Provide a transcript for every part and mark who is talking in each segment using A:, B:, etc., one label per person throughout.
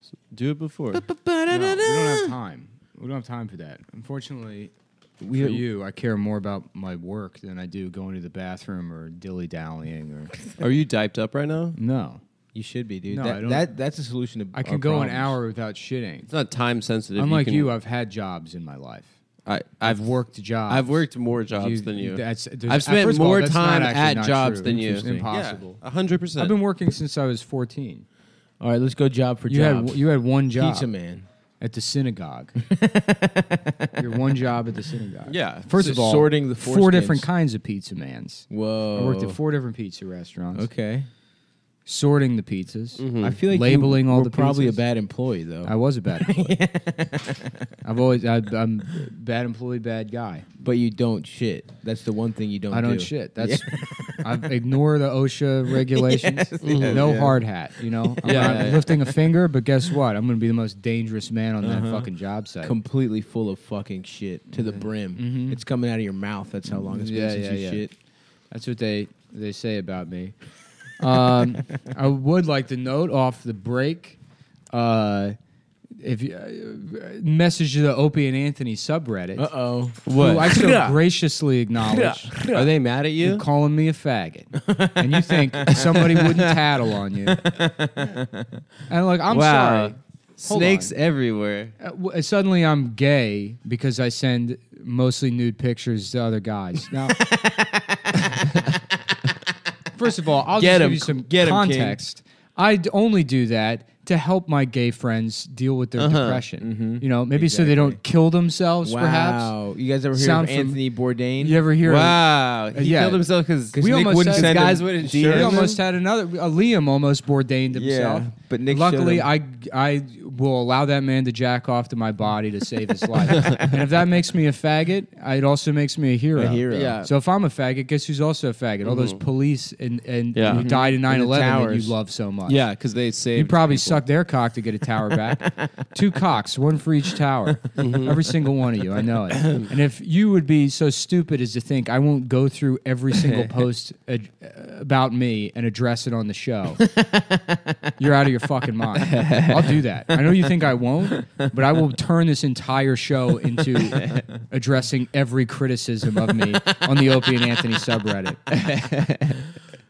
A: else. Do it before.
B: No, we don't have time. We don't have time for that. Unfortunately,
A: We-
B: for you, I care more about my work than I do going to the bathroom or dilly dallying or.
A: Are you diped up right now?
B: no,
C: You should be, dude.
B: No, I
C: that,
B: don't-
C: that that's a solution to.
B: I
C: our
B: can go
C: problems.
B: an hour without shitting.
A: It's not time sensitive.
B: Unlike
A: can-
B: you, I've had jobs in my life.
A: I,
B: I've
A: I've
B: worked jobs.
A: I've worked more jobs
B: You-
A: than you.
B: that's- there's-
A: I've spent
B: first of all,
A: more
B: that's not
A: time
B: actually
A: at
B: not
A: jobs
B: true.
A: than
B: It's
A: you.
B: just impossible.
A: Yeah, hundred
B: I've
A: percent.
B: been working since I was 14.
C: All right, let's go job for
B: You
C: job.
B: had you had one job
C: Pizza man.
B: at the synagogue. Your one job at the synagogue.
A: Yeah.
B: First
A: So
B: of all,
C: sorting the
B: four
C: foreskins. Oh.
B: different kinds of pizza mans.
C: Whoa.
B: I worked at four different pizza restaurants.
C: Okay.
B: Sorting the pizzas.
C: I feel like you
B: Hmm. Labeling all
C: were
B: the
C: probably a
B: pizzas.
C: bad employee though.
B: I was a bad employee. I've always I, I'm bad employee, bad guy.
C: but you don't shit. That's the one thing you don't.
B: I don't
C: do.
B: shit. That's I ignore the OSHA regulations. no hard hat. You know, I'm
A: Yeah,
B: not
A: yeah, yeah.
B: lifting a finger, but guess what? I'm going to be the most dangerous man on that fucking job site.
C: completely full of fucking shit to the brim. It's coming out of your mouth. That's how long it's been
B: Mm-hmm. Yeah,
C: since
B: yeah,
C: you
B: yeah.
C: shit.
B: That's what they they say about me. Um, I would like to note off the break. Uh, if you uh, message the Opie and Anthony subreddit,
C: Uh oh.
B: who I
A: what?
B: so graciously acknowledge
A: Are they mad at
B: you
A: you?
B: calling me a faggot, and you think somebody wouldn't tattle on you. And like, I'm
A: wow.
B: sorry. Hold
A: Snakes
B: on.
A: everywhere.
B: Uh, w- uh, suddenly, I'm gay because I send mostly nude pictures to other guys. Now, first of all, I'll
A: Get
B: just
A: 'em,
B: give you some
A: get 'em, King.
B: context. I d- only do that to help my gay friends deal with their
A: Uh-huh.
B: depression.
A: Mm-hmm.
B: You know, maybe so they don't kill themselves. Perhaps
C: Wow. You guys ever hear
B: Sound
C: of
B: fam-
C: Anthony Bourdain?
B: you ever hear?
A: Wow. He
B: yeah.
A: killed himself because
B: We
A: Nick
B: almost
A: wouldn't
B: had-
A: send
C: guys
A: him
C: wouldn't
A: DMs.
C: share
B: We
C: them.
B: almost had another. Uh, Liam almost Bourdained
C: Yeah,
B: himself.
C: but Nick
B: Luckily,
C: showed
B: I I will allow that man to jack off to my body to save his life. and if that makes me a faggot, I- it also makes me a hero.
C: A hero. Mm-hmm.
A: Yeah.
B: So if I'm a faggot, guess who's also a faggot? All those police and and
A: Yeah.
B: who died in 9/11 that
C: towers.
B: you love so much.
A: Yeah, because they saved.
B: You probably
A: people.
B: sucked their cock to get a tower back. Two cocks, one for each tower.
C: Mm-hmm.
B: Every single one of you, I know it. And if you would be so stupid as to think I won't go through every single post ad- uh, about me and address it on the show, you're out of your fucking mind. I'll do that. I know you think I won't, but I will turn this entire show into addressing every criticism of me on the Opie and Anthony subreddit.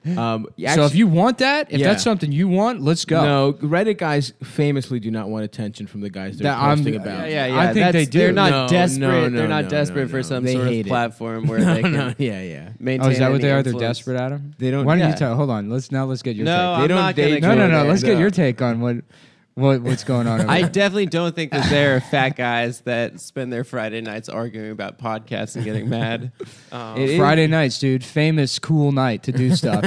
C: Um,
B: so if you want that, if
C: Yeah.
B: that's something you want, let's go.
C: No, Reddit guys famously do not want attention from the guys they're
B: That I'm-
C: posting about.
A: Yeah, yeah, yeah.
B: I think
A: That's-
B: they do.
A: They're not
C: No,
A: desperate.
C: no, no,
A: they're not
C: no,
A: desperate
C: no,
A: for
C: no.
A: some
C: They
A: sort of
C: hate it.
A: platform where they
C: No,
A: can
C: no, yeah, yeah.
A: maintain.
B: Oh, is that what
A: any
B: they are? They're
A: influence.
B: desperate, Adam.
C: They don't-
B: Why don't
A: yeah.
B: you tell? Hold on. Let's now. Let's get your
A: No,
C: They
A: I'm
C: don't-
A: not
C: they
A: gonna
B: take. No,
C: I'm
B: no,
A: go
B: no.
A: there.
B: Let's get
C: no.
B: your take on what, what what's going on. Over
A: I
B: there.
A: definitely don't think that there are fat guys that spend their Friday nights arguing about podcasts and getting mad. Um,
C: It is-
B: Friday nights, dude. Famous cool night to do stuff.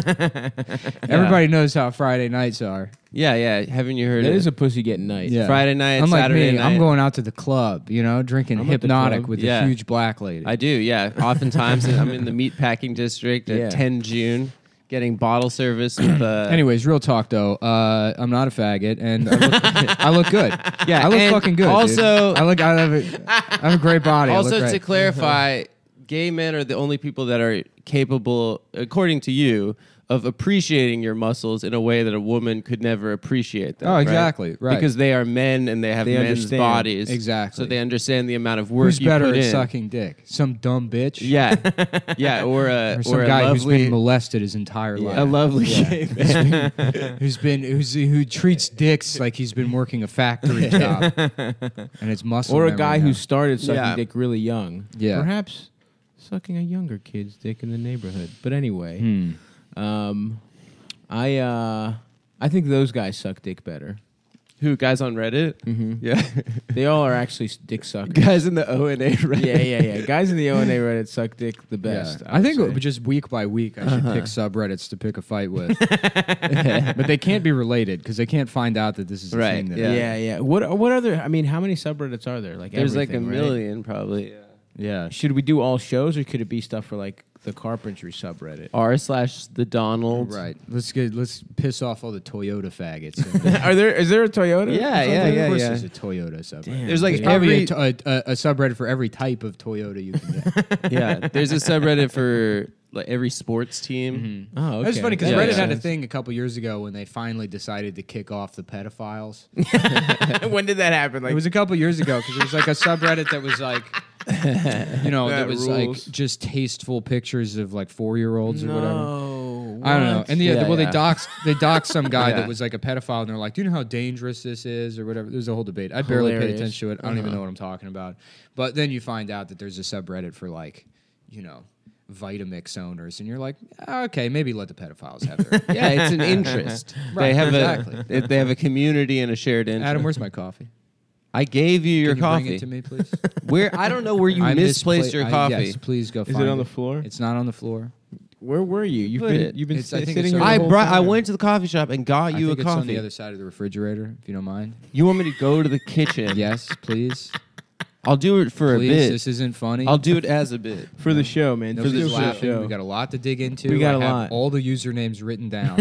B: Everybody knows how Friday nights are.
A: yeah, yeah. Haven't you heard?
C: That
A: it?
C: is a pussy getting night.
B: Yeah.
A: Friday night,
B: Unlike
A: Saturday
B: me,
A: night.
B: I'm going out to the club. You know, drinking
C: I'm at the
B: hypnotic
C: club.
B: with
A: Yeah.
B: a huge black lady.
A: I do, yeah. Oftentimes, I'm in the meat packing district at
C: Yeah.
A: 10 June, getting bottle service with uh,
B: Anyways, real talk though. Uh, I'm not a faggot, and I look, I look good.
A: Yeah,
B: I look
A: and
B: fucking good. dude.
A: also-
B: I look. I have a, I have a great body. I look
A: Also,
B: great.
A: to clarify, gay men are the only people that are capable, according to you, of appreciating your muscles in a way that a woman could never appreciate them.
B: Oh,
A: right?
B: exactly, right.
A: Because they are men and they have
C: They
A: men's
C: understand.
A: bodies.
B: Exactly.
A: So they understand the amount of work
B: who's
A: you
B: better
A: put
B: at
A: in.
B: sucking dick? Some dumb bitch.
A: Yeah, yeah, or a
B: or some
A: or a
B: guy who's
A: lovely,
B: been molested his entire
A: a
B: life,
A: lovely gay man.
B: who's been who's who treats dicks like he's been working a factory job, and it's muscle.
C: Or a
B: memory
C: guy
B: now.
C: who started sucking
A: Yeah.
C: dick really young.
B: Yeah.
C: Perhaps sucking a younger kid's dick in the neighborhood. But anyway,
A: Hmm.
C: um, I uh, I think those guys suck dick better.
A: Who guys on Reddit?
B: Mm-hmm.
A: Yeah,
C: They all are actually s- dick suckers.
A: guys in the O and A Reddit.
C: yeah, yeah, yeah. Guys in the O and A Reddit suck dick the
B: Yeah.
C: best.
B: I, think
C: would say.
B: just week by week, I should pick
A: Uh-huh.
B: subreddits to pick a fight with, but they can't be related because they can't find out that this is a
A: Right,
B: thing. That
A: yeah.
C: yeah. yeah, What what other? I mean, how many subreddits are there? Like
A: There's like a
C: everything, right?
A: million, probably. Yeah.
B: yeah.
C: Should we do all shows, or could it be stuff for like the carpentry subreddit?
A: R slash the Donald.
B: Right. Let's get let's piss off all the Toyota faggots.
C: are there? Is there a Toyota?
A: Yeah, yeah,
B: of
A: yeah,
B: course
A: yeah.
B: There's a Toyota subreddit.
A: There's like
B: There's probably
A: every
B: a, to- a, a, a subreddit for every type of Toyota you can get.
A: yeah. There's a subreddit for like every sports
B: Mm-hmm.
A: team.
C: Oh, okay.
B: That's funny because
A: Yeah.
B: Reddit
A: Yeah.
B: had a thing a couple years ago when they finally decided to kick off the pedophiles.
C: when did that happen? Like,
B: it was a couple years ago because it was like a subreddit that was like, you know,
C: That
B: that was
C: rules.
B: like just tasteful pictures of like four year olds or whatever.
C: No,
B: I don't know.
C: what?
B: And the,
A: Yeah,
B: well,
A: yeah.
B: they doxed they doxed some guy
A: Yeah.
B: that was like a pedophile, and they're like, "Do you know how dangerous this is?" or whatever. There's a whole debate. I barely
C: Hilarious. Uh-huh.
B: paid attention to it. I don't even know what I'm talking about. But then you find out that there's a subreddit for like, you know, Vitamix owners, and you're like, okay, maybe let the pedophiles have their.
A: Yeah, it's an interest. they
B: Right,
A: have a
B: exactly.
A: it- they have a community and a shared interest.
B: Adam, where's my coffee?
A: I gave you your
B: Can you
A: coffee.
B: Bring it to me, please.
A: Where I don't know where you
B: I
A: misplaced
B: mispla-
A: your
B: I-
A: coffee.
B: yes, please go.
C: Is
B: find
C: it on the floor?
B: It's not on the floor.
C: Where were you? You've
A: Put
C: been
A: it.
C: you've been
B: It's- I
C: sit-
B: think
C: sitting
B: it's
C: here.
B: on
C: the
A: I
C: whole
A: brought. I
C: time.
A: went to the coffee shop and got
B: I
A: you a
B: think it's on the
A: coffee.
B: other side of the refrigerator, if you don't mind.
A: You want me to go to the kitchen?
B: Yes, please.
A: I'll do it for
B: please,
A: a bit.
B: this isn't funny.
A: I'll do it as a bit.
C: for the show, man. for
B: Nobody's
C: the
B: laughing.
C: show.
B: We got a lot to dig into.
C: We got
B: I
C: a
B: have
C: lot.
B: All the usernames written down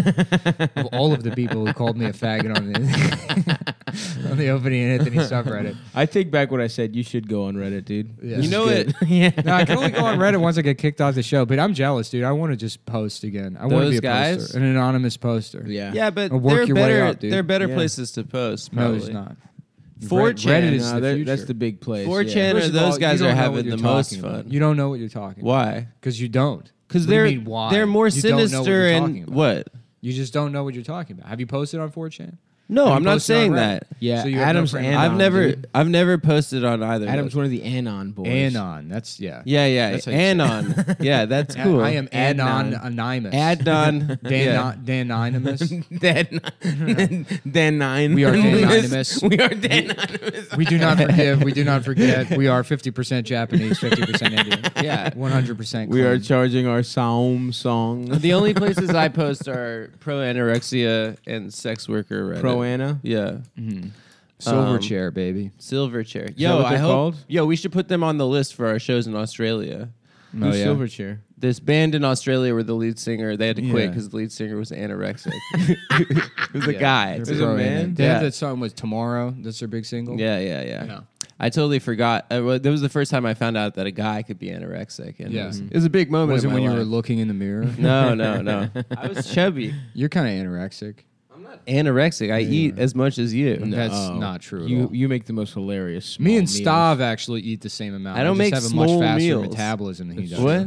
B: of all of the people who called me a faggot on the on the opening and Anthony subreddit.
C: I take back what I said. You should go on Reddit, dude.
A: You
B: Yeah. This is
A: know it.
B: good.
C: yeah.
B: No, I can only go on Reddit once I get kicked off the show. But I'm jealous, dude. I want to just post again. I want
A: Those
B: to be a
A: guys?
B: poster, an anonymous poster.
C: Yeah.
A: Yeah, but
B: Or work
A: there are
B: your way
A: better.
B: out, dude.
A: there are better
C: Yeah.
A: places to post.
B: No,
A: Probably.
B: it's not.
A: 4chan,
B: Reddit is
C: No,
B: the
C: that-
B: future.
C: that's the big place.
A: 4chan.
C: yeah.
B: First
A: Or
B: of
A: those
B: all,
A: guys
B: you don't
A: are
B: know
A: having
B: what you're
A: the most
B: talking about.
A: fun.
B: You don't know what you're talking. about.
A: Why?
B: Because you don't.
A: Because
B: What do you
A: they're
B: mean, why?
A: they're more
B: You don't know what
A: sinister
B: you're
A: and
B: talking about.
A: what?
B: You just don't know what you're talking about. Have you posted on 4chan?
A: No,
B: Have you
A: I'm not
B: posted on
A: saying
B: Reddit? um,
A: that.
C: Yeah,
B: So you have no
C: Adam's
B: friends.
C: and
A: I've
C: Anon,
A: never
C: dude.
A: I've never posted on either. of
C: Adam's
A: those.
C: one of the anon boys.
B: Anon. That's yeah.
A: Yeah, yeah.
B: That's how you say it.
A: Anon. yeah, that's cool.
B: I am Anon
C: Adnan.
B: anonymous.
A: Adnan. yeah.
B: Dan anonymous.
C: Dan, Dan nine.
B: We are
C: Anonymous.
B: Danonymous.
C: We are Dan anonymous.
B: we do not forgive. We do not forget. We are 50% Japanese, 50% Indian.
A: Yeah.
B: 100%
C: We are
B: clean.
C: charging our psalm song.
A: the only places I post are pro anorexia and sex worker Reddit.
C: Pro Anna.
A: Yeah.
B: silver
A: um,
B: chair, baby.
A: Silverchair.
C: that
A: Mm. Yo,
C: what
A: I
C: they're
A: hope.
C: called?
A: Yo, we should put them on the list for our shows in Australia.
B: Oh,
C: Who's
B: yeah.
C: Silverchair?
A: This band in Australia where the lead singer they had to quit
B: Yeah.
A: because the lead singer was anorexic. it was a guy.
B: There's
C: Is it
B: a
C: man?
B: man. They have
A: Yeah.
B: that song with Tomorrow. That's their big single.
A: Yeah, yeah, yeah.
B: No.
A: I totally forgot. I, well, that was the first time I found out that a guy could be anorexic, and it,
B: Yeah.
A: was, it was a big moment.
B: Was it
A: in my
B: when you were
A: life.
B: looking in the mirror?
A: No, no, no. I was chubby.
B: You're kind of anorexic.
A: I'm not anorexic. I eat as much as you.
B: That's
C: Oh.
B: not true. At
C: You
B: all.
C: you make the most hilarious. Small
B: Me and
C: meals.
B: Stav actually eat the same amount.
A: I don't
B: just
A: make
B: have a
A: small
B: much faster
A: meals.
B: metabolism than he does.
A: What?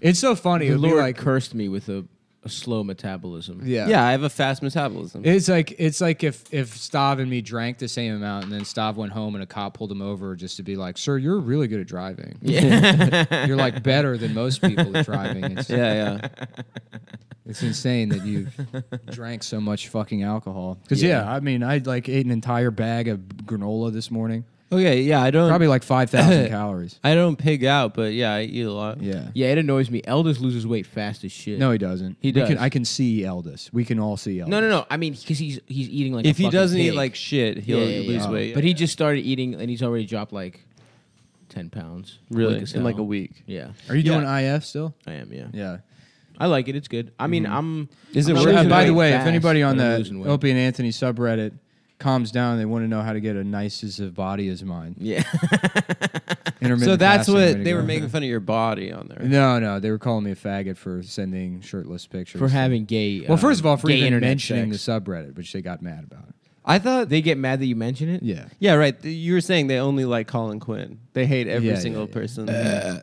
B: It's so funny.
C: The
B: It'd be
C: Lord
B: like,
C: cursed me with a, a slow metabolism.
A: Yeah. I have a fast metabolism.
B: It's like it's like if if Stav and me drank the same amount, and then Stav went home, and a cop pulled him over just to be like, "Sir, you're really good at driving. you're like better than most people at driving. It's,
A: yeah, yeah.
B: it's insane that you drank so much fucking alcohol. Because yeah. I mean, I like ate an entire bag of granola this morning,
A: Okay, yeah. I don't.
B: probably like five thousand calories.
A: I don't pig out, but yeah, I eat a lot.
B: Yeah.
C: Yeah, it annoys me. Eldest loses weight fast as shit.
B: No, he doesn't.
A: He
B: We can-
A: does.
B: I can see Eldis. We can all see Eldis.
C: no, no, no. I mean, because he's he's eating like a
A: If he
C: fucking
A: doesn't eat
C: pig.
A: like shit, he'll
C: Yeah, yeah, yeah.
A: lose
C: Oh.
A: weight.
C: But he just started eating, and he's already dropped like ten pounds.
A: really
C: Weak as
A: in like a
C: hell.
A: week.
C: Yeah,
B: Are you
A: Yeah.
B: doing IF still?
C: I am. Yeah,
B: Yeah. Mm-hmm.
C: I like it. It's good. I mean, I'm.
A: Is
C: I'm
A: it
C: not
A: worth
B: Uh,
A: it?
C: losing
B: by the
C: weight
B: way, if
C: fast,
B: anybody on
C: but I'm
B: the
C: losing weight.
B: Opie and Anthony subreddit calms down, they want to know how to get a nicest of body as mine.
C: yeah,
B: Intermittent
A: So that's
B: fasting, way to
A: what they
B: go.
A: were making fun of your body on there.
B: No, no, they were calling me a faggot for sending shirtless pictures.
C: for having gay. um,
B: well, first of all, for
C: gay
B: even
C: internet
B: mentioning
C: sex.
B: the subreddit, which they got mad about.
A: I thought
C: they get mad that you mention it.
B: Yeah.
A: Yeah, right. Th- You were saying they only like Colin Quinn. They hate every
B: Yeah, yeah,
A: single
B: yeah.
A: person.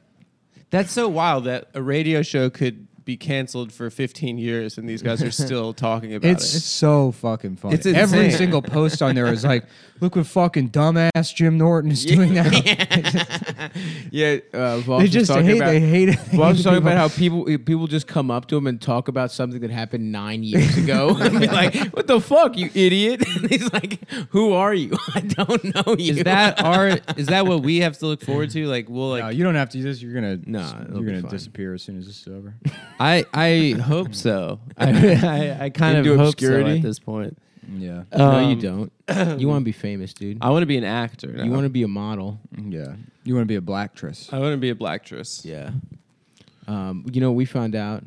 A: That's so wild that a radio show could be canceled for 15 years and these guys are still talking about
B: It's
A: it.
B: so fucking funny.
A: It's
B: Every
A: insane.
B: single post on there is like, look what fucking dumbass Jim Norton is doing now.
C: Yeah, uh, Voss
B: They
C: was
B: just
C: talking
B: hate,
C: about-
B: they hate it.
C: Well, I was talking about how people eh, people just come up to him and talk about something that happened nine years ago. and be like, "What the fuck, you idiot!" And he's like, "Who are you? I don't know you."
A: Is that our? Is that what we have to look forward to? Like, we'll like.
B: no, you don't have to do this. You're gonna
C: No, it'll
B: you're
C: be
B: gonna
C: fine.
B: disappear as soon as this is over.
A: I I hope so. I I, I kind
C: Into
A: of hope so
C: obscurity?
A: at this point.
B: yeah,
C: no, you
A: Um,
C: don't. You want to be famous, dude.
A: I want to be an actor.
C: You want to be a model.
B: yeah. You want to be a blacktress?
A: I want to be a blacktress.
C: Yeah. Um, you know, we found out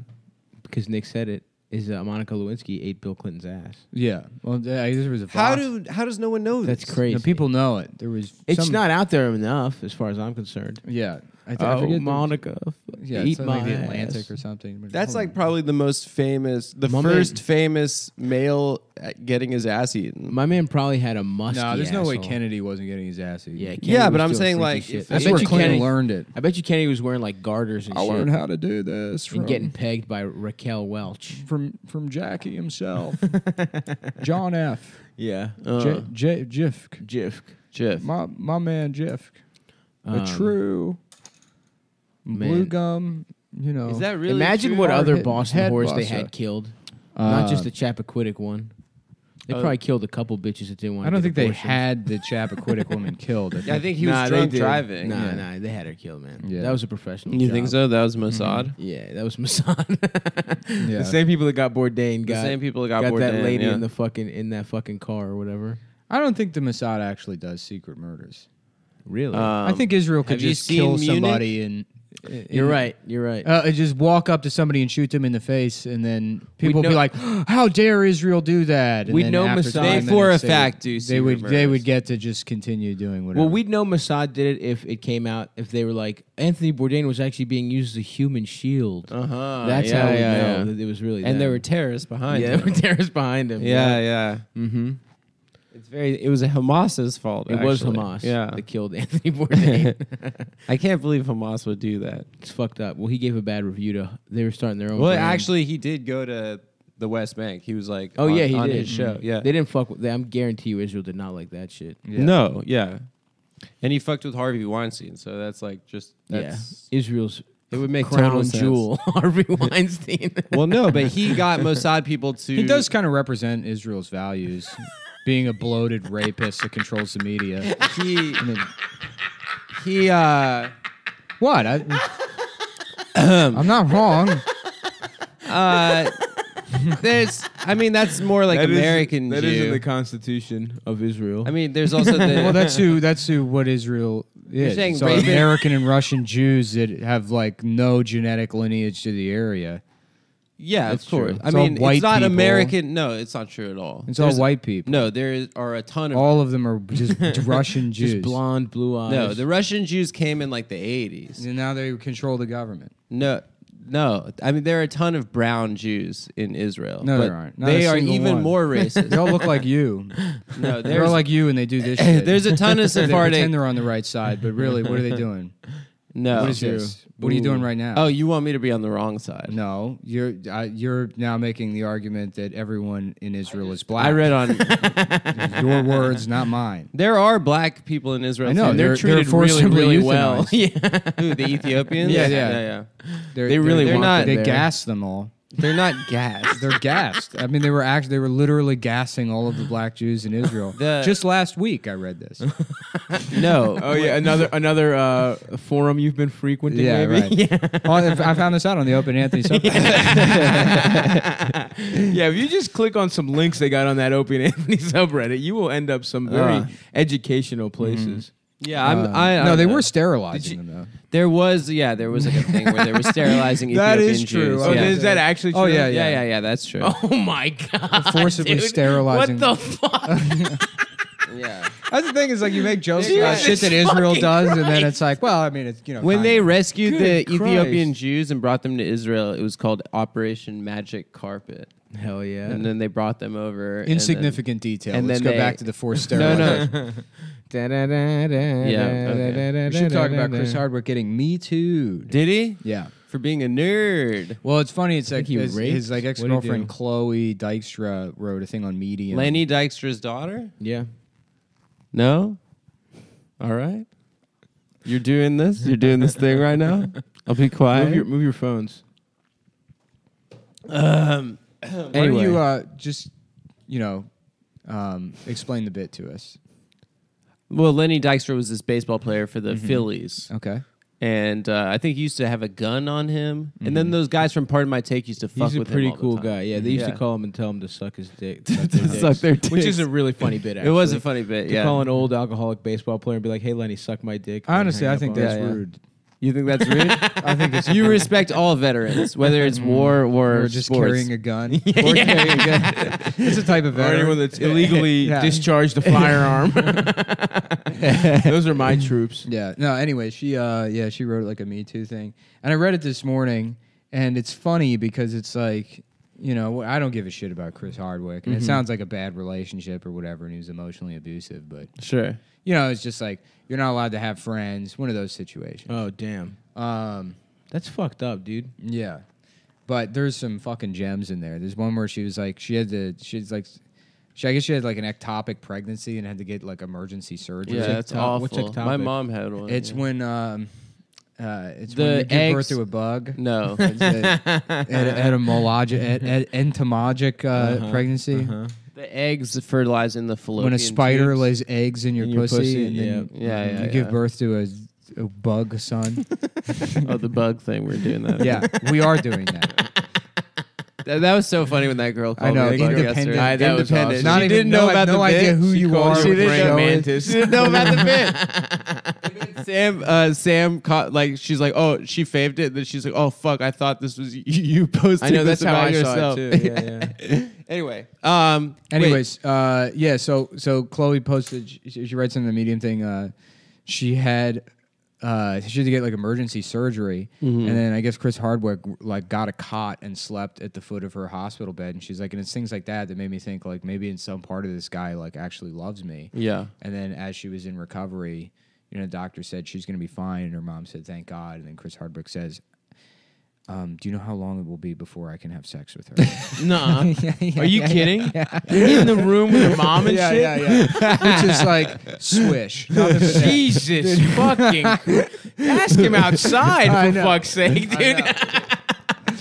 C: because Nick said it is uh, Monica Lewinsky ate Bill Clinton's ass.
B: Yeah. Well, th- I- there was a
A: How
B: Vox-
A: do how does no one know
C: That's
A: this?
C: crazy.
B: No, people know it. There was
C: It's
B: some-
C: not out there enough, as far as I'm concerned.
B: Yeah, I, th- I
C: Oh,
B: forget the-
C: Monica.
B: yeah,
C: eat
B: something like
C: my
B: the
C: ass.
B: Atlantic or something. But
A: That's
B: hold on.
A: like probably the most famous, the
C: My
A: first
C: man-
A: famous male at getting his ass eaten.
C: My man probably had a musty.
B: no. There's no way
C: asshole.
B: Kennedy wasn't getting his ass eaten.
C: Yeah, Kennedy
A: Yeah, but
C: was
A: I'm
C: doing
A: saying,
C: freaky
A: like,
C: shit.
A: if-
C: I
B: that's
A: bet
B: where
A: you
B: Clinton
C: Kennedy-
B: learned it.
C: I bet you Kennedy was wearing like garters and shit,
B: how to do this
C: and getting pegged by Raquel Welch.
B: from from Jackie himself, John F.
C: Yeah,
A: Uh,
B: J, J, Jifk,
C: Jifk.
A: Jeff.
B: my my man Jifk,
C: Um,
B: a true blue
C: man.
B: gum. You know,
A: Is that really?
C: Imagine
A: true?
C: what other
B: Hard-hitting
C: Boston
B: head
C: whores they
B: buster.
C: had killed.
B: Uh,
C: Not
A: Uh,
C: just the Chappaquiddick one. They
A: Oh.
C: probably killed a couple bitches that didn't want.
B: I don't think they had the Chappaquiddick woman killed. I
A: Yeah, I think he was
C: nah, they
A: drunk
C: did.
A: driving.
C: Nah,
B: Yeah.
C: nah, they had her killed, man.
B: Yeah.
C: That was a professional.
A: You
C: job.
A: think so? That was
C: Mm-hmm.
A: Mossad.
C: Yeah, that was Masson.
B: Yeah.
C: The same people that got Bourdain
A: The
C: got
A: same people that got,
C: got,
A: bored.
C: that lady in the fucking in that fucking car or whatever.
B: I don't think the Mossad actually does secret murders.
A: Um,
C: Really?
A: Uh,
B: I think Israel could
A: have you
B: just
A: seen
B: kill
A: Munich?
B: somebody and. uh,
C: you're
B: and-
C: right. You're right.
B: Uh, just walk up to somebody and shoot them in the face, and then people
C: We'd
B: be
C: know-
B: like, "How dare Israel do that?" And
C: We'd
B: then
C: know
B: after
C: Mossad-
B: five
A: they
B: minutes,
A: for a
B: they
A: fact
B: would,
A: do.
B: they
A: secret
B: would they would
A: murders.
B: get to just continue doing whatever.
C: well, we'd know Mossad did it if it came out if they were like Anthony Bourdain was actually being used as a human shield.
A: Uh-huh.
C: That's
A: yeah,
C: how we
A: yeah,
C: know
A: yeah.
C: that it was really.
A: And there
C: them.
A: were terrorists behind.
C: yeah, there
A: him.
C: were terrorists behind him.
A: yeah, yeah.
C: Mm-hmm.
A: It's very. It was a Hamas's fault.
C: It was
A: actually.
C: Hamas
A: Yeah,
C: that killed Anthony Bourdain.
A: I can't believe Hamas would do that.
C: it's fucked up. Well, he gave a bad review to. They were starting their own.
A: Well,
C: brand.
A: actually, he did go to the West Bank. He was like,
C: oh
A: on-
C: yeah, he
A: on
C: did.
A: his show.
C: Mhm.
A: Yeah,
C: they didn't fuck with. They, I'm guarantee you, Israel did not like that shit.
A: no, yeah, and he fucked with Harvey Weinstein. So that's like just that's
C: yeah, Israel's
A: it would make total
C: crown
A: sense.
C: jewel, Harvey Weinstein.
A: Well, no, but he got Mossad people to.
B: he does kind of represent Israel's values, being a bloated rapist that controls the media.
A: He he uh,
B: What? I, I'm not wrong.
A: uh, there's. I mean, that's more like American
C: That
A: Jew.
C: in the Constitution of Israel.
A: I mean, there's also the.
B: Well, that's who. That's who. What Israel is.
A: saying
B: so
A: rapist-
B: American and Russian Jews that have like no genetic lineage to the area.
A: Yeah,
B: That's
A: of course.
B: true.
A: I
B: It's all
A: mean,
B: white
A: it's not
B: people.
A: American. No, it's not true at all.
B: It's
A: There's-
B: all white people.
A: No, there is, are a ton of.
B: All of them are just Russian Jews.
C: just blonde, blue eyes.
A: no, the Russian Jews came in like the eighties.
B: And now they control the government.
A: No, no. I mean, there are a ton of brown Jews in Israel.
B: No,
A: but
B: there aren't. Not a
A: they are
B: single
A: even
B: one.
A: more
B: They
A: racist.
B: all look like you.
A: no,
B: They're
A: there's
B: like you, and they do this. shit.
A: there's a ton of
B: they pretend
A: Sephardic.
B: they're on the right side, but really, what are they doing?
A: No.
B: what is this? What are you doing right now?
A: Oh, you want me to be on the wrong side?
B: no, you're uh, you're now making the argument that everyone in Israel is black.
A: I read on.
B: your words, not mine.
A: there are black people in Israel.
B: I know,
A: too. they're,
B: they're- they're
A: treated really,
B: forcibly
A: really
B: euthanized.
A: well. yeah. Who, the Ethiopians?
B: Yeah, yeah.
A: yeah.
B: They're,
A: They really
B: they're,
A: want
B: not.
A: them
B: They
A: there.
B: gassed them all.
A: They're not gassed.
B: They're gassed. I mean, they were actually they were literally gassing all of the black Jews in Israel.
A: The-
B: Just last week, I read this.
A: no.
C: Oh yeah, another another uh, forum you've been frequenting.
B: Yeah,
C: maybe?
B: right. Oh, I I found this out on the Open Anthony. Subreddit.
C: yeah, if you just click on some links they got on that Opie and Anthony subreddit, you will end up some very
A: Uh.
C: educational
A: Mm-hmm.
C: places.
A: Yeah, I'm.
B: Uh,
A: I, I
B: no,
A: don't
B: they
A: know.
B: were sterilizing them though.
A: There was, yeah, there was like a thing where they were sterilizing Ethiopian
B: That is true.
A: Jews.
C: Oh,
A: yeah.
C: is that actually true?
B: Oh, yeah,
A: yeah, yeah, yeah, that's true.
C: Oh my god.
B: Forcibly
C: dude.
B: sterilizing.
C: What the fuck?
A: Yeah.
B: That's the thing is like you make jokes
A: Dude,
B: about shit that
C: Jesus
B: Israel
C: fucking
B: does, and then
C: Christ.
B: it's like, well, I mean, it's you know
A: When they
B: kinda.
A: rescued
C: Good
A: the Ethiopian
C: Christ.
A: Jews and brought them to Israel, it was called Operation Magic Carpet.
C: Hell yeah.
A: And then they brought them over. and then-
B: insignificant detail.
A: and
B: Let's
A: then
B: go
A: they-
B: back to the forced
A: no,
B: sterilization.
A: no.
B: We should talk about Chris Hardwick getting me too.
A: Did he?
B: Yeah.
A: For being a nerd.
B: Well, it's funny. It's like
C: he
B: his,
C: raped?
B: his like
C: What'd
B: ex
C: he do?
B: girlfriend Chloe Dykstra wrote a thing on Medium.
A: Lenny Dykstra's daughter?
C: Yeah.
A: No? All right. You're doing this? You're doing this thing right now? I'll be quiet.
C: Move your, move your phones.
A: um,
B: Why don't
A: anyway.
B: you uh, just you know um, explain the bit to us?
A: well, Lenny Dykstra was this baseball player for the
C: Mm-hmm.
A: Phillies.
B: Okay.
A: and uh, I think he used to have a gun on him. And then those guys from Part of My Take used to fuck
C: He's Mm-hmm. a
A: with
C: pretty
A: him all the
C: cool
A: time.
C: guy. Yeah, they used
A: Yeah.
C: to call him and tell him to suck his dick.
A: To suck their
C: dicks. Which
A: dicks.
C: is a really funny bit, actually.
A: It was a funny bit.
C: To
A: Yeah,
C: call an old alcoholic baseball player and be like, hey, Lenny, suck my dick. and
B: Honestly,
C: hang
B: I
C: up
B: think
C: on him.
B: that's
A: Yeah, yeah.
B: rude.
A: you think that's rude? I think it's you respect all veterans, whether it's war or,
B: Mm. Or just
A: sports.
B: carrying a gun. Or carrying a gun. it's a type of
C: or
B: veteran.
C: anyone that's illegally
B: Yeah.
C: discharged a firearm. Those are my troops.
B: Yeah. No. Anyway, she uh yeah she wrote like a Me Too thing, and I read it this morning, and it's funny because it's like you know I don't give a shit about Chris Hardwick,
A: Mm-hmm.
B: and it sounds like a bad relationship or whatever, and he was emotionally abusive, but
A: Sure.
B: you know it's just like you're not allowed to have friends. One of those situations.
C: Oh damn,
A: Uh.
B: Um.
C: that's fucked up, dude.
B: Yeah. But there's some fucking gems in there. There's one where she was like, she had to, she's like, she, I guess she had like an ectopic pregnancy and had to get like emergency surgery.
A: Yeah, that's
C: top- what's
A: awful.
C: ectopic?
A: My mom had one.
B: It's
A: yeah.
B: when um, uh, it's
A: The
B: when you give birth
A: eggs-
B: to a bug.
A: no.
B: It's a- et- etymologic, et- et- entomologic uh,
A: Uh-huh,
B: pregnancy.
A: the eggs fertilizing the fallopian.
B: When a spider
A: tubes.
B: lays eggs in your,
C: In your
B: pussy,
C: pussy,
B: and then
A: yeah. Yeah, yeah,
B: you give
A: yeah.
B: birth to a, a bug son.
A: oh, the bug thing. We're doing that.
B: yeah, we are doing that.
A: That, that was so funny when that girl
B: I
A: called
B: know,
A: me. a bug
B: independent,
A: yesterday. I- that was
B: independent.
A: awesome.
B: Not
A: she
B: even-
A: didn't
B: no,
A: know
B: I
A: about
B: have
A: the
B: no idea
A: bit.
B: who
A: She
B: you
A: called
B: are,
A: you
B: what
A: a
B: your
A: praying
B: show is.
A: mantis. She didn't know about the bit. Sam, uh, Sam caught like she's like, oh, she faved it. Then she's like, oh fuck, I thought this was you, you posted.
C: I know
A: this
C: that's how
A: about
C: I
A: yourself.
C: saw it too. Yeah, yeah.
A: anyway, um, wait.
B: Anyways, uh, yeah. So so Chloe posted. She, she writes in the Medium thing. Uh, she had uh, she had to get like emergency surgery, and then I guess Chris Hardwick like got a cot and slept at the foot of her hospital bed. And she's like, and it's things like that that made me think like maybe in some part of this guy like actually loves me.
A: yeah,
B: And then as she was in recovery, you know, the doctor said she's going to be fine, and her mom said, "Thank God." And then Chris Hardwick says. Um, do you know how long it will be before I can have sex with her?
C: Nah, are you kidding? In the room with your mom and
B: yeah,
C: shit.
B: yeah, yeah. Which is like swish. Nothing but that.
C: Jesus fucking! Ask him outside
B: I
C: for
B: know.
C: fucking fuck's sake,
B: I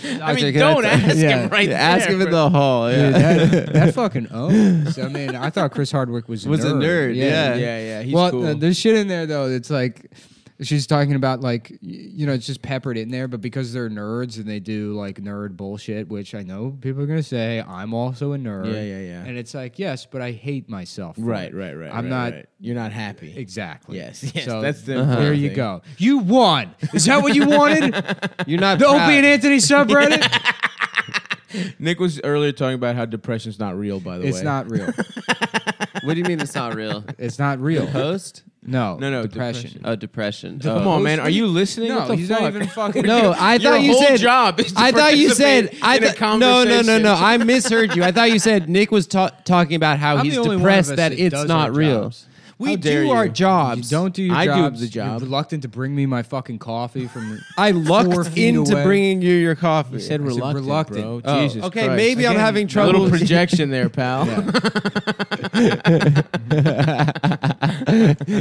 C: dude.
B: know.
C: I,
A: Doctor,
C: mean,
A: can I
C: don't
A: t-
C: ask
B: Yeah.
C: him right
A: Yeah, ask
C: there,
A: him in
C: bro.
A: the hall. Yeah.
B: Dude, that, that fucking owns. I mean, I thought Chris Hardwick was a
A: Was a
B: nerd.
A: nerd, yeah.
C: Yeah, yeah, he's
B: well,
C: cool.
B: uh, there's shit in there though. It's like she's talking about like y- you know it's just peppered in there, but because they're nerds and they do like nerd bullshit, which I know people are gonna say I'm also a nerd.
C: Yeah, yeah, yeah.
B: And it's like yes, but I hate myself. for
C: Right,
B: it.
C: right, right.
B: I'm
C: right,
B: not
C: right. You're not happy.
B: exactly.
C: Yes, yes,
B: So
C: that's the
B: there.
C: important
B: You
C: thing.
B: go. You won. Is that what you wanted?
A: You're not
B: The
A: proud.
B: Opie and Anthony subreddit?
C: Nick was earlier talking about how depression's not real. By the way,
B: It's not real.
A: What do you mean it's not real?
B: It's not real.
A: Post?
B: No.
C: No, no,
B: Depression.
A: Oh, depression.
C: Come
A: Oh.
C: on, man. Are you listening?
B: No,
C: what the
B: he's
C: fuck?
B: not even fucking.
A: No, I
C: Your
A: thought you
C: whole
A: said.
C: job is to
A: I thought you said.
C: participate
A: I
C: in a
A: th- no, no, no,
C: conversation.
A: no. I misheard you. I thought you said Nick was ta- talking about how
B: I'm
A: he's
B: the only one of
A: depressed
B: us
A: that
B: that
A: it's
B: does
A: not
B: our
A: real.
B: jobs.
A: We
C: How
A: do
C: dare
A: our
C: you.
B: You
A: jobs.
B: don't do your
C: I do
B: jobs.
C: the job.
B: You're reluctant to bring me my fucking coffee from.
A: I
B: Four
A: lucked
B: feet
A: into
B: away.
A: bringing you your coffee.
C: He said
B: I said
C: reluctant,
B: reluctant.
C: bro.
A: Oh,
C: Jesus.
A: okay,
C: Christ.
A: maybe I'm
B: Again,
A: having
B: a
C: A
A: trouble.
C: little projection there, pal.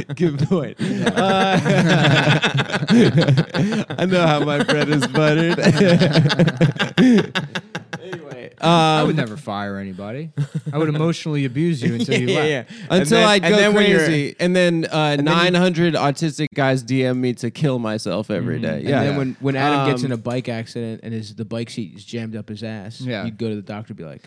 A: Good point. Uh, I know how my bread is buttered. anyway, um,
B: I would never fire anybody. I would emotionally abuse you until you left.
C: And
A: Until
C: then-
A: I'd
C: and
A: go
C: then when you're-
A: crazy, and then, uh, 900 autistic guys DM me to kill myself every
B: Mm-hmm.
A: day.
C: And
A: Yeah,
C: then when, when Adam gets
A: Um,
C: in a bike accident and his the bike seat is jammed up his ass,
B: Yeah.
C: you'd go to the doctor and be like,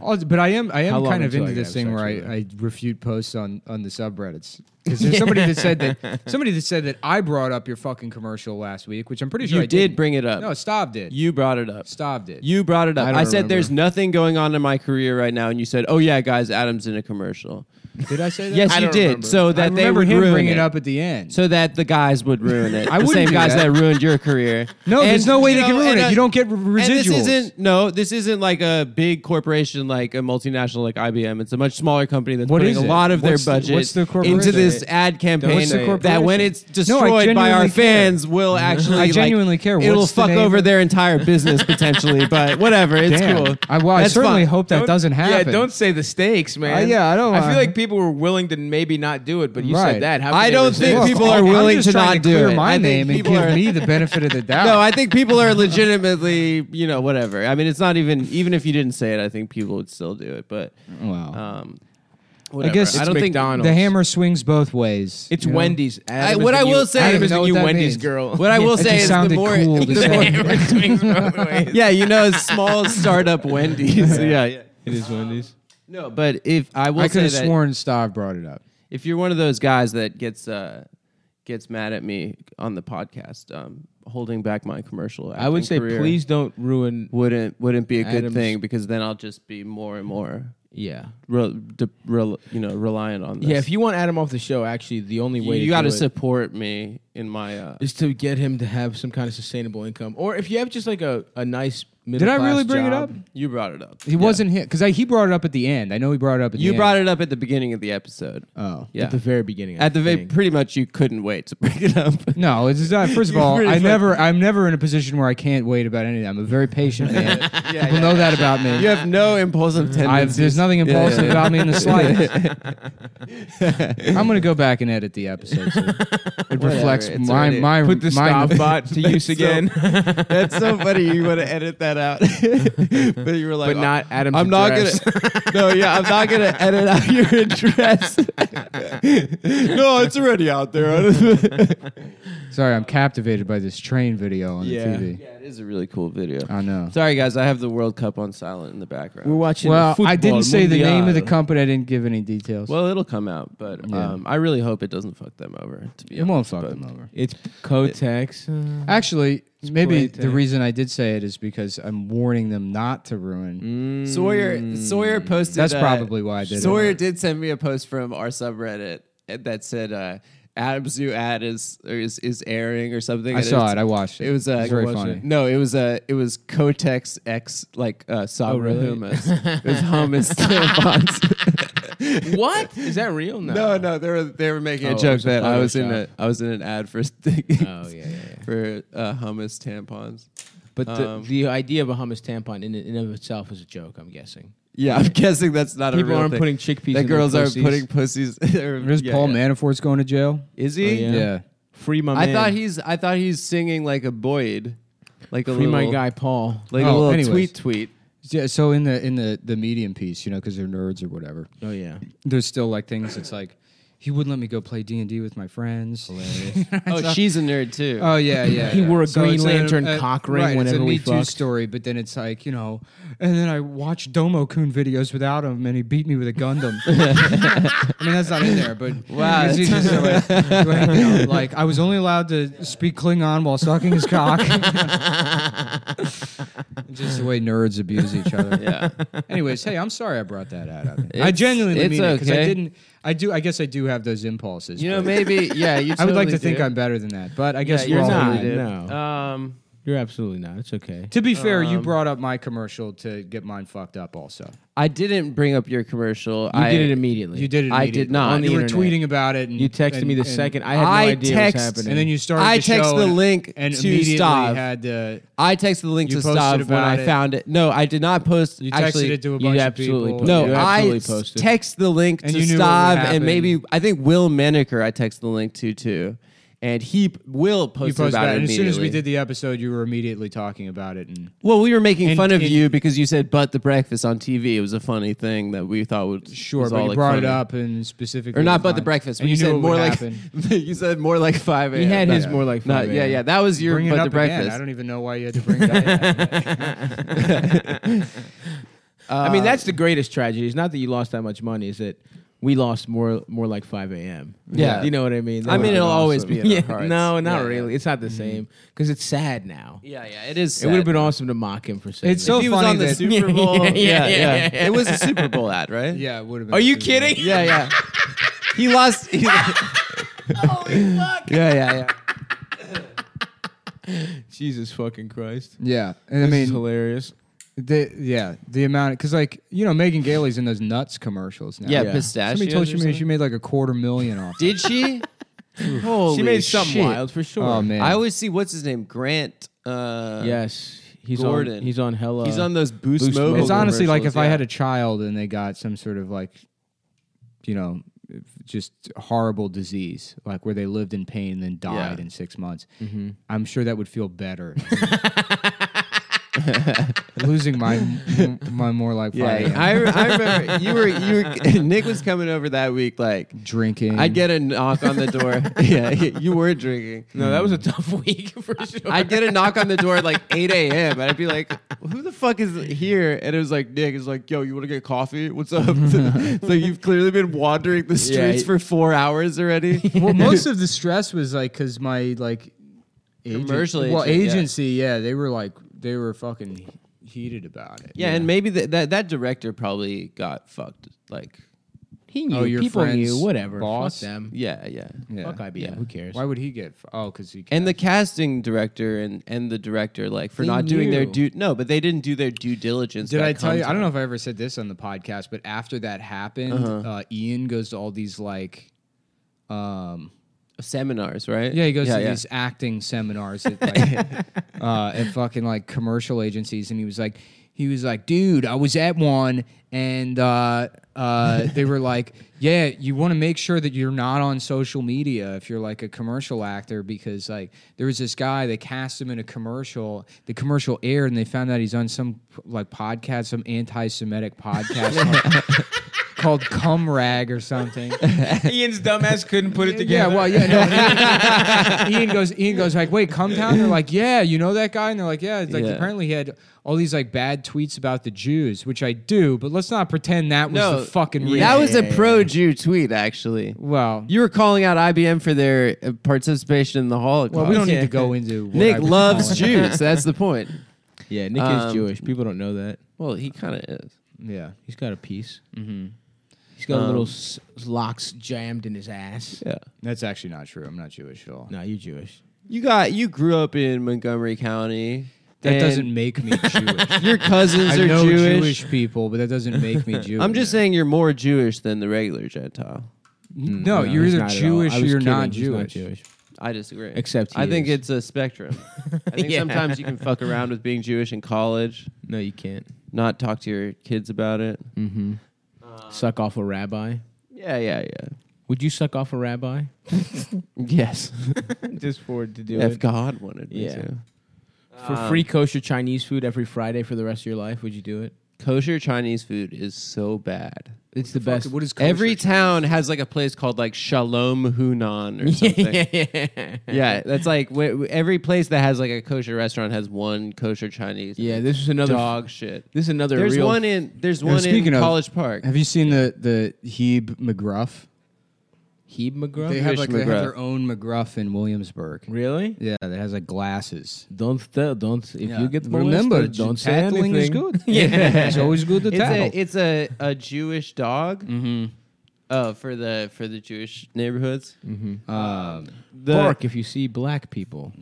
B: Oh, But I am I
C: How
B: am
C: long
B: kind of
C: until
B: into
C: I
B: this
C: have
B: thing
C: sex
B: where I,
C: with her?
B: I refute posts on on the subreddits because there's somebody that said that somebody that said that I brought up your fucking commercial last week, which I'm pretty sure
A: you
B: I
A: did
B: didn't.
A: bring it up.
B: No, Stav did.
A: you brought it up.
B: Stav did.
A: You brought it up.
B: I
A: I,
B: don't
A: said
B: remember.
A: there's nothing going on in my career right now, and you said, "Oh yeah, guys, Adam's in a commercial."
B: did I say that?
A: Yes,
C: I
A: you
C: don't
A: did.
C: remember.
A: So that
B: I
A: they
B: remember
A: would
B: him
A: ruin
B: bringing
A: it
B: it up at the end.
A: so that the guys would ruin it.
B: I
A: the
B: wouldn't
A: same
B: do
A: guys that.
B: that.
A: ruined your career.
B: No, there's no way
A: you
B: they can
A: know,
B: ruin
A: and,
B: it.
A: uh,
B: You don't get r-
A: And this
B: residuals.
A: isn't no. This isn't like a big corporation like a multinational like IBM. It's a much smaller company that's
B: What
A: putting
B: is
A: a
B: it?
A: lot of
B: What's the-
A: their budget
B: what's the
A: into
B: corporation?
A: this ad campaign
B: What's the
A: that when
B: corporation?
A: it's destroyed by our
B: genuinely care.
A: fans will actually.
B: I genuinely
A: like,
B: care.
A: It'll
B: What's the
A: fuck
B: name
A: over
B: of-
A: their entire business potentially, but whatever. It's
B: Damn.
A: cool.
B: I, well, I
A: That's
B: certainly
A: fine.
B: hope that
C: Don't-
B: doesn't happen.
C: Yeah, don't say the stakes, man.
B: Uh, yeah, I don't-
C: I feel
B: I-
C: like people were willing to maybe not do it, but you
B: Right.
C: said that. How
A: I
C: could they
A: don't think
C: resist?
A: people are
B: I'm
A: willing
B: just
A: to
B: trying
A: not do
B: clear
A: it. I
B: My
A: think
B: name and
A: people
B: give
A: are-
B: me the benefit of the doubt.
A: No, I think people are legitimately, you know, whatever. I mean, it's not even even if you didn't say it, I think people would still do it. But
B: wow.
A: um, whatever.
B: I guess
A: I don't think
C: McDonald's.
B: the hammer swings both ways.
C: It's
B: you know?
C: Wendy's.
A: I-
C: Adam
A: what I
C: is the
A: will
C: new,
A: say- I don't even
C: Adam is the
B: know
C: new
B: what that
C: Wendy's
B: means.
C: girl.
A: What I will
B: It
A: say
B: just
A: is the
B: sounded
A: more,
B: cool to
A: the
B: say.
A: more-
C: Swings both ways.
A: yeah, you know, small startup Wendy's. Yeah, yeah.
C: It is Wendy's.
A: No, but if I will
B: I could
A: say
B: have
A: that
B: sworn Stav brought it up.
A: if you're one of those guys that gets uh gets mad at me on the podcast, um, holding back my commercial.
C: I would
A: acting
C: say
A: career
C: please don't ruin.
A: wouldn't wouldn't be a good
C: Adam's-
A: thing because then I'll just be more and more
C: Yeah.
A: re, de, rel- you know reliant on this.
C: Yeah, if you want Adam off the show, actually, the only
A: you,
C: way
A: got to
C: to do it
A: support me in my uh,
C: is to get him to have some kind of sustainable income, or if you have just like a, a nice middle.
B: Did I really bring it up?
A: you brought it up.
B: He wasn't here because he brought it up at the end. I know he brought it up at
A: You
B: the
A: brought
B: end.
A: it up at the beginning of the episode.
B: Oh.
A: yeah.
C: At the very beginning. I
A: At the very,
C: think.
A: pretty much you couldn't wait to bring it up.
B: No, it's just not. First of
A: You
B: all,
A: really
B: I
A: fuck-
B: never, I'm never in a position where I can't wait about anything. I'm a very patient man. People know that about me.
A: you have no impulsive
B: I've,
A: tendencies.
B: there's nothing
A: yeah,
B: impulsive
A: yeah.
B: about me in the slightest. I'm gonna go back and edit the episode. So it reflects
A: it's
B: my
A: already-
B: my
C: Put
B: my,
C: the stop bot to use again,
A: That's so funny. You want to edit that out, but you were like,
C: but not Adam.
A: I'm not gonna. No, yeah, I'm not gonna edit out your address. no, it's already out there.
B: Sorry, I'm captivated by this train video on the
C: Yeah.
A: "Oh,
B: TV.
A: yeah, it is a really cool video.
B: I know.
A: Sorry, guys, I have the World Cup on silent in the background.
C: We're watching.
B: Well, I
C: football
B: didn't say the name of the
C: mundial.
B: company. I didn't give any details.
A: well, it'll come out, but
B: Yeah. Mm.
A: um, I really hope it doesn't fuck them over. To be
B: it
A: honest,
B: won't fuck
A: but-
B: them over.
C: It's Kotex. uh,
B: Actually, maybe
C: Split,
B: the
C: eh?
B: reason I did say it is because I'm warning them not to
A: Mm.
B: ruin.
C: Mm.
A: Sawyer Sawyer posted.
B: That's
A: uh,
B: probably why I did it.
A: Sawyer did send me a post from our subreddit that said uh, Adam's new ad is or is is airing or something.
B: I
A: and
B: saw
A: it's-
B: it. I watched it.
A: It was uh,
B: very
A: what was
B: funny.
A: it? No, it was uh, it was Kotex X like uh, Sabra
C: really?
A: hummus. It was hummus tampons.
C: what is that real? No.
A: no, no, they were they were making
C: Oh,
A: a
C: it
A: joke
C: was a
A: that I was in
C: Photoshop.
A: a I was in an ad for
C: Oh yeah, yeah. yeah.
A: for uh, hummus tampons.
C: But the,
A: Um,
C: the idea of a hummus tampon in in of itself is a joke. I'm guessing.
A: Yeah, I'm guessing that's not a
C: People
A: real
C: aren't
A: thing.
C: putting chickpeas.
A: that
C: in their
A: girls are
C: pussies.
A: putting pussies. they're-
B: There's
A: yeah,
B: Paul
A: yeah.
B: Manafort's going to jail.
A: Is he?
C: Oh, Yeah. free my.
A: I
C: man.
A: thought he's I thought he's singing like a Boyd, like a
C: free
A: little
C: my guy Paul.
A: like a
B: Oh,
A: little
B: anyways.
A: tweet tweet.
B: Yeah, so in the in the the medium piece, you know, because they're nerds or whatever.
C: Oh yeah.
B: There's still like things that's like, he wouldn't let me go play D and D with my friends.
A: Oh,
B: uh,
A: she's a nerd too.
B: Oh yeah, yeah.
C: He
B: yeah.
C: wore a Green
B: it's
C: Lantern cock ring
B: right, it's
C: whenever
B: a
C: we
B: Me Too
C: fucked.
B: story, but then it's like you know, and then I watched Domo Kun videos without him, and he beat me with a Gundam. I mean, that's not in there, but
A: Wow,
B: it's
A: that's-
B: just like, like, you know, like, I was only allowed to speak Klingon while sucking his cock. just the way nerds abuse each other.
A: Yeah.
B: Anyways, hey, I'm sorry I brought that out. of it. I
A: It's-
B: genuinely
A: it's
B: mean it because I
A: okay.
B: didn't. I do. I guess I do have those impulses.
A: You know,
B: but
A: maybe yeah. You
B: I would like
A: totally
B: to think
A: do.
B: I'm better than that, but I
A: Yeah,
B: guess
A: you're
B: we're all
A: not.
B: human.
C: human.
A: No. Um,
C: You're absolutely not. It's okay.
B: To be fair, you brought up my commercial to get mine fucked up. Also,
A: I didn't bring up your commercial.
C: You
A: I
C: did it immediately.
B: you did it.
A: I
B: immediately.
A: did not. On the
B: You were
C: internet.
B: tweeting about it. And,
C: You texted
B: and-
C: me the
B: and-
C: second. I had no
A: I
C: idea
A: text-
C: what's happening.
B: and then you started.
A: I
B: the show
A: texted the
B: and-
A: link
B: and
A: to
B: immediately
A: Stav.
B: Had the
A: I texted the link
B: You
A: to
B: posted
A: Stav when
B: about
A: I
B: it.
A: found it. No, I did not post.
B: you texted
A: actually,
B: it to a
C: you
B: bunch of
C: absolutely
B: people.
C: posted
A: no,
C: You
A: I
C: absolutely
A: s-
C: posted.
A: text the link
B: And
A: to
B: you knew what would
A: Stav and
B: happen.
A: maybe I think Will Menaker. I texted the link to too, and he will
B: You
A: post
B: posted
A: about
B: about
A: it
B: it. And as soon as
A: immediately.
B: we did the episode, you were immediately talking about it. And
A: Well, we were making
B: And-
A: fun of
B: and-
A: you because you said "but the breakfast" on TV. It was a funny thing that we thought would
B: sure,
A: was
B: but
A: all,
B: you
A: like,
B: brought it
A: funny.
B: up and specifically
A: or not "but the
B: defined-
A: breakfast." But
B: And
A: you,
B: you
A: said
B: knew it
A: more
B: would
A: like
B: happen.
A: you said more like five.
C: He
A: a.m.
C: had his
A: No,
C: more like
A: no,
C: five.
A: yeah, yeah. That was your
B: Bring it
A: "but
B: up
A: the
B: again.
A: breakfast."
B: I don't even know why you had to bring that. up.
C: I mean,
B: Um,
C: that's the greatest tragedy. It's not that you lost that much money. Is that we lost more more like 5 a.m.
A: Yeah.
C: you know what I mean. That
A: I mean,
C: would've
A: it'll
C: been
A: always
C: awesome.
A: be in our
C: Yeah,
A: hearts.
C: No, not
A: Yeah,
C: really.
A: yeah.
C: It's not the same because it's sad now.
A: yeah, yeah. It is.
C: It would have
A: sad.
C: been awesome to mock him for saying.
B: It's
C: that.
B: so
A: If he was
B: funny
A: on the
B: that-
A: Super
C: Yeah,
A: Bowl.
C: yeah, yeah, yeah, yeah.
A: It was a Super Bowl ad, right?
B: yeah, it would have.
C: Are you kidding?
A: yeah, yeah. He lost. he-
C: Holy fuck!
A: yeah, yeah, yeah.
C: Jesus fucking Christ!
B: Yeah, and I
C: This is
B: mean,
C: hilarious.
B: The yeah, the amount because like you know Megan Gailey's in those nuts commercials now.
A: Yeah,
C: Yeah.
A: pistachios.
B: Somebody told
A: or
B: you she
A: something?
B: made like a quarter million off.
A: Did she? Holy
C: she made something
A: shit.
C: wild for sure.
B: Oh man,
A: I always see what's his name, Grant. Uh,
C: Yes, he's
A: Gordon.
C: on. He's on hella.
B: uh,
A: He's on those Boost,
C: Boost
A: Mobile.
C: Mobile
B: it's honestly like if
A: commercials,
B: I
A: yeah.
B: had a child and they got some sort of like, you know, just horrible disease, like where they lived in pain and then died
A: Yeah. Mm-hmm.
B: in six months. I'm sure that would feel better. Losing my my more like
A: Yeah,
B: fire
A: I, I remember you were you were, Nick was coming over that week. Like
B: drinking.
A: I'd get a knock on the door. yeah, you were drinking.
C: No, that was
B: Mm.
C: a tough week for sure.
A: I'd get a knock on the door at like 8 a.m. and I'd be like, "Who the fuck is here?" And it was like Nick is like, "Yo, you want to get coffee? What's up?" it's like you've clearly been wandering the streets
C: Yeah.
A: for four hours already.
B: well, most of the stress was like because my like
A: Commercial
B: well,
A: agent, yeah.
B: agency, yeah. they were like they were fucking heated about it.
A: Yeah, and maybe that that that director probably got fucked. Like,
C: He knew.
B: Oh, your
C: People
B: friend's
C: knew. Whatever.
B: boss?
C: Fuck them.
A: yeah, yeah.
B: Yeah.
C: Fuck IBM.
A: Yeah.
C: Who cares?
B: Why would he get? f- Oh, because he.
A: And the casting director and, and the director, like, for
C: They
A: not doing their
C: knew.
A: due no, but they didn't do their due diligence.
B: Did
A: by
B: I tell you? I don't
A: contact-
B: know if I ever said this on the podcast, but after that happened,
A: Uh-huh.
B: uh Ian goes to all these like, um,
A: seminars, right?
B: yeah, he goes to
A: yeah.
B: these acting seminars at like, uh, at fucking like commercial agencies, and he was like, he was like, dude, I was at one, and uh, uh, they were like, yeah, you want to make sure that you're not on social media if you're like a commercial actor, because like there was this guy they cast him in a commercial, the commercial aired, and they found out he's on some like podcast, some anti-Semitic podcast. Called cum rag or something.
C: Ian's dumbass couldn't put it
B: Yeah, well, yeah. No, Ian, Ian goes. Ian goes like, "Wait, come down." They're like, "Yeah, you know that guy?" And they're like, "Yeah." It's like
A: Yeah.
B: apparently he had all these like bad tweets about the Jews, which I do, but let's not pretend that was
A: No,
B: the fucking reason.
A: that was a pro Jew tweet, actually.
B: well.
A: You were calling out IBM for their uh, participation in the Holocaust.
B: Well, we don't need to go into. What I
A: Nick
B: was
A: loves
B: calling it.
A: Jews. That's the point.
C: yeah, Nick
A: Um,
C: is Jewish. People don't know that.
A: Well, he kind of is.
B: Yeah.
C: He's got a piece. Mm-hmm. He's got a little s- locks jammed in his ass.
A: Yeah.
B: That's actually not true. I'm not Jewish at all.
C: No, you're Jewish.
A: You got you grew up in Montgomery County.
B: That
A: and
B: doesn't make me Jewish.
A: Your cousins
B: I
A: are
B: know
A: Jewish.
B: Jewish people, but that doesn't make me Jewish.
A: I'm just saying you're more Jewish than the regular Gentile.
B: No, you're
C: Mm, he's
B: either
C: not at all.
B: Jewish
C: I
B: or
C: was
B: you're
C: kidding.
B: not
C: He's
B: Jewish.
A: I disagree.
C: Except he
A: I think
C: is.
A: it's a spectrum. I think
C: Yeah.
A: sometimes you can fuck around with being Jewish in college,
C: No, you can't.
A: not talk to your kids about it.
C: Mm-hmm. suck off a rabbi.
A: Yeah, yeah, yeah.
C: Would you suck off a rabbi?
A: Yes.
C: Just for to do
A: If God wanted me
C: Yeah.
A: to.
C: for
A: Um,
C: free kosher Chinese food every Friday for the rest of your life. Would you do it?
A: Kosher Chinese food is so bad.
C: It's the,
B: Fuck,
C: best.
B: What is kosher?
A: Every town has like a place called like Shalom Hunan or something. yeah,
C: yeah,
A: that's like wh- wh- every place that has like a kosher restaurant has one kosher Chinese.
C: yeah. This is another
A: dog shit.
C: This is another.
A: There's
C: real,
A: one in there's
B: And
A: one in
B: speaking of-
A: College Park.
B: Have you seen the the Hebe McGruff?
C: Hebe McGraw.
B: They have
A: Fish
B: like they have
A: McGruff.
B: their own McGruff in Williamsburg.
C: really?
B: Yeah, that has like glasses.
C: Don't tell. Don't. If
B: Yeah.
C: you get molested,
B: remember,
C: don't say
B: tattling
C: anything.
B: is good.
C: yeah.
B: it's always good to
A: It's a
B: tattle.
A: it's a, a Jewish dog. Oh, for the for the Jewish neighborhoods.
B: Um,
A: The Mm.
C: Bark if you see black people.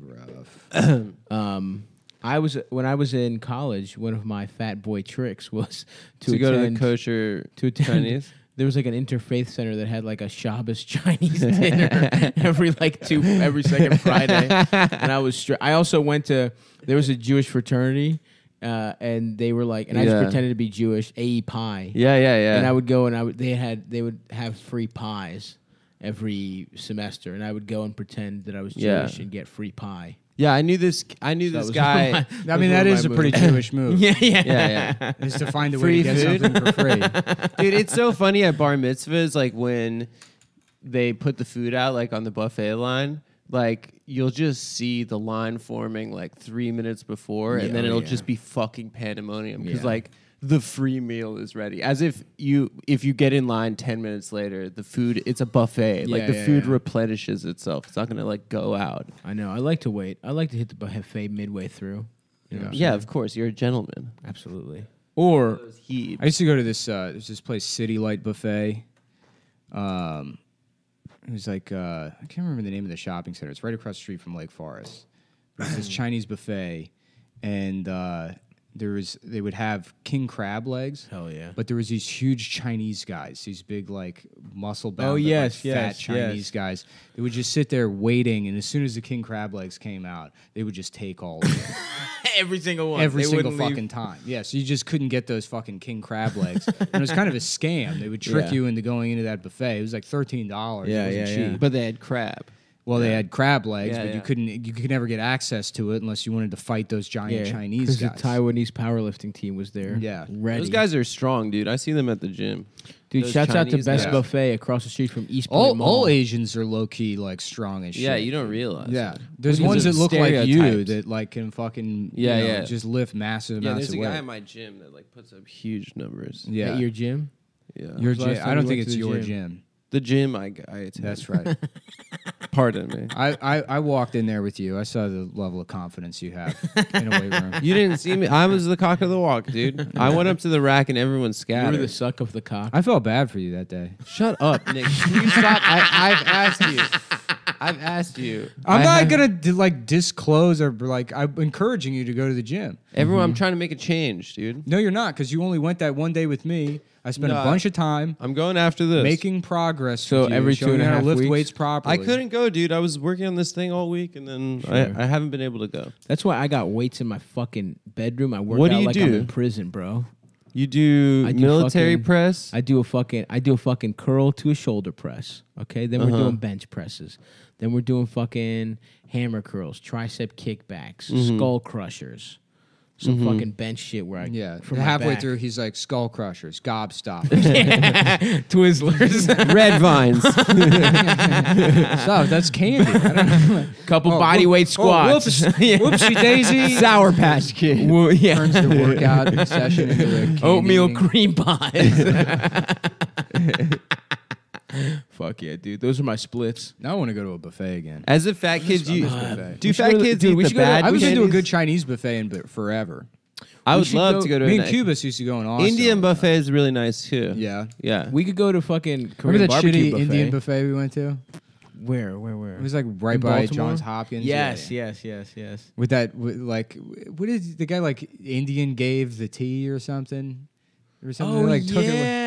B: McGruff.
C: Um, I was when I was in college. One of my fat boy tricks was to,
A: to go to the
C: attend-
A: kosher
C: to attend-
A: Chinese.
C: There was like an interfaith center that had like a Shabbos Chinese dinner every like two every second Friday, and I was. Str- I also went to there was a Jewish fraternity, uh, and they were like, and I just
A: Yeah.
C: pretended to be Jewish, AE pie,
A: Yeah, yeah, yeah.
C: and I would go and I would they had they would have free pies every semester, and I would go and pretend that I was
A: Yeah.
C: Jewish and get free pie.
A: yeah, I knew this I knew
C: That
A: this
C: was
A: guy.
C: my-
B: I mean, that
C: was one of
B: is a
C: my
B: pretty
C: moves.
B: Jewish move.
C: yeah, yeah,
A: yeah, yeah.
B: Is to find a
A: Free
B: way to get
A: food?
B: something for free.
A: Dude, it's so funny at bar mitzvahs, like when they put the food out, like on the buffet line, like you'll just see the line forming like three minutes before,
C: Yeah, oh,
A: and then it'll
C: yeah.
A: just be fucking pandemonium because
C: Yeah.
A: like the free meal is ready, as if you if you get in line ten minutes later, the food it's a buffet, like
C: Yeah,
A: the
C: yeah,
A: food
C: yeah.
A: replenishes itself. It's not gonna like go out.
C: I know. I like to wait. I like to hit the buffet midway through. You know what I'm
A: Yeah,
C: saying?
A: of course, you're a gentleman.
C: absolutely. Or
A: He
B: I used to go to this uh, there's this place, City Light Buffet. Um, it was like uh, I can't remember the name of the shopping center. It's right across the street from Lake Forest. It was this Chinese buffet, and uh, there was they would have king crab legs.
C: Hell yeah.
B: But there was these huge Chinese guys, these big like muscle bound,
C: Oh,
B: like,
C: yes,
B: fat
C: yes,
B: Chinese
C: yes.
B: guys. They would just sit there waiting, and as soon as the king crab legs came out, they would just take all of them
C: every single one.
B: every
C: They
B: single
C: wouldn't leave.
B: fucking time. Yeah, so you just couldn't get those fucking king crab legs. and it was kind of a scam. They would trick
C: Yeah.
B: you into going into that buffet. It was like thirteen dollars.
C: Yeah,
B: it wasn't
C: yeah,
B: cheap.
C: yeah.
A: but they had crab.
B: Well, they had crab legs,
A: Yeah,
B: but
A: yeah.
B: you couldn't. You could never get access to it unless you wanted to fight those giant Chinese
C: 'cause
B: guys.
C: The Taiwanese powerlifting team was there.
B: Yeah.
C: ready.
A: Those guys are strong, dude. I see them at the gym.
C: dude.
A: those
C: Shouts out to
A: Chinese
C: Best
A: guys.
C: Buffet across the street from East Point
B: all,
C: Mall.
B: all Asians are low key like strong as shit.
A: Yeah, you don't realize.
B: Yeah, there's
A: Because
B: ones
A: of
B: that look like you
A: stereotypes.
B: that like can fucking
A: Yeah,
B: yeah,
A: yeah.
B: just lift massive
A: Yeah,
B: amounts
A: there's
B: of
A: a
B: weight.
A: guy at my gym that like puts up huge numbers.
B: yeah,
C: at your gym.
A: Yeah.
B: your
C: was the last
B: gym.
C: time
B: I
C: you
B: don't
C: went
B: think
C: to
B: it's
C: the
B: your
C: gym?
B: gym.
A: the gym I, I attend.
B: That's right.
A: Pardon me.
B: I, I, I walked in there with you. I saw the level of confidence you have in a weight room.
A: You didn't see me. I was the cock of the walk, dude. I went up to the rack and everyone
C: You were
A: scattered.
C: the suck of the cock.
B: I felt bad for you that day.
A: Shut up, Nick. Can you stop? I, I've asked you. I've asked you.
B: I'm
A: I
B: not
A: have-
B: gonna d- like disclose or like I'm encouraging you to go to the gym.
A: Everyone, I'm trying to make a change, dude.
B: No, you're not, because you only went that one day with me. I spent
A: No.
B: a bunch of time
A: I'm going after this.
B: making progress.
C: So
B: with you,
C: every two
B: showing
C: and a
B: you how to
C: half
B: lift
C: weeks?
B: weights properly.
A: I couldn't go, dude. I was working on this thing all week, and then I, I haven't been able to go.
C: That's why I got weights in my fucking bedroom. I work
A: What do
C: out
A: you
C: like I'm
A: do?
C: in prison, bro.
A: You do,
C: I do
A: military
C: fucking-
A: press.
C: I do a fucking I do a fucking curl to a shoulder press. Okay, then we're doing bench presses. Then we're doing fucking hammer curls, tricep kickbacks, skull crushers, some fucking bench shit where I
B: Yeah,
C: for my
B: halfway
C: back.
B: through, he's like skull crushers, gobstoppers.
C: Twizzlers,
A: Red vines.
B: so that's candy. I don't know.
C: couple
B: Oh,
C: body weight
B: whoop- oh,
C: squats.
B: whoops- Whoopsie daisy.
A: Sour Patch Kid.
C: Well, yeah.
B: Turns the workout session into a candy
C: Oatmeal
B: eating.
C: cream pies. Fuck yeah, dude. Those are my splits.
B: Now I want to go to a buffet again.
A: As a fat kid, you
B: buffet.
A: do
C: We should
A: fat
C: go to-
A: kids
C: dude,
A: eat
C: we
A: the
C: should go to-
A: bad?
B: I was gonna do a
A: candies?
B: good Chinese buffet in but forever.
A: I
B: We
A: would
B: should
A: love
B: go-
A: to go to
B: Me
A: an
B: and Cubus used to go in Austin.
A: Indian buffet is really nice too.
B: Yeah.
A: yeah.
C: We could go to fucking Korean
B: Remember that
C: barbecue
B: shitty
C: buffet.
B: Indian buffet we went to?
C: where, where, where?
B: It was like right
C: In
B: by
C: Baltimore?
B: Johns Hopkins.
C: yes,
B: Yeah.
C: yes, yes, yes.
B: With that, with like, what is the guy like? Indian gave the tea or something, or something.
C: Oh
B: they, like
C: yeah,
B: took it. With,
C: yeah,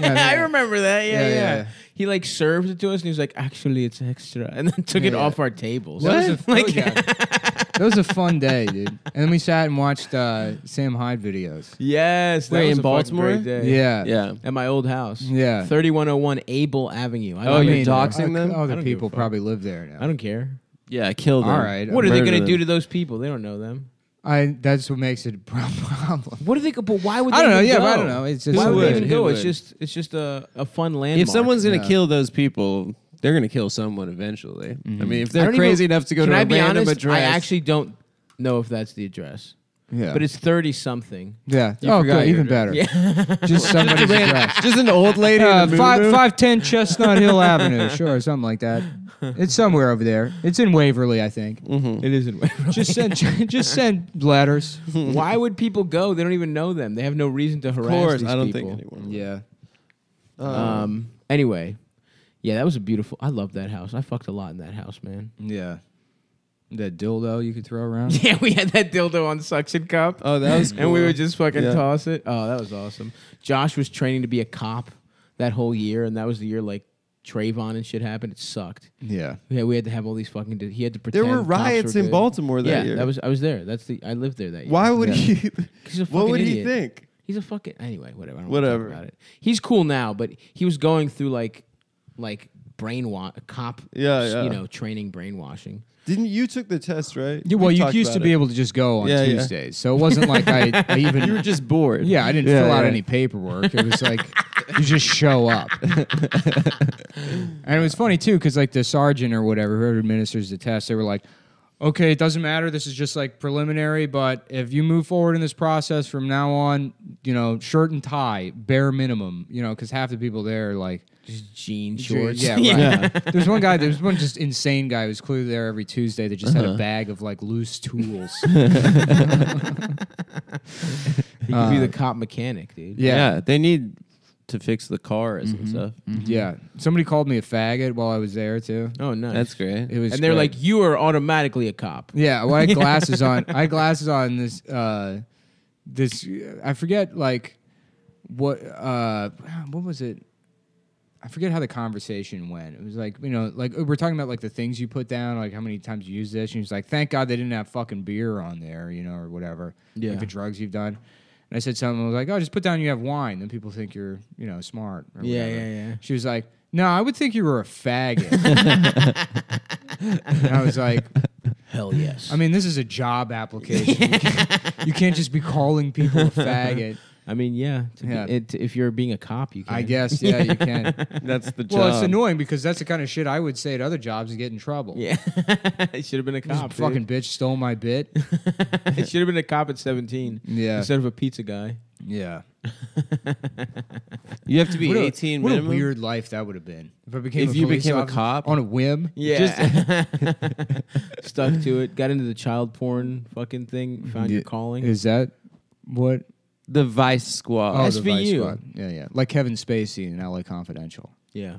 B: Yeah,
C: I
B: yeah.
C: remember that. Yeah
B: Yeah,
C: yeah,
B: yeah, yeah.
C: He like served it to us, and he was like, "Actually, it's extra," and then took
B: Yeah,
C: it
B: yeah.
C: off our tables.
B: That was a,
C: Like,
B: like, that was a fun day, dude. And then we sat and watched uh, Sam Hyde videos.
C: yes, that
A: Wait, in
C: was a fucking
A: Baltimore?
C: great day.
B: Yeah.
A: yeah.
C: at my old house.
B: Yeah.
C: thirty-one hundred one Abel Avenue. I
A: Oh,
C: don't
A: you're
C: mean-
A: doxing
B: oh,
A: them?
B: Other
C: I don't give
B: people
C: a fuck.
B: probably live there now.
C: I don't care.
A: Yeah, kill them.
B: All right.
C: What are they
A: Murder
C: gonna do
A: them.
C: to those people? They don't know them.
B: I. That's what makes it a pro- problem.
C: What are they? go- But why would they
B: I don't know.
C: even
B: Yeah,
C: go?
B: but I don't know. It's just
C: Why
A: Who
C: would,
A: would?
C: they even
A: Who
C: go?
A: would?
C: It's just it's just a, a fun landmark.
A: If someone's gonna
B: Yeah.
A: kill those people, they're gonna kill someone eventually. I mean, if
C: I
A: they're
C: don't
A: crazy
C: even-
A: enough to go
C: can
A: to a
C: I be
A: random
C: honest?
A: address,
C: I actually don't know if that's the address,
B: yeah.
C: but it's thirty something.
B: yeah.
A: You
B: oh,
A: forgot
B: good.
A: your
B: Even better. Just somebody's dress.
A: just an old lady.
B: Uh,
A: in a
B: five
A: muumuu.
B: five ten Chestnut Hill Avenue, sure, something like that. It's somewhere over there. It's in Waverly, I think.
A: Mm-hmm.
C: It isn't.
B: Just send just send letters.
C: Why would people go? They don't even know them. They have no reason to
A: Of
C: harass
A: course,
C: these
A: I don't
C: people.
A: think anyone. would.
B: Yeah,
A: Um,
C: Um. Anyway, yeah, that was a beautiful. I love that house. I fucked a lot in that house, man.
B: yeah. That dildo you could throw around.
C: Yeah, we had that dildo on suction cup.
A: oh, that was.
C: and we
A: cool.
C: would just fucking
A: Yeah.
C: toss it. Oh, that was awesome. Josh was training to be a cop that whole year, and that was the year like Trayvon and shit happened. It sucked.
B: Yeah,
C: Yeah, we had to have all these fucking. He had to pretend.
A: There were
C: cops
A: riots in
C: good.
A: Baltimore that
C: yeah,
A: year.
C: that was. I was there. That's the. I lived there that year.
A: Why would
B: Yeah.
A: he?
C: He's a
A: What
C: fucking
A: would he
C: idiot.
A: think?
C: He's a fucking anyway. Whatever. I don't
A: Whatever.
C: Whatever. About it. He's cool now, but he was going through like, like brainwash cop.
A: Yeah,
C: s-
A: yeah.
C: You know, training brainwashing.
A: Didn't you took the test right?
B: well,
A: We've
B: you
A: talked
B: used to
A: about
B: be
A: it.
B: able to just go on
A: Yeah, yeah.
B: Tuesdays, so it wasn't like I, I even.
A: You were just bored.
B: yeah, I didn't
A: Yeah,
B: fill out
A: yeah.
B: any paperwork. It was like you just show up, and it was funny too because like the sergeant or whatever who administers the test, they were like, "Okay, it doesn't matter. This is just like preliminary, but if you move forward in this process from now on, you know, shirt and tie, bare minimum, you know, because half the people there are like."
C: Just jean shorts.
B: Yeah, right. There's one guy. There's one just insane guy who's clearly there every Tuesday. That just had a bag of like loose tools.
C: He could be the cop mechanic, dude.
A: Yeah, they need to fix the cars
B: Mm-hmm.
A: and stuff.
B: Yeah. Somebody called me a faggot while I was there too.
C: Oh, nice.
A: That's great.
B: It was
C: and they're
B: great.
C: like, you are automatically a cop.
B: Yeah, well I had glasses on. I had glasses on this uh this I forget like what uh what was it? I forget how the conversation went. It was like, you know, like we're talking about like the things you put down, like how many times you use this. And he's like, thank God they didn't have fucking beer on there, you know, or whatever.
C: Yeah.
B: Like the drugs you've done. And I said something, I was like, oh, just put down you have wine. Then people think you're, you know, smart. Or
C: Yeah,
B: whatever.
C: yeah, yeah.
B: She was like, no, I would think you were a faggot. and I was like,
C: Hell yes.
B: I mean, this is a job application. You can't- you can't just be calling people a faggot.
C: I mean, yeah. to be-
B: Yeah.
C: it- if you're being a cop, you can.
B: I guess, yeah, you can.
A: That's the job.
B: Well, it's annoying because that's the kind of shit I would say at other jobs and get in trouble.
C: Yeah. it should have been a
B: This
C: cop. dude.
B: fucking bitch stole my bit.
C: it should have been a cop at 17
B: Yeah.
C: instead of a pizza guy.
B: Yeah.
A: You have to be
B: What a-
A: 18
B: what
A: minimum.
B: a weird life that would have been if I became
A: If
B: a
A: you
B: police
A: became a
B: officer
A: cop?
B: on a whim.
C: Yeah. Stuck to it. Got into the child porn fucking thing. Found your
B: Yeah.
C: calling.
B: Is that what?
A: the Vice Squad.
B: Oh, the
C: SVU.
B: Vice Squad. Yeah, yeah. Like Kevin Spacey in L.A. Confidential.
C: yeah.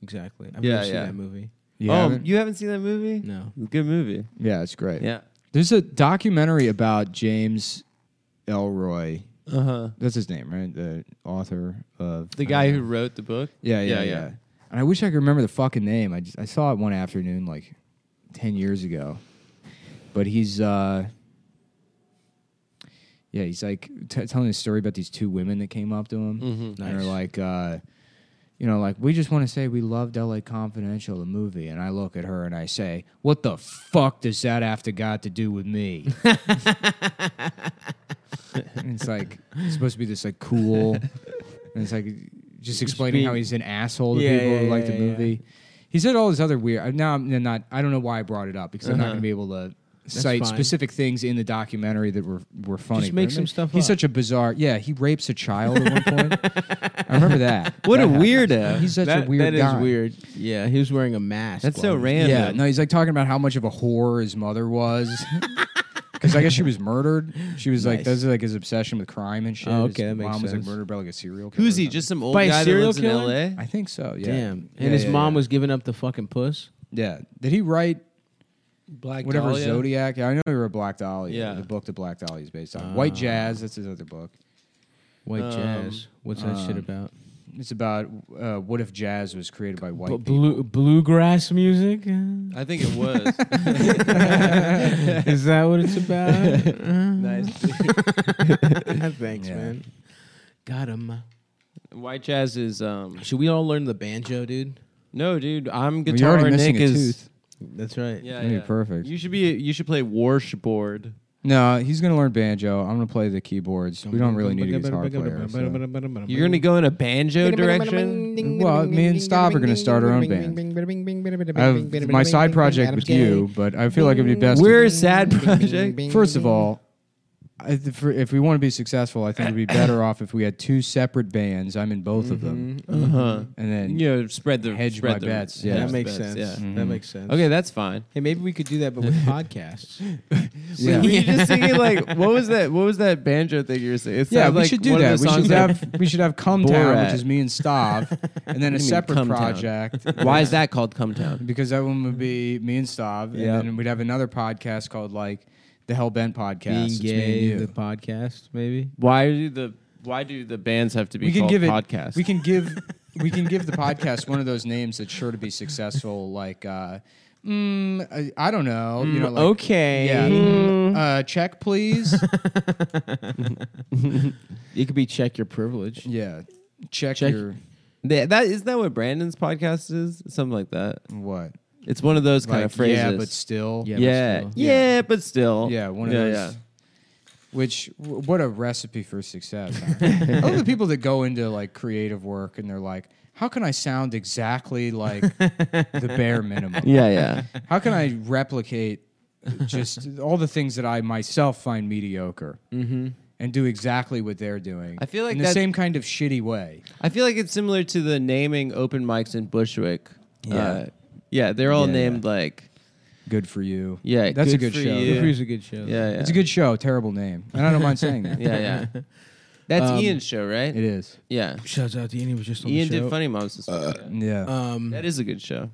C: Exactly. I've
A: Yeah,
C: never seen
A: yeah.
C: that movie.
B: You
A: oh,
B: haven't?
A: you haven't seen that movie?
C: No.
A: Good movie.
B: yeah, it's great.
A: Yeah.
B: There's a documentary about James Elroy.
A: Uh huh.
B: That's his name, right? The author of
A: The guy who wrote the book.
B: Yeah, yeah,
A: Yeah,
B: yeah,
A: yeah.
B: And I wish I could remember the fucking name. I just I saw it one afternoon like ten years ago. But he's uh yeah, he's like t- telling a story about these two women that came up to him.
A: Mhm.
B: And
C: Nice.
B: they're like, uh, you know, like, we just want to say we loved LA Confidential, the movie. And I look at her and I say, what the fuck does that have to got to do with me? and it's like, it's supposed to be this like cool, and it's like just explaining how
C: being-
B: he's an asshole to
C: Yeah,
B: people
C: yeah,
B: who like
C: yeah,
B: the
C: yeah.
B: movie. He said all this other weird. I- Now I'm not. I don't know why I brought it up because I'm not going to be able to cite
C: Uh-huh. fine.
B: specific things in the documentary that were were funny.
C: Just
B: but
C: make
B: I
C: some stuff
B: He's
C: up.
B: such a bizarre. Yeah, he rapes a child at one point. I remember that.
A: What a
B: That happened.
A: weirdo.
B: He's such
C: that,
B: a weird
C: That is
B: guy.
C: weird. Yeah, he was wearing a mask.
A: That's so
C: while he was-
A: random.
B: Yeah, no, he's like talking about how much of a whore his mother was. Because I guess she was murdered. She was like,
C: Nice.
B: that's like his obsession with crime and shit.
C: Oh,
B: His
C: okay, that makes
B: mom was like
C: sense.
B: murdered by like a serial killer.
A: Who's
B: or
A: he?
B: something.
A: Just some old
C: By a
A: guy that
C: serial
A: lives
C: killer?
A: in L.A.
B: I think so. Yeah.
C: Damn. And
B: Yeah,
C: his
B: yeah,
C: mom
B: yeah.
C: was giving up the fucking puss.
B: Yeah. Did he write
A: Black
B: whatever Zodiac? Yeah, I know he wrote Black Dahlia.
A: Yeah.
B: The book that Black Dahlia is based on. White Jazz. That's his other book.
C: White
A: Um,
C: jazz. What's that shit about?
B: It's about uh, what if jazz was created by white
C: B-
B: people.
C: blue bluegrass music. Uh,
A: I think it was.
C: Is that what it's about?
A: nice.
C: Thanks,
B: Yeah.
C: man. Got him.
A: White Jazz is um.
C: Should we all learn the banjo, dude?
A: No, dude. I'm
B: Well, you're
A: guitar.
B: already missing
A: Nick
B: a
A: is.
B: tooth.
C: That's right.
A: Yeah,
B: That'd be
A: yeah.
B: perfect.
A: You should be. You should play Warshboard.
B: No, he's gonna learn banjo. I'm gonna play the keyboards. We don't really need a guitar player. so.
A: You're gonna go in a banjo direction.
B: Well, me and Stav are gonna start our own band. I have my side project with you, but I feel like it'd be best.
A: We're a sad project.
B: First of all, I, th- for, if we want to be successful, I think it'd be better off if we had two separate bands. I'm in both of them,
A: Uh huh.
B: and then
A: You know, spread the
B: Hedge
A: spread
B: my
A: the,
B: bets,
A: hedge
B: yeah.
C: That
A: the
C: makes
A: bets,
C: sense.
A: Yeah.
C: That
B: Mm-hmm.
C: makes sense.
A: Okay, that's fine.
C: Hey, maybe we could do that, but with podcasts.
B: yeah,
A: Were you just singing like what was that? What was that banjo thing you were singing? It
B: yeah,
A: sounded
B: we
A: like
B: should do
A: one of
B: that.
A: the
B: We should
A: songs that-
B: have we should have Come Town,
A: Borat.
B: which is me and Stav, and then
A: You
B: a
A: mean
B: separate
A: Come Town.
B: project.
A: Why is that called Come Town?
B: Because that one would be me and Stav,
A: Yeah.
B: and then we'd have another podcast called like the Hellbent Podcast.
C: Being
B: It's me and
C: gay,
B: you.
C: the podcast, maybe.
A: Why do the why do the bands have to be
B: we can
A: called
B: give it
A: podcasts?
B: We can give we can give the podcast one of those names that's sure to be successful, like uh, mm, I, I don't know, you know, like,
C: okay.
B: yeah, mm, uh, check please,
C: It could be check your privilege.
B: yeah, check,
C: Check-
B: your
A: Th- that isn't that what Brandon's podcast is? Something like that.
B: what
A: It's one of those kind of
B: Like,
A: phrases.
B: yeah, but still,
C: Yeah.
A: yeah,
C: but
A: yeah,
C: still.
A: yeah, but still,
B: yeah, one of
A: Yeah,
B: those.
A: yeah.
B: Which w- what a recipe for success! huh? I love the people that go into like creative work and they're like, "How can I sound exactly like the bare minimum?"
A: yeah, yeah.
B: How can I replicate just all the things that I myself find mediocre and do exactly what they're doing?
A: I feel like
B: in the
A: that-
B: same kind of shitty way.
A: I feel like it's similar to the naming open mics in Bushwick. Uh,
B: Yeah.
A: yeah, they're all
B: Yeah,
A: named like
B: Good for you.
A: yeah.
B: That's
A: good
B: a good
A: for
B: show.
A: you.
C: Good for you's a good show.
A: Yeah, yeah.
B: It's a good show. Terrible name, and I don't mind saying that.
A: Yeah, yeah. That's
C: Um,
A: Ian's show, right?
B: it is.
A: Yeah.
C: Shouts out to Ian. He was just on
A: Ian
C: the show.
A: did Funny Moms. this
C: Uh,
A: week.
B: Yeah.
C: Um,
A: that is a good show.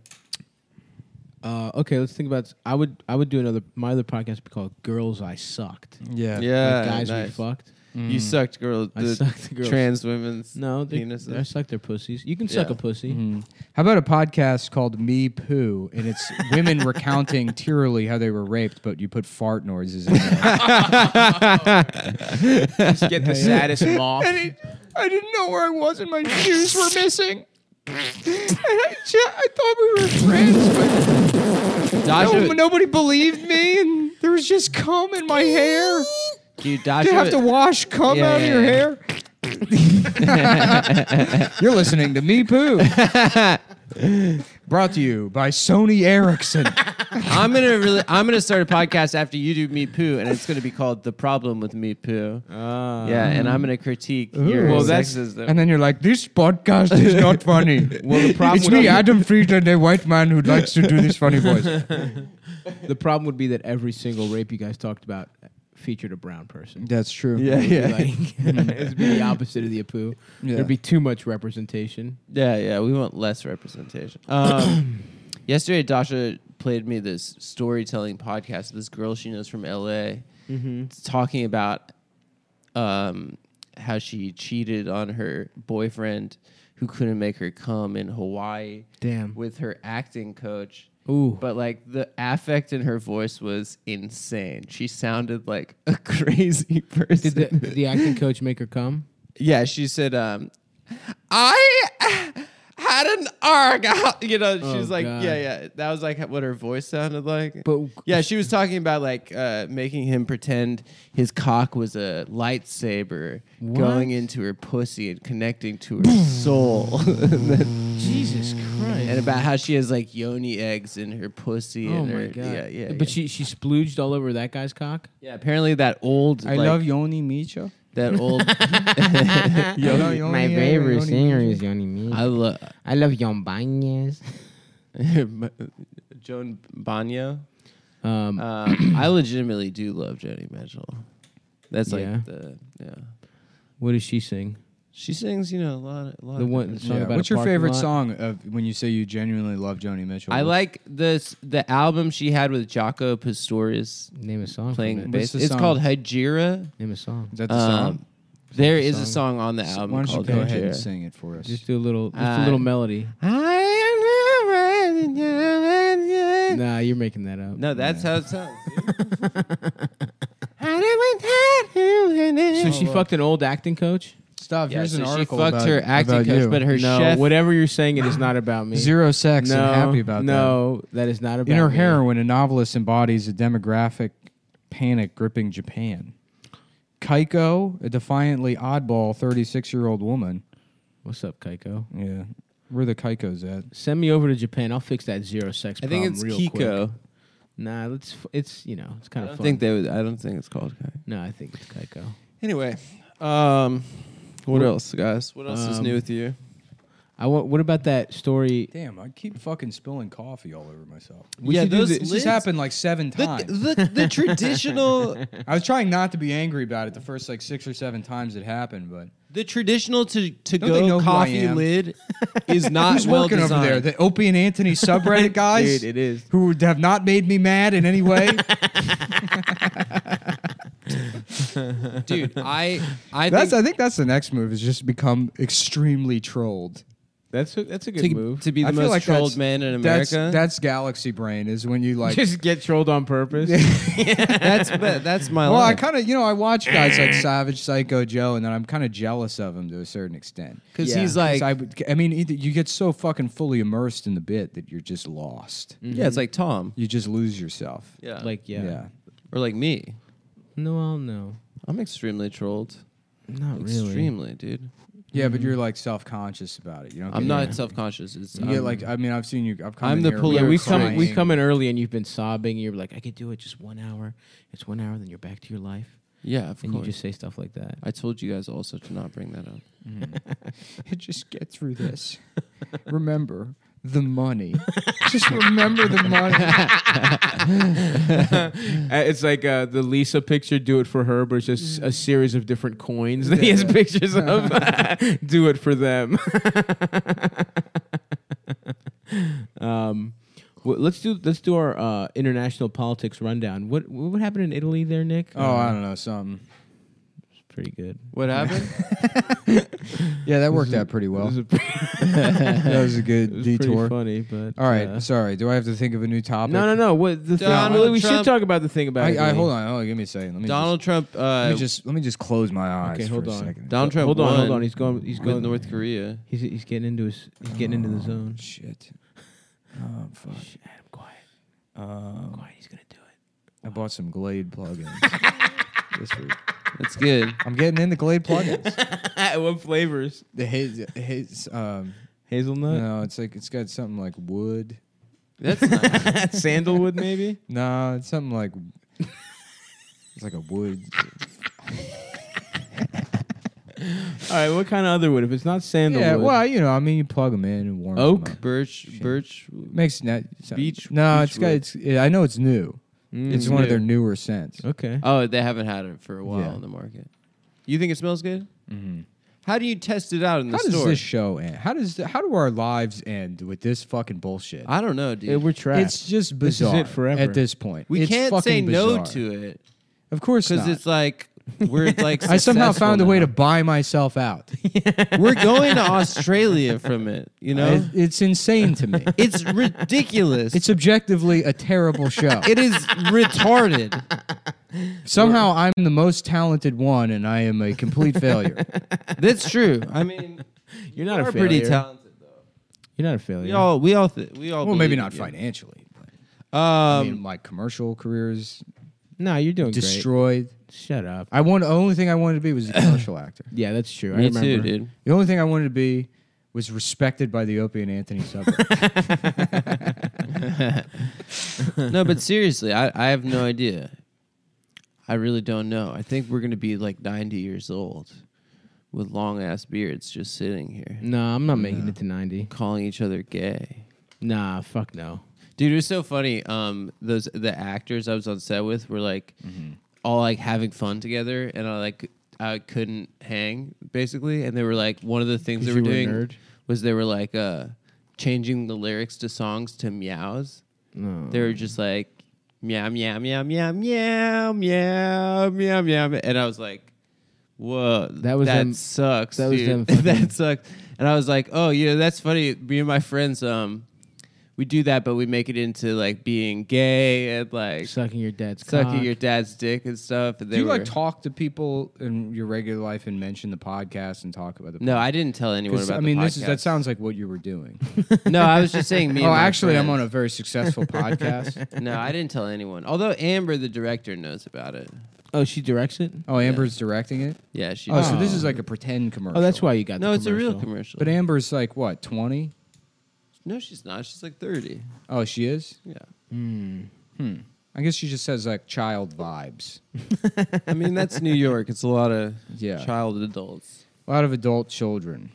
C: uh, okay, let's think about. I would. I would do another. My other podcast would be called "Girls I Sucked."
B: yeah.
A: Yeah,
C: Like, guys, we
A: nice.
C: fucked.
A: You sucked, girl.
C: I
A: The
C: sucked the girls.
A: trans women's.
C: No, they,
A: Penises.
C: I suck their pussies. You can suck
A: Yeah.
C: a pussy.
B: Mm. How about a podcast called Me Poo, and it's women recounting tearily how they were raped, but you put fart noises in there.
C: Just get the saddest moth.
B: I didn't know where I was, and my shoes were missing. And I, ju- I thought we were friends, but
A: Dasha,
B: No- nobody believed me, and there was just cum in my hair.
A: dude, Dasha,
B: You have to wash cum
A: Yeah,
B: out of
A: yeah,
B: your
A: yeah.
B: hair. You're listening to Me Poo. Brought to you by Sony Ericsson.
A: I'm gonna really, I'm gonna start a podcast after you do Me Poo, and it's gonna be called "The Problem with Me Poo."
C: Ah.
A: yeah, and I'm gonna critique your
C: Well, that's-
A: sexism.
B: And then you're like, this podcast is not funny.
C: Well, the problem
B: it's
C: would
B: me,
C: be-
B: Adam Friedland, a white man who likes to do this funny voice.
C: The problem would be that every single rape you guys talked about featured a brown person.
B: That's true.
A: yeah,
C: It'd be
A: yeah,
C: like- it'd be the opposite of the Apu.
B: Yeah.
C: There'd be too much representation.
A: yeah, yeah. We want less representation. Um, yesterday, Dasha played me this storytelling podcast. This girl she knows from L.A.
C: Mm-hmm.
A: It's talking about um, how she cheated on her boyfriend who couldn't make her come in Hawaii
C: Damn.
A: with her acting coach.
C: Ooh.
A: But like the affect in her voice was insane. She sounded like a crazy person.
C: Did the, the acting coach make her come?
A: yeah, she said, um, I had an arg. out," You know,
C: Oh,
A: she's like,
C: God.
A: yeah, yeah. That was like what her voice sounded like.
C: But
A: Yeah, she was talking about like uh, making him pretend his cock was a lightsaber going into her pussy and connecting to her soul, and, then-
C: Jesus
A: Mm.
C: Christ.
A: and about how she has like yoni eggs in her pussy.
C: oh
A: and
C: my
A: her,
C: god.
A: Yeah, yeah.
C: But
A: yeah.
C: she she splooged all over that guy's cock.
A: yeah, apparently that old,
B: I
A: like,
B: love Yoni Micho.
A: that old.
B: I love Yoni, I love Yoni Micho.
C: is Yoni Me.
A: I love
C: I love Yon Banez.
A: Joan Banya.
C: Um,
A: Um, I legitimately do love Joni Mitchell. That's like
C: Yeah.
A: the yeah.
C: what does she sing?
A: She sings, you know, a lot, a lot.
C: The
A: of
C: one-
A: different-
C: the song
B: Yeah,
C: about
B: What's
C: a
B: your
C: parking
B: favorite
C: lot?
B: song of when you say you genuinely love Joni Mitchell?
A: I like this the album she had with Jaco Pastorius
C: Name a song.
A: playing
C: From it.
A: bass.
B: What's the
A: It's
B: song?
A: called Hijira.
C: Name a song.
B: Is that the
A: Um,
B: song?
A: there
B: the
A: is a
B: song?
A: song on the
B: S-
A: album
B: Why don't you
A: called
B: go ahead and
A: Hijira.
B: sing it for us?
C: Just do a little, just a
A: Uh,
C: little melody.
A: I
C: Nah, you're making that up.
A: No, that's
B: Yeah.
A: how it sounds. dude.
C: So she fucked an old acting coach.
B: Stop.
A: Yeah,
B: here's
A: so
B: an
A: she
B: article
A: fucked
B: about,
A: her acting
B: about
A: coach,
B: you.
A: but her
C: no,
A: chef.
C: whatever you're saying, it is not about me.
B: zero sex.
C: No,
B: I'm happy about that.
C: no, that is not about.
B: In her
C: me.
B: heroine, a novelist embodies a demographic panic gripping Japan. Kaiko, a defiantly oddball 36 year old woman.
C: What's up, Keiko?
B: Yeah. Where the Kaikos at?
C: Send me over to Japan. I'll fix that zero sex.
A: I think
C: problem
A: it's
C: real
A: Kiko.
C: Quick. Nah, let's. f- It's you know, it's
A: I
C: kind of
A: don't
C: fun.
A: think they. Would, I don't think it's called Kai.
C: no, I think it's Keiko.
A: Anyway, um, what else, guys? What else is
C: Um,
A: new with you?
C: I wa- what about that story?
B: Damn, I keep fucking spilling coffee all over myself.
A: We Yeah, should do those thi-
B: this
A: lids-
B: has happened like seven times.
A: the, the traditional
B: I was trying not to be angry about it the first like six or seven times it happened, but
A: the traditional to to
B: Don't they know
A: go
B: who I
A: coffee
B: am?
A: lid is not
B: who's
A: well
B: working
A: designed.
B: over there? The Opie and Anthony subreddit guys,
C: Dude, it is.
B: who have not made me mad in any way.
A: Dude, I I
B: that's
A: think
B: I think that's the next move is just become extremely trolled.
C: That's a, that's a good
A: to,
C: move.
A: to be the
B: I feel
A: most
B: like
A: trolled
B: that's-
A: man in
B: That's
A: America.
B: that's galaxy brain is when you like.
C: Just get trolled on purpose.
A: that's that's, that's my
B: well, I
A: life.
B: kind of you know I watch guys like Savage Psycho Joe, and then I'm kind of jealous of him to a certain extent.
A: Because
C: Yeah.
A: he's
B: 'Cause
A: like,
B: I, would- I mean, either you get so fucking fully immersed in the bit that you're just lost.
A: yeah, it's like Tom.
B: You just lose yourself.
A: Yeah, like
C: Mm-hmm. Like yeah.
A: or like me.
C: No, I'll know.
A: I'm extremely trolled.
C: Not really.
A: Extremely, dude.
B: Yeah,
C: Mm-hmm.
B: but you're like self conscious about it. You know,
A: I'm not self conscious. It's
B: You
A: I'm-
B: get like I mean I've seen you. I've come
A: I'm
B: in
A: the
B: here
A: puller
B: with
C: Yeah,
A: You're
C: we've come
B: crying.
C: we've come in early and you've been sobbing. You're like, I could do it just one hour. It's one hour, then you're back to your life,
A: yeah, of
C: and
A: course.
C: you just say stuff like that.
A: I told you guys also to not bring that up.
B: Mm-hmm. just get through this. remember the money. just remember the money.
C: Uh, it's like uh, the Lisa picture, do it for her, but it's just a series of different coins that he has pictures of. do it for them. um, well, let's do let's do our uh, international politics rundown. What what happened in Italy there, Nick? Uh,
B: Oh, I don't know something.
C: it's pretty good.
A: What happened?
B: Yeah, that worked out pretty well.
C: It was, a pretty,
B: that was a good
C: it was pretty
B: detour.
C: funny, but
B: All right,
C: uh,
B: sorry. Do I have to think of a new topic?
C: no, no, no. What the thing,
A: Donald
C: well, we should
A: Trump-
C: talk about the thing about
B: I, I
C: Italy.
B: hold on. Hold on. Give me a second. Let me
A: Donald Trump.
B: Just, let
A: Uh,
B: me just let me just close my eyes
C: Okay,
B: for
C: hold
B: a
C: on.
B: second.
A: Donald Trump.
C: Hold on, hold
A: won
C: on. He's going. He's
A: with
C: going.
A: North Korea.
C: He's he's getting into his. He's getting into the zone.
B: Shit. Oh fuck.
C: Shh, Adam, quiet.
B: Um,
C: He's gonna do it.
B: I bought some Glade plugins this week.
A: That's good.
B: I'm getting into Glade plugins.
C: what flavors?
B: the haze, haze um,
C: Hazelnut.
B: no, it's like it's got something like wood,
A: That's not,
C: Sandalwood, maybe.
B: No, it's something like it's like a wood.
C: All right, what kind of other wood? If it's not sandalwood,
B: Yeah, well, you know, I mean, you plug them in and warm 'em
C: Oak?
B: up.
A: birch, birch.
B: makes net so-
A: Beech-
B: No, it's got.
A: beechwood.
B: It's. yeah, I know it's new.
A: Mm,
B: it's one of
C: new.
B: their newer scents.
C: okay.
A: Oh, they haven't had it for a while
B: Yeah. Mm-hmm.
A: on the market. You think it smells good? How do you test it out in the
B: How does
A: store?
B: this show end? How does how do our lives end with this fucking bullshit?
A: I don't know, dude.
C: Yeah, we're trapped.
B: it's just
C: This is it
B: bizarre
C: forever.
B: at this point.
A: we
B: It's
A: can't
B: fucking
A: say no
B: bizarre.
A: to it
B: Of course
A: because
B: not.
A: it's like we're like.
B: I somehow
A: successful
B: found a way
A: now.
B: to buy myself out.
A: We're going to Australia from it. You know,
B: It- it's insane to me.
A: it's ridiculous.
B: It's objectively a terrible show.
A: it is retarded.
B: Somehow I'm the most talented one, and I am a complete failure.
A: That's true. I mean, we
C: You're not
A: are
C: a failure.
A: pretty talented though.
C: You're not a failure.
A: We all we all th- we all
B: Well, maybe
A: believe
B: not
A: in you.
B: financially. But I
A: Um,
B: mean, my commercial career is
C: no, you're doing
B: destroyed.
C: great. Shut up.
B: I want the only thing I wanted to be was a commercial actor.
C: Yeah, that's true. I
A: me
C: remember.
A: too, dude.
B: The only thing I wanted to be was respected by the Opie and Anthony suburb.
A: no, but seriously, I, I have no idea. I really don't know. I think we're gonna be like ninety years old with long ass beards just sitting here
C: No, I'm not making it to 90.
A: calling each other gay.
C: Nah, fuck no.
A: Dude, it was so funny. Um those the actors I was on set with were like
C: Mm-hmm.
A: all like having fun together and I like I couldn't hang basically and they were like one of the things they
C: 'Cause
A: were
C: you were a
A: doing
C: nerd?
A: was they were like uh changing the lyrics to songs to meows.
C: No.
A: they were just like meow meow meow meow meow meow meow meow meow. and I was like whoa
C: That was
A: that
C: them-
A: sucks
C: that was
A: dude.
C: them fucking-
A: that sucks and I was like oh you know that's funny me and my friends um we do that but we make it into like being gay and like
C: Sucking your dad's
A: sucking
C: cock.
A: your dad's dick and stuff and
B: Do
A: they
B: you
A: were
B: like talk to people in your regular life and mention the podcast and talk about the?
A: no I didn't tell anyone
B: Because
A: about
B: I
A: the
B: mean, this is
A: podcast.
B: that sounds like what you were doing.
A: no I was just saying me
B: oh,
A: and my
B: actually, I'm on
A: friends.
B: a very successful podcast.
A: no I didn't tell anyone although Amber the director knows about it
C: oh, she directs it?
B: Oh, Amber's directing it.
A: yeah she
B: Oh, so
A: does.
B: this is like a pretend commercial.
C: Oh, that's why you got
A: no
C: the
A: it's a real commercial
B: But Amber's like what, twenty?
A: no she's not she's like thirty
B: Oh, she is.
A: yeah.
B: I guess she just has like child vibes.
A: I mean, that's New York. It's a lot of
B: Yeah.
A: child adults.
B: A lot of adult children,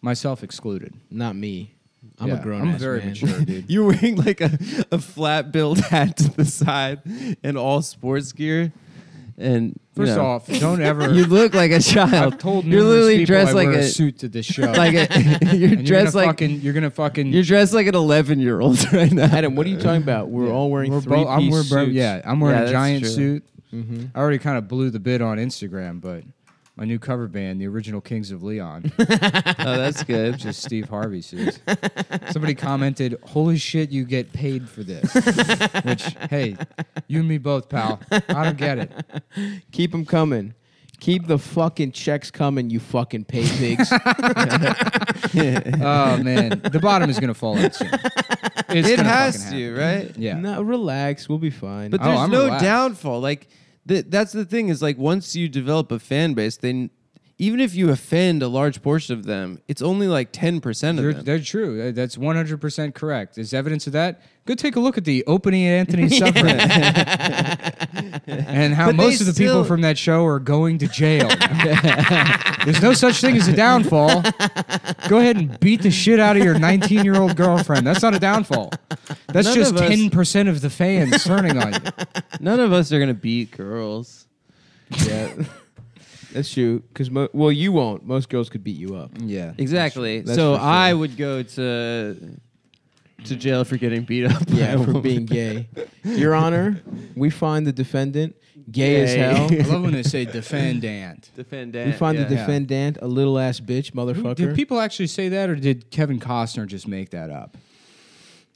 B: myself excluded.
C: Not me. I'm
B: Yeah,
C: a grown
B: I'm
C: ass
B: very
C: man.
B: mature, dude.
A: You're wearing like a, a flat billed hat to the side and all sports gear. And you
B: First
A: know,
B: off, don't ever.
A: you look like a child.
B: I've told
A: you're
B: numerous
A: literally
B: people
A: dressed
B: I
A: like
B: wear
A: a,
B: suit to this show.
A: like a, you're
B: and you're
A: dressed
B: gonna
A: like
B: fucking. You're gonna fucking.
A: you're dressed like an 11 year old right now.
C: Adam, what are you talking about? We're all wearing
B: we're
C: three
B: both. I'm wearing.
C: piece
B: bro-
C: suits.
B: Yeah, I'm wearing
A: Yeah,
B: a
A: that's
B: giant
A: true.
B: suit.
C: Mm-hmm.
B: I already kind of blew the bid on Instagram, but my new cover band, the original Kings of Leon,
A: Oh, that's good.
B: just Steve Harvey suits. Somebody commented, "Holy shit, you get paid for this." Which, hey, you and me both, pal. I don't get it.
C: Keep them coming. Keep the fucking checks coming, you fucking pay pigs.
B: Oh man, the bottom is gonna fall out soon. It's
A: it
B: gonna
A: has
B: fucking
A: to,
B: happen.
A: right?
B: Yeah.
C: No, relax. We'll be fine.
A: But
B: Oh,
A: there's
B: I'm
A: no
B: relaxed.
A: downfall. Like th- that's the thing is like once you develop a fan base, then even if you offend a large portion of them, it's only like ten percent of
B: You're,
A: them.
B: they're true. Uh, That's 100% correct. Is evidence of that? Go take a look at the opening Anthony subreddit and how
A: But they
B: most of the people
A: still-
B: from that show are going to jail. There's no such thing as a downfall. Go ahead and beat the shit out of your 19 year old girlfriend. That's not a downfall. That's
A: None
B: just
A: of us-
B: 10% of the fans turning on you.
A: None of us are gonna beat girls.
C: yeah. That's true. Because, mo- well, you won't. Most girls could beat you up.
B: Yeah.
A: Exactly.
C: That's
A: so
C: for sure.
A: I would go to to jail for getting beat up. by a
C: Yeah, for
A: woman.
C: being gay. Your Honor, we find the defendant gay as
A: Gay.
C: hell.
B: I love when they say defendant.
A: defendant.
C: We find
A: yeah.
C: the defendant a little ass bitch,
B: Did
C: motherfucker.
B: people actually say that, or did Kevin Costner just make that up?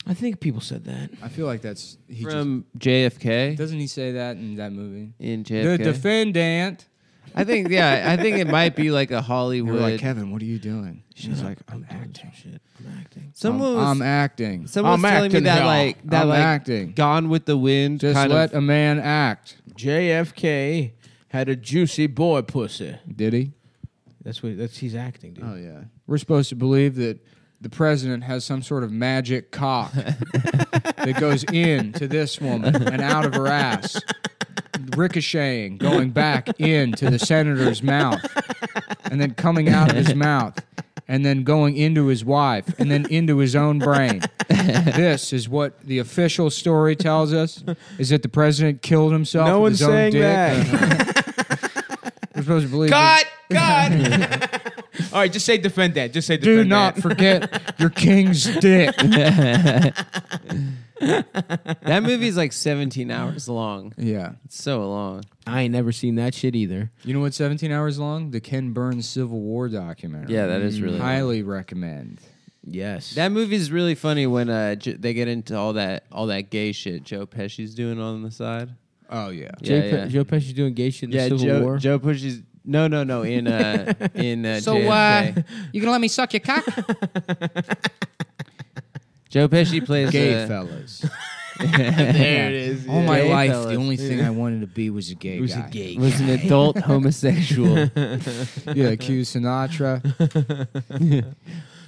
C: I think people said that.
B: I feel like that's he
A: from JFK
B: Doesn't he say that in that movie?
A: in JFK.
B: The defendant.
A: I think yeah. I think it might be like a
B: They
A: Hollywood. um,
B: were like, Kevin, what are you doing?
C: She's like, I'm acting. Shit. I'm acting.
A: someone
B: I'm,
A: was
B: I'm acting.
A: someone was
C: I'm
A: telling me
C: acting,
A: that
C: y'all.
A: like that
B: I'm
A: like
B: acting.
A: Gone with the Wind.
B: Just
A: kind
B: let
A: of,
B: a man act.
C: JFK had a juicy boy pussy.
B: Did he?
C: That's what. That's he's acting, dude.
B: Oh,
D: Oh,
B: yeah. We're supposed to believe that the president has some sort of magic cock that goes in to this woman and out of her ass, ricocheting, going back into the senator's mouth, and then coming out of his mouth, and then going into his wife, and then into his own brain. This is what the official story tells us: is that the president killed himself.
D: No
B: with
D: one's
B: his own
D: saying
B: dick.
D: that.
B: We're supposed to believe.
C: God, God. All right, just say defend that. Just say defend
B: Do not
C: that.
B: forget your king's dick.
A: that movie's like 17 hours long.
B: Yeah.
A: It's so long.
C: I ain't never seen that shit either.
B: You know what's 17 hours long? The Ken Burns Civil War documentary. Mm.
A: Yeah, that is really. long.
B: Highly recommend.
C: Yes.
A: That movie's really funny when uh, J- they get into all that all that gay shit Joe Pesci's doing on the side.
B: Oh, yeah.
A: Yeah,
C: Joe,
A: yeah.
C: Pe- Joe Pesci's doing gay shit in
A: yeah,
C: the Civil
A: Joe
C: War.
A: Joe Pesci's no no no in uh in uh,
B: So, uh,
A: JFK.
B: you gonna let me suck your cock?
A: Joe Pesci plays
B: Gay
A: uh,
B: fellas.
C: there it is.
B: All my
A: Gay
B: life,
A: fellas.
B: the only thing I wanted to be was a gay
C: Who's
B: guy.
C: a gay?
A: was an adult homosexual.
B: Yeah, Q Sinatra.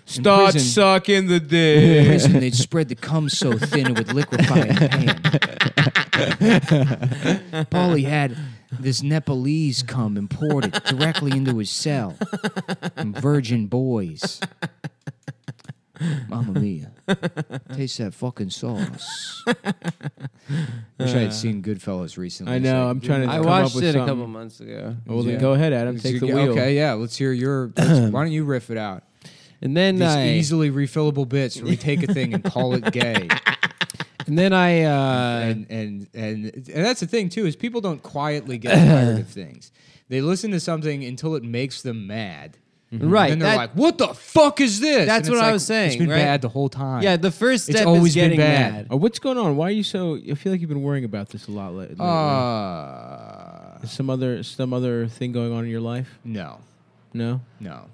C: Start
B: prison.
C: sucking the
B: In
C: dick.
B: prison, they'd spread the cum so thin it would liquefy in pain. Paulie had this Nepalese cum imported directly into his cell. from virgin boys. Mamma mia. Taste that fucking sauce. Wish I had seen Goodfellas recently.
C: I know. I'm trying to.
A: I
C: come
A: watched
C: up with
A: it a
C: something.
A: couple months ago.
C: Well,
B: Yeah.
C: then go ahead, Adam. Take the wheel.
B: Okay, yeah. Let's hear your. let's- why don't you riff it out?
A: And then
B: These
A: I
B: easily refillable bits where we take a thing and call it gay.
A: and then I uh
B: and, and and and that's the thing too is people don't quietly get tired of things. They listen to something until it makes them mad.
A: Mm-hmm. right
B: And they're
A: that-
B: like, "What the fuck is this?"
A: That's
B: And it's
A: what I
B: like,
A: was saying,
B: It's been
A: right?
B: bad the whole time.
A: yeah the first
B: It's
A: step
B: always
A: is
B: been
A: getting
B: bad.
A: mad.
C: Oh, what's going on? Why are you so? I feel like you've been worrying about this a lot lately.
B: Uh,
C: some other, some other thing going on in your life?
B: no,
C: No.
B: no,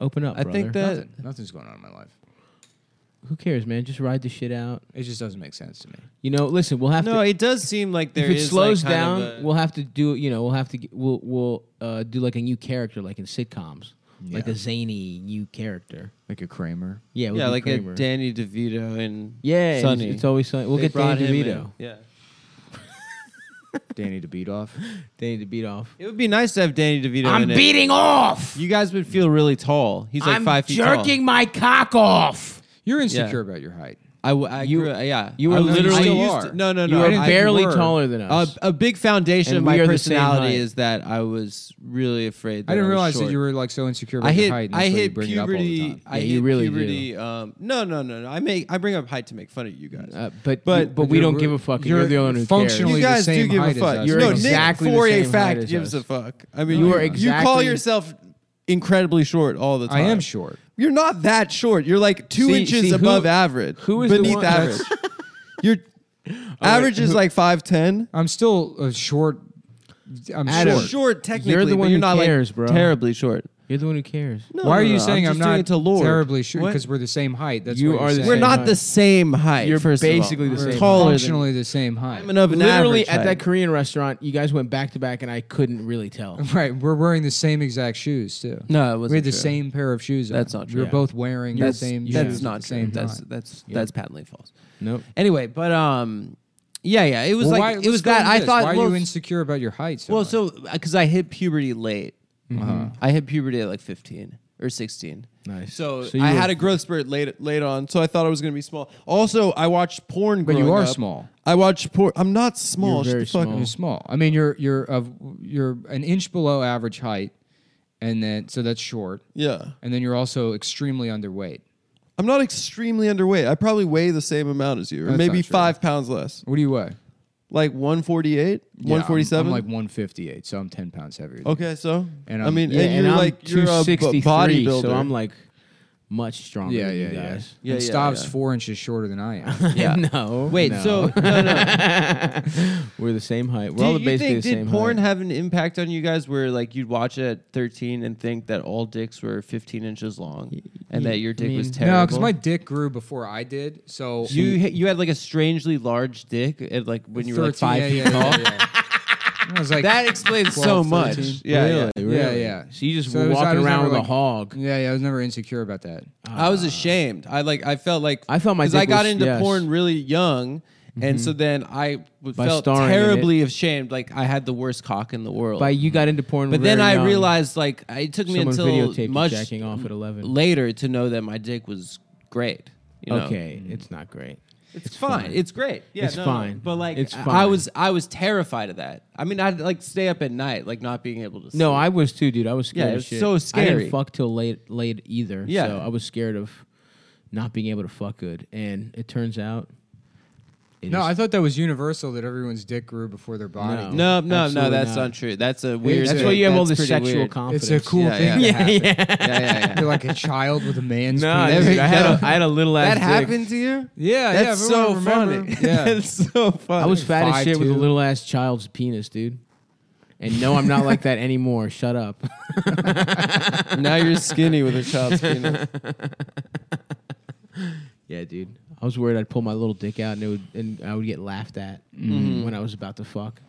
C: Open up,
A: I
C: brother.
A: think that
B: nothing. Nothing's going on in my life.
C: Who cares, man? Just ride the shit out.
B: It just doesn't make sense to me.
C: You know. Listen, we'll have
A: no,
C: to.
A: it does seem like there
C: If it
A: is,
C: slows
A: like, kind
C: down,
A: of a-
C: we'll have to do. You know, we'll have to. get- We'll we'll uh, do like a new character, like in sitcoms, like
B: Yeah.
C: a zany new character.
B: Like a Kramer.
C: Yeah. We'll
A: yeah,
C: do
A: like
C: Kramer.
A: a Danny DeVito and
C: Yeah,
A: Sonny.
C: It's, it's always Sunny. We'll
A: They
C: get
A: brought
C: Danny
A: him
C: DeVito.
A: in. Yeah,
B: Danny to beat off.
C: Danny DeVito off.
A: it would be nice to have Danny DeVito.
C: I'm
A: in it.
C: beating off.
A: You guys would feel really tall. He's like
C: I'm
A: five feet tall.
C: jerking my cock off.
B: You're insecure about your height.
A: I, w- I
C: You-
A: grew- uh, yeah.
C: you
A: I
C: were
A: was
C: literally-
A: I
B: you
A: used
B: are.
A: to- no no
C: You
A: no.
C: are
A: I
C: barely
A: were. Uh,
C: taller than us.
A: A, a big foundation
C: And
A: of my
C: we are the same
A: personality
C: height.
A: is that I was really afraid. That
B: I didn't
A: was
B: realize
A: short.
B: that you were like so insecure about
A: I hit
B: your height. and that's
A: I
B: why you
A: hit
B: bring it up all the
A: puberty.
B: time.
A: I
C: Yeah,
A: hit
C: you really do.
A: puberty. Um, no no no no. I make I bring up height to make fun of you guys.
C: Uh,
A: But-
C: but but, but we
B: you're-
C: don't give a fuck. You're,
B: you're
C: the owner. who
A: You
B: functionally- the
C: cares.
A: guys do
B: same
A: give a
B: height as
A: fuck.
B: us.
A: You're
B: You're
A: no,
C: exactly
A: Nick
C: the
A: Fourier
C: same height
A: fact
C: as
A: gives
C: us.
A: a fuck. I mean,
B: No,
A: you
B: you're
A: are you call
C: exactly-
A: yourself incredibly short all the time.
B: I am short.
A: You're not that short. You're like two
C: See-
A: inches
C: see, who-
A: above average.
C: who is the
A: beneath
C: one-
A: average? You're average is like five ten.
B: I'm still a short. I'm
C: Adam,
B: short.
A: Short technically,
C: You're the
A: but
C: one
A: you're
C: who
A: not
C: cares,
A: like
C: bro.
A: terribly short.
C: You're the one who cares.
A: No,
B: Why are
A: no,
B: you
A: no,
B: saying I'm,
A: just doing
B: not
A: it to Lord.
B: terribly short?
A: What?
B: Because we're the same height. That's
C: You
B: what you're
C: are the
B: saying.
A: we're
C: same
A: not
C: height.
A: the same height.
C: You're
A: first of all.
C: basically the
A: We're
B: We're
C: same
A: taller than-
B: functionally the same height.
A: I'm an of an
C: Literally
A: average
C: at that
A: height.
C: Korean restaurant, you guys went back to back, and I couldn't really tell.
B: right. We're wearing the same exact shoes too.
A: No, it
B: we
A: wasn't
B: had the
A: true.
B: same pair of shoes. on.
A: That's not true.
B: We were both wearing
A: That's
B: the same.
A: that's
B: shoes at
A: not
B: the
A: true.
B: same
A: that's
B: time.
A: that's that's patently false.
C: Nope.
A: Anyway, but um, yeah, yeah, it was
B: Well,
A: like
B: why-
A: it
B: let's
A: was
B: go
A: that
B: into
A: I
B: this.
A: thought.
B: Why
A: well,
B: are you insecure about your height? So
A: well,
B: much?
A: so because I hit puberty late,
B: Uh-huh.
A: Mm-hmm. I hit puberty at like fifteen or sixteen.
C: Nice.
A: So,
C: So you
A: I
C: were-
A: had a growth spurt late late on, so I thought I was going to be small. Also, I watched porn.
B: But you
A: growing
B: are
A: up.
B: small.
A: I watched porn. I'm not small.
C: You're
A: shut
C: very
A: the fuck
C: small.
A: up.
B: you're small. I mean, you're you're of you're an inch below average height, and then so that's short,
A: Yeah,
B: and then you're also extremely underweight.
A: I'm not extremely underweight. I probably weigh the same amount as you, or
B: That's
A: maybe
B: not true.
A: five pounds less,
B: What do you weigh?
A: like 148,
B: Yeah, I'm-
A: 147.
B: I'm, like 158, so I'm 10 pounds heavier. than
A: Okay, so
B: And
A: I
B: I'm-
A: mean,
C: yeah,
A: and,
C: and
A: you're
C: I'm
A: like you're a b-
C: 263,
A: bodybuilder.
C: so I'm like much stronger.
B: you. Yeah,
C: than
B: yeah,
C: you
B: yeah.
C: guys.
A: Yeah,
B: and
A: yeah,
B: Stav's
A: yeah.
B: four inches shorter than I am.
A: Yeah.
C: no.
A: wait.
C: no.
A: So no, no.
C: we're the same height. We're
A: Do
C: all
A: you
C: basically
A: think
C: the
A: did
C: same
A: porn
C: height.
A: have an impact on you guys? Where like you'd watch it at 13 and think that all dicks were 15 inches long, and that your dick was
C: mean-
A: terrible.
B: no, because my dick grew before I did. So
A: you you had like a strangely large dick at like when you were like
B: 13,
A: five
B: yeah,
A: feet
B: yeah,
A: tall.
B: yeah, yeah. I was like,
A: that explains so
B: 12,
A: much.
B: 13.
A: Yeah,
C: really,
A: yeah.
B: Yeah,
C: really.
B: yeah.
C: So you just
B: So it
C: were
B: was- I
C: walking
B: was
C: around
B: never
C: with a
B: like-
C: hog.
B: yeah, yeah. I was never insecure about that.
A: I was ashamed. I like I felt like
C: I felt my
A: I
C: dick
A: got
C: was-
A: into
C: yes. Mm-hmm.
A: porn really young, and so then I w-
C: By
A: felt
C: starring in
A: terribly ashamed. Like I had the worst cock in the world.
C: But you got into porn.
A: but
C: very
A: then I
C: young.
A: realized like it took me
C: someone videotaped
A: until
C: you
A: much
C: jacking off at 11.
A: later to know that my dick was great. you know?
C: okay, it's not great.
A: It's, fine.
C: fine.
A: It's great. Yeah,
C: It's
A: no,
C: fine.
A: But like,
C: It's
A: I- I
C: fine.
A: was I was terrified of that. I mean, I'd like stay up at night, like not being able to. Sleep.
C: No, I was too, dude. I was scared.
A: Yeah, it
C: of
A: was
C: shit.
A: so
C: I
A: scary.
C: didn't fuck till late, late either.
A: Yeah.
C: so I was scared of not being able to fuck good, and it turns out. it
B: No,
C: is-
B: I thought that was universal that everyone's dick grew before their body.
A: No, no,
C: No.
A: no.
C: Absolutely
A: That's
C: not.
A: not true. That's a weird.
C: that's
A: thing.
C: why you have all
A: That's
C: this
A: pretty
C: sexual
A: weird.
C: confidence.
B: It's a cool
A: Yeah,
B: thing.
A: yeah.
B: to
A: Yeah,
B: happen.
A: Yeah, yeah, yeah.
B: You're like a child with a man's
C: No,
B: penis.
C: dude, I had a,
A: No.
C: I had a little ass.
A: that
C: dick.
A: happened to you?
B: Yeah, yeah,
A: That's so
B: everyone
A: funny.
B: remember. Yeah.
A: that's so funny.
C: I was fat as
B: Five,
C: shit with a
B: two.
C: little ass child's penis, dude. And no, I'm not like that anymore. Shut up.
A: now you're skinny with a child's penis.
C: Yeah, dude. I was worried I'd pull my little dick out and it would, and I would get laughed at when I was about to fuck.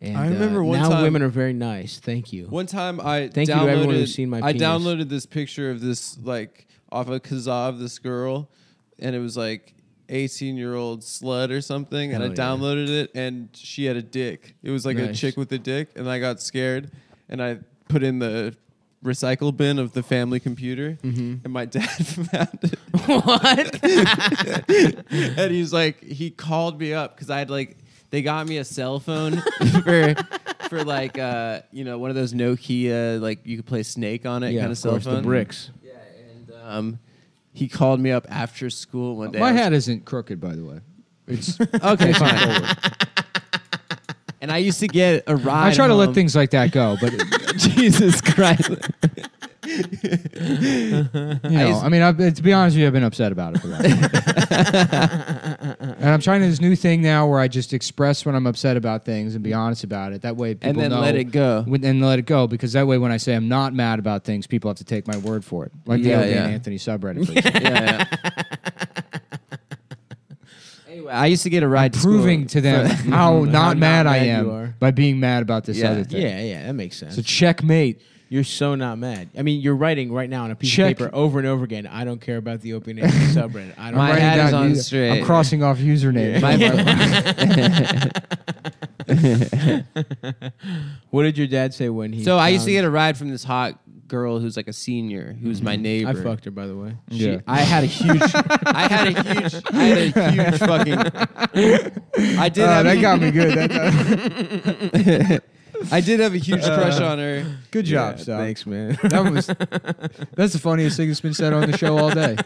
C: And,
A: I
C: uh,
A: remember one
C: now
A: time-
C: women are very nice. Thank you.
A: One time I
C: Thank you
A: downloaded,
C: to everyone who's seen my
A: I
C: penis.
A: downloaded this picture of this like off of Kazav, this girl, and it was like 18 year old slut or something. And
C: Hell
A: I
C: yeah.
A: downloaded it and she had a dick. It was like a
C: Nice.
A: chick with a dick, and I got scared and I put in the recycle bin of the family computer
C: Mm-hmm.
A: and my dad found it and he's like he called me up because i had like they got me a cell phone for for like uh you know one of those nokia like you could play snake on it
C: yeah,
A: kind of
C: of
A: cell
C: course,
A: phone
C: the bricks.
A: yeah and um he called me up after school one day
B: My
A: I was-
B: hat isn't crooked, by the way. It's
A: okay fine and i used to get a ride
B: I try to let
A: home-
B: things like that go, but you
A: jesus christ
B: know, I,
A: used-
B: mean, I've, been- to be honest with you, I've been upset about it for that. and I'm trying this new thing now where I just express when I'm upset about things and be honest about it. That way, people
A: then
B: know
A: let it go.
B: when- and let it go because that way, when I say I'm not mad about things, people have to take my word for it. Like
A: Yeah,
B: the Obey
A: yeah.
B: and Anthony subreddit. For example.
A: yeah, yeah. anyway i used to get a ride to school
B: Proving to them
A: for-
B: how not
C: not
B: mad, I
C: mad you
B: am
C: are.
B: by being mad about this
A: Yeah.
B: other thing.
C: Yeah, yeah, that makes sense.
B: So checkmate.
C: you're so not mad. I mean, you're writing right now on a piece
B: Check.
C: of paper over and over again. I don't care about the open subreddit. I don't.
A: My
B: writing
A: hat is
B: down
A: on
B: user-
A: straight.
B: I'm crossing off username.
A: My-
C: what did your dad say when he?
A: So I used to get
C: found-
A: a ride from this hot girl who's like a senior, who's my neighbor.
C: I fucked her, by the way.
A: She,
B: Yeah.
A: I had a huge. I had a huge. I had a huge fucking. I did.
B: Oh,
A: have
B: that
A: a,
B: got me good. That got-
A: I did have a huge crush on her.
B: good job,
C: Yeah,
B: Sal.
C: Thanks, man.
B: That was that's the funniest thing that's been said on the show all day.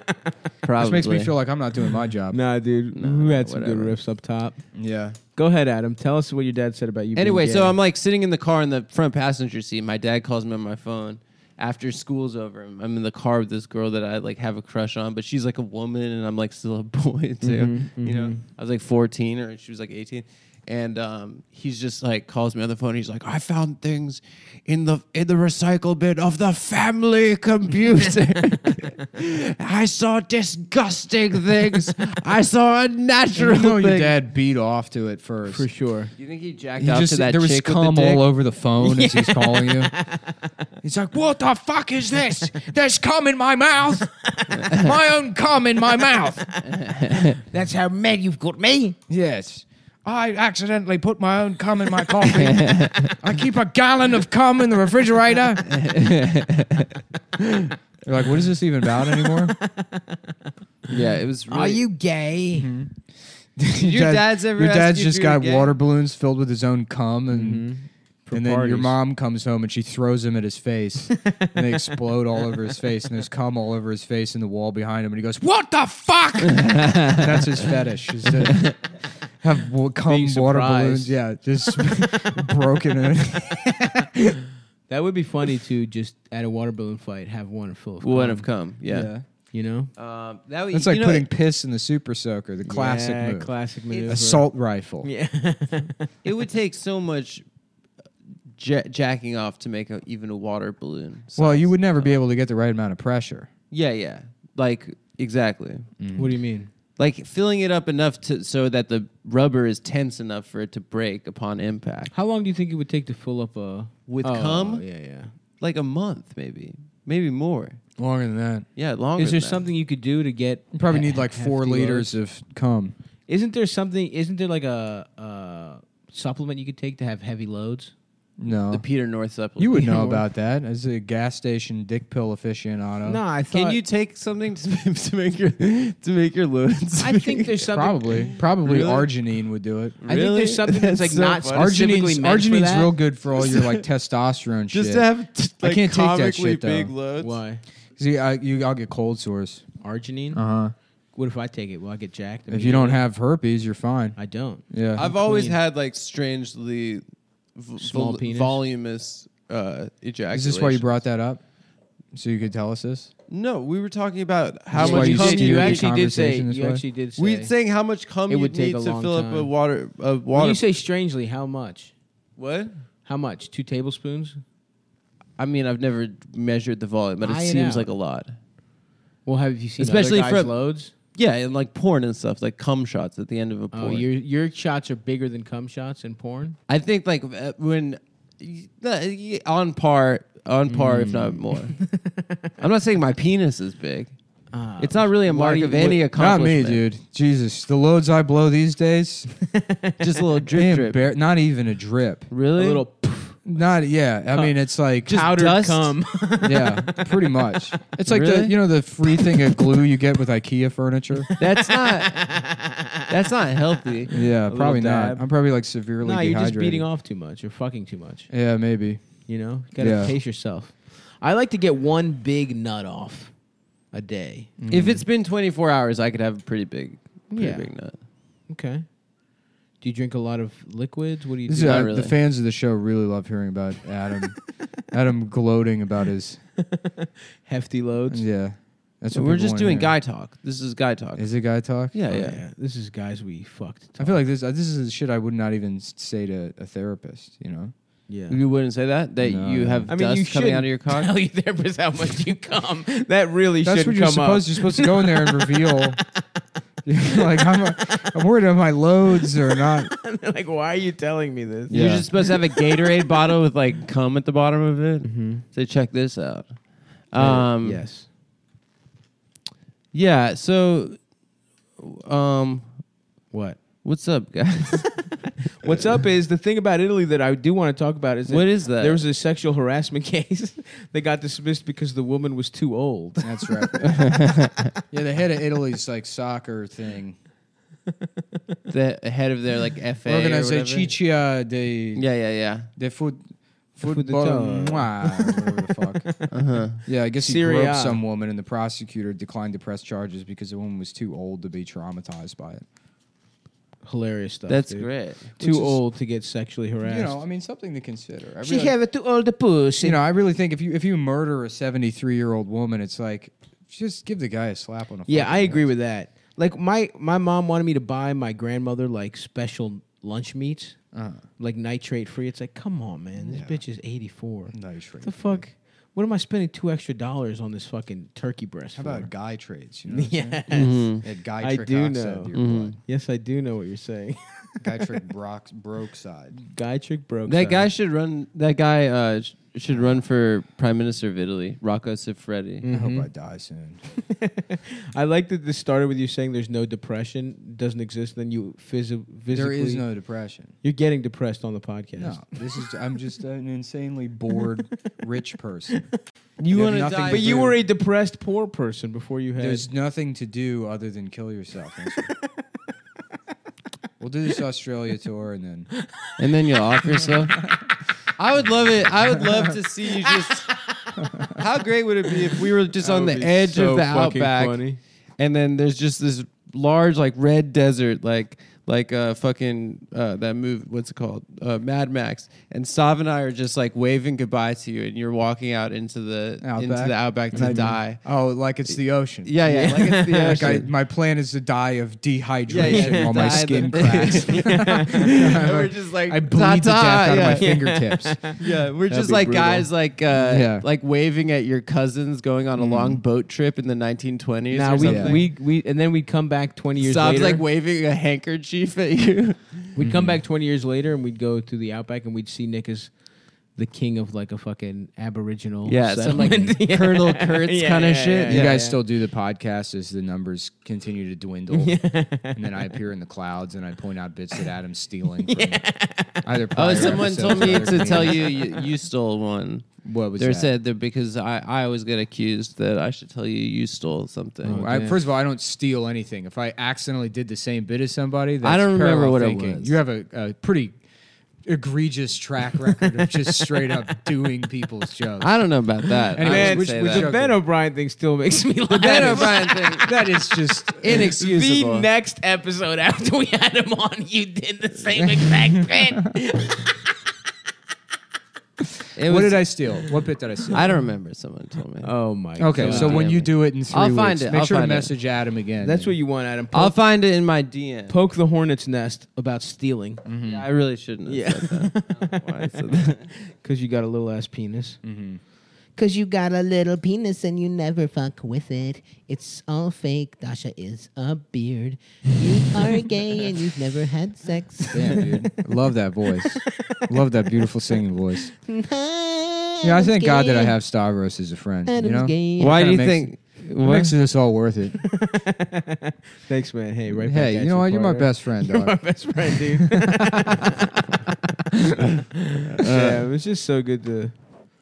A: Probably.
B: Which makes me feel like I'm not doing my job.
C: nah, dude.
A: Nah,
C: we had some good
A: whatever.
C: riffs up top.
B: Yeah.
C: Go ahead, Adam. Tell us what your dad said about you. being
A: Anyway, so
C: gay.
A: I'm like sitting in the car in the front passenger seat. My dad calls me on my phone after school's over. I'm I'm in the car with this girl that I like have a crush on, but she's like a woman and I'm like still a boy too.
B: Mm-hmm,
A: You know, I was like 14 or she was like 18. And um, he's just like calls me on the phone. He's like, "I found things in the in the recycle bin of the family computer. I saw disgusting things. I saw unnatural
B: You know your
A: things.
B: dad beat off to it first.
C: for sure.
A: You think he jacked
B: He
A: off
B: just
A: to that
B: there was
A: chick with the
B: cum
A: dick?
B: all over the phone as he's calling you. He's like, "What the fuck is this? There's cum in my mouth. my own cum in my mouth."
C: That's how mad you've got me.
B: Yes. I accidentally put my own cum in my coffee. I keep a gallon of cum in the refrigerator. You're like, what is this even about anymore?
A: Yeah, it was. Really, Mm-hmm.
C: gay?
A: Your
B: dad-
A: dad's ever?
B: Your
A: asked
B: dad's
A: you if
B: just
A: you were
B: got
A: gay?
B: water balloons filled with his own cum, and
C: Mm-hmm. For
B: and then your
C: parties.
B: mom comes home and she throws them at his face, and they explode all over his face, and there's cum all over his face in the wall behind him, and he goes, "What the fuck?" That's his fetish. Is to have wa- cum
C: Being
B: water
C: surprised.
B: balloons, yeah, just broken. In.
C: That would be funny to just at a water balloon fight have one full of
A: Would
C: cum,
A: have come. Yeah.
C: you know
A: Um, that was,
B: That's like putting piss in the super soaker, the classic
C: Yeah,
B: move.
C: classic maneuver.
B: Assault rifle.
C: Yeah,
A: It would take so much uh, ja- jacking off to make a, even a water balloon. size.
B: Well, you would never be able to get the right amount of pressure.
A: Yeah, yeah. Like exactly.
C: what do you mean?
A: like filling it up enough to so that the rubber is tense enough for it to break upon impact.
C: How long do you think it would take to fill up a
A: With
C: oh,
A: cum?
C: Yeah, yeah.
A: Like a month, maybe, maybe more.
B: Longer than that.
A: Yeah, longer.
C: Is there
A: than that.
C: something you could do to get?
B: You probably
C: ha-
B: need like
C: hefty
B: four
C: loads?
B: liters of cum.
C: Isn't there something? Isn't there like a, a supplement you could take to have heavy loads?
B: No.
A: The Peter North supplement.
B: you would
C: Yeah,
B: know
C: or-
B: about that as a gas station dick pill aficionado.
C: I
A: Can you take something to, to make your to make your loads?
C: I think there's something.
B: Probably. Probably
A: Really?
B: arginine would do it.
C: I think
A: Really?
C: there's something that's,
A: That's
C: like
A: so
C: not
A: funny.
C: specifically
B: Arginine's,
C: meant for
B: arginine's
C: that.
B: real good for all your like testosterone
A: just
B: shit.
A: to have t-
B: I
A: like
B: can't take that
A: comically
B: shit, though.
A: big loads.
C: Why?
B: See, I, you, I'll get cold sores.
C: Arginine.
A: Uh-huh.
B: Uh huh.
C: What if I take it? Will I get jacked?
B: If you don't
C: immediately?
B: have herpes, you're fine.
C: I don't.
B: Yeah.
A: I've always
C: clean.
A: had like strangely v-
C: Small
A: vol-
C: penis?
A: voluminous uh, ejaculation.
B: Is this why you brought that up? So you could tell us this?
A: No, we were talking about how
B: That's why
A: much
B: you
A: cum
B: steer
A: you
C: you
B: your
A: need.
C: actually did say.
B: conversation this
C: You
B: way?
C: actually did say.
A: We're saying how much cum
C: It
A: you
C: would
A: would
C: take
A: need
C: a
A: to
C: long
A: fill up a
C: time.
A: water a
C: When
A: water.
C: you say strangely, how much?
A: what?
C: How much? Two tablespoons?
A: I mean, I've never measured the volume, but it
C: Eye it
A: seems
C: out.
A: like a lot.
C: Well, have you seen
A: Especially
C: other guys'
A: for-
C: loads?
A: Yeah, and like porn and stuff, like cum shots at the end of a
C: Oh,
A: porn.
C: your your shots are bigger than cum shots in porn.
A: I think like uh, when y- uh, y- on par, on par, if
B: Mm.
A: not more. I'm not saying my penis is big.
C: Uh,
A: It's not really a
C: why
A: mark
C: do you-
A: of any
B: Not me,
A: accomplishment.
B: dude. Jesus, the loads I blow these days,
A: Just a little drip,
B: damn,
A: drip.
B: bar- not even a drip.
A: really?
C: a little
B: Not yeah. I mean, it's like
A: Just
C: powdered
A: dust?
C: cum.
B: yeah, pretty much. It's like the
A: Really?
B: you know the free thing of glue you get with IKEA furniture.
A: That's not. that's not healthy.
B: Yeah,
C: little
B: probably
C: dab.
B: not. I'm probably like severely
C: nah, you're
B: dehydrated.
C: just beating off too much. You're fucking too much.
B: Yeah, maybe.
C: You know, you gotta
B: Yeah.
C: pace yourself. I like to get one big nut off a day.
B: Mm.
A: If it's been 24 hours, I could have a pretty big, pretty
C: Yeah.
A: big nut.
C: Okay. Do you drink a lot of liquids? What do you
B: This
C: do?
B: is,
A: Not
B: uh,
A: really.
B: The fans of the show really love hearing about Adam. Adam gloating about his
C: Hefty loads.
B: yeah. That's what
A: we're
B: people
A: just
B: wanna
A: doing
B: hear.
A: guy talk. This is guy talk.
B: Is it guy talk?
A: yeah,
C: Oh,
A: yeah,
C: This is guys we fucked.
B: I feel like this. uh, This is the shit I would not even s- say to a therapist. You know.
C: Yeah.
A: You wouldn't say that that
B: No,
A: you
B: no.
A: have
C: I mean,
A: dust
C: you
A: coming out of
C: shouldn't
A: your cock.
C: Tell your therapist how much you come. That really
B: That's what
C: should
B: you're
C: come
B: supposed. You're supposed to go in there and reveal. like I'm, I'm worried about my loads or not.
C: up. like, why are you telling me this?
A: You're
B: Yeah.
A: just supposed to have a Gatorade bottle with like cum at the bottom of it.
C: Mm-hmm.
A: So check this out. Um,
C: yes.
A: Yeah. So, um,
C: What?
A: what's up, guys?
C: What's up is the thing about Italy that I do want to talk about is that
A: what is that?
C: there was a sexual harassment case that got dismissed because the woman was too old.
B: That's right. yeah, the head of Italy's like soccer thing.
A: the head of their like FA or whatever.
B: Ciccia de
A: Yeah, yeah, yeah.
B: de foot.
C: Football.
B: Football, Mwah, whatever the fuck.
A: Uh-huh.
B: Yeah, I guess he
C: Serie A.
B: groped some woman, and the prosecutor declined to press charges because the woman was too old to be traumatized by it.
C: Hilarious stuff.
A: That's
C: dude.
A: great.
B: Which
C: Too
B: is-
C: old to get sexually harassed.
B: You know, I mean, something to consider. I
C: she
B: really-
C: have a too old pussy.
B: you know, I really think if you if you murder a seventy three year old woman, it's like just give the guy a slap on the.
C: Yeah, I agree with that. Like my my mom wanted me to buy my grandmother like special lunch meats,
B: Uh,
C: like nitrate free. It's like, come on, man, this
B: Yeah.
C: bitch is eighty four.
B: nice trade.
C: The fuck? What am I spending two extra dollars on this fucking turkey breast?
B: How about
C: for?
B: guy trades? You know, what I'm
C: Yes.
A: Mm-hmm.
B: saying? that guy
C: I
B: trick
C: do
B: off side
C: know. Mm-hmm.
B: of your
A: Mhm.
B: blood.
C: Yes, I do know what you're saying.
B: Guy trick brock, broke side.
C: Guy trick broke.
A: That
C: side.
A: guy should run. That guy uh, sh- should run for prime minister of Italy, Rocco Siffredi.
B: I hope
C: Mhm.
B: I die soon.
C: I like that this started with you saying there's no depression, doesn't exist. Then you phys- physically,
B: There is no depression.
C: You're getting depressed on the podcast.
B: No, this is. I'm just an insanely bored rich person.
A: You
B: have
A: want to
B: nothing
A: die?
B: to
C: But you
B: do.
C: were a depressed poor person before you had.
B: There's nothing to do other than kill yourself. we'll do this Australia tour and then.
A: and then you'll off yourself. I would love it. I would love to see you just. How great would it be if we were just on the edge of the outback, and then there's just this large like red desert, like like uh, fucking uh, that move. What's it called? Uh, Mad Max. And Sav and I are just like waving goodbye to you, and you're walking out into the into
B: Outback?
A: the outback
B: And
A: to
B: I-
A: die.
B: Oh, like it's the ocean.
A: Yeah, yeah, like it's the
B: Like I,
A: ocean.
B: my plan is to die of dehydration
A: Yeah, yeah,
B: while my
A: die
B: skin
A: the-
B: cracks.
A: And we're just like
B: I bleed
A: ta-ta,
B: to death out
A: yeah.
B: of my fingertips.
A: Yeah, we're just
B: be
A: like
B: brutal.
A: guys like uh
B: Yeah.
A: like waving at your cousins going on a long boat trip in the 1920s
C: Nah,
A: or
C: we,
A: something.
C: we we and then we come back twenty years
A: Sob's
C: later.
A: like waving a handkerchief at you.
C: We'd
A: Hmm.
C: come back 20 years later and we'd go to the Outback and we'd see Nick as the king of like a fucking Aboriginal
A: Yeah, some like
C: settlement. Yeah.
A: Colonel Kurtz
C: Yeah,
A: kind
C: yeah,
A: of shit.
B: you
A: Yeah.
B: guys
C: yeah.
B: still do the podcast as the numbers continue to dwindle, and then I appear in the clouds and I point out bits that Adam's stealing. From Either
A: Oh,
B: prior
A: someone
B: episodes
A: told
B: or
A: me
B: other
A: to tell
B: comedians.
A: you, you you stole one.
B: what was
A: They
B: that?
A: said that because I, I always get accused that I should tell you you stole something.
B: I,
C: damn.
B: first of all, I don't steal anything. If I accidentally did the same bit as somebody, that's
A: I don't remember
B: parallel
A: what it
B: thinking.
A: was.
B: You have a, a pretty egregious track record of just straight up doing people's jokes.
A: I don't know about that.
B: Anyway,
A: I
C: Man,
A: would
B: which-
A: say
B: which-
A: that.
C: the Ben O'Brien thing still makes me laugh.
A: Ben O'Brien thing.
B: that is just
A: Inexcusable.
C: The next episode after we had him on, you did the same exact thing.
A: It
B: what
A: was-
B: did I steal? What bit did I steal?
A: I don't remember. Someone told me.
C: Oh my god.
B: okay, so when you do it in 3
A: I'll find
B: weeks,
A: it,
B: make
A: I'll
B: sure to
A: find it.
B: message Adam again.
C: that's what you want, Adam. Poke,
A: I'll find it in my DM.
C: poke the hornet's nest about stealing
B: Mm-hmm.
A: Yeah, I really shouldn't have
C: Yeah.
A: said that. I don't know why I said that.
C: because you got a little ass penis.
A: Mm.
D: Cause you got a little penis and you never fuck with it. It's all fake. Dasha is a beard. You are gay and you've never had sex.
B: Damn, dude. Love that voice. Love that beautiful singing voice. Yeah, I thank God that I have Stavros as a friend.
D: Adam's
B: You know,
D: gay.
A: Why do you
B: kinda
A: think?
B: makes- makes this all worth it.
C: Thanks, man. Hey, right back
B: hey,
C: at
B: you know what? You're my
C: partner.
B: best friend,
C: You're
B: dog.
C: my best friend, dude. yeah, it was just so good to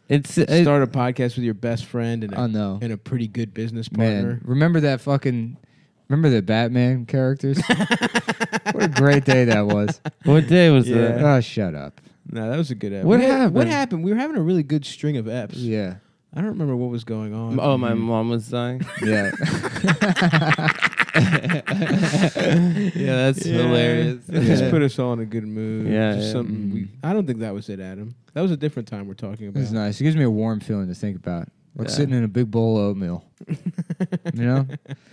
A: It's it-
C: start a podcast with your best friend and a,
B: Oh no,
C: and a pretty good business
B: man!
C: partner.
B: Remember that fucking. Remember the Batman characters? what a great day that was.
A: what day was
C: Yeah.
A: that?
B: Oh, shut up.
C: No, that was a good episode.
A: What
C: We had-
A: happened?
C: What happened? We were having a really good string of eps.
B: Yeah.
C: I don't remember what was going on.
A: Oh, my mom was dying.
B: Yeah.
A: yeah, that's
C: Yeah.
A: hilarious.
C: It just put us all in a good mood.
A: Yeah,
C: Just
A: yeah.
C: something we, I don't think that was it, Adam. That was a different time we're talking
B: it was
C: about.
B: nice. It gives me a warm feeling to think about. Like
A: Yeah.
B: sitting in a big bowl of oatmeal. you know?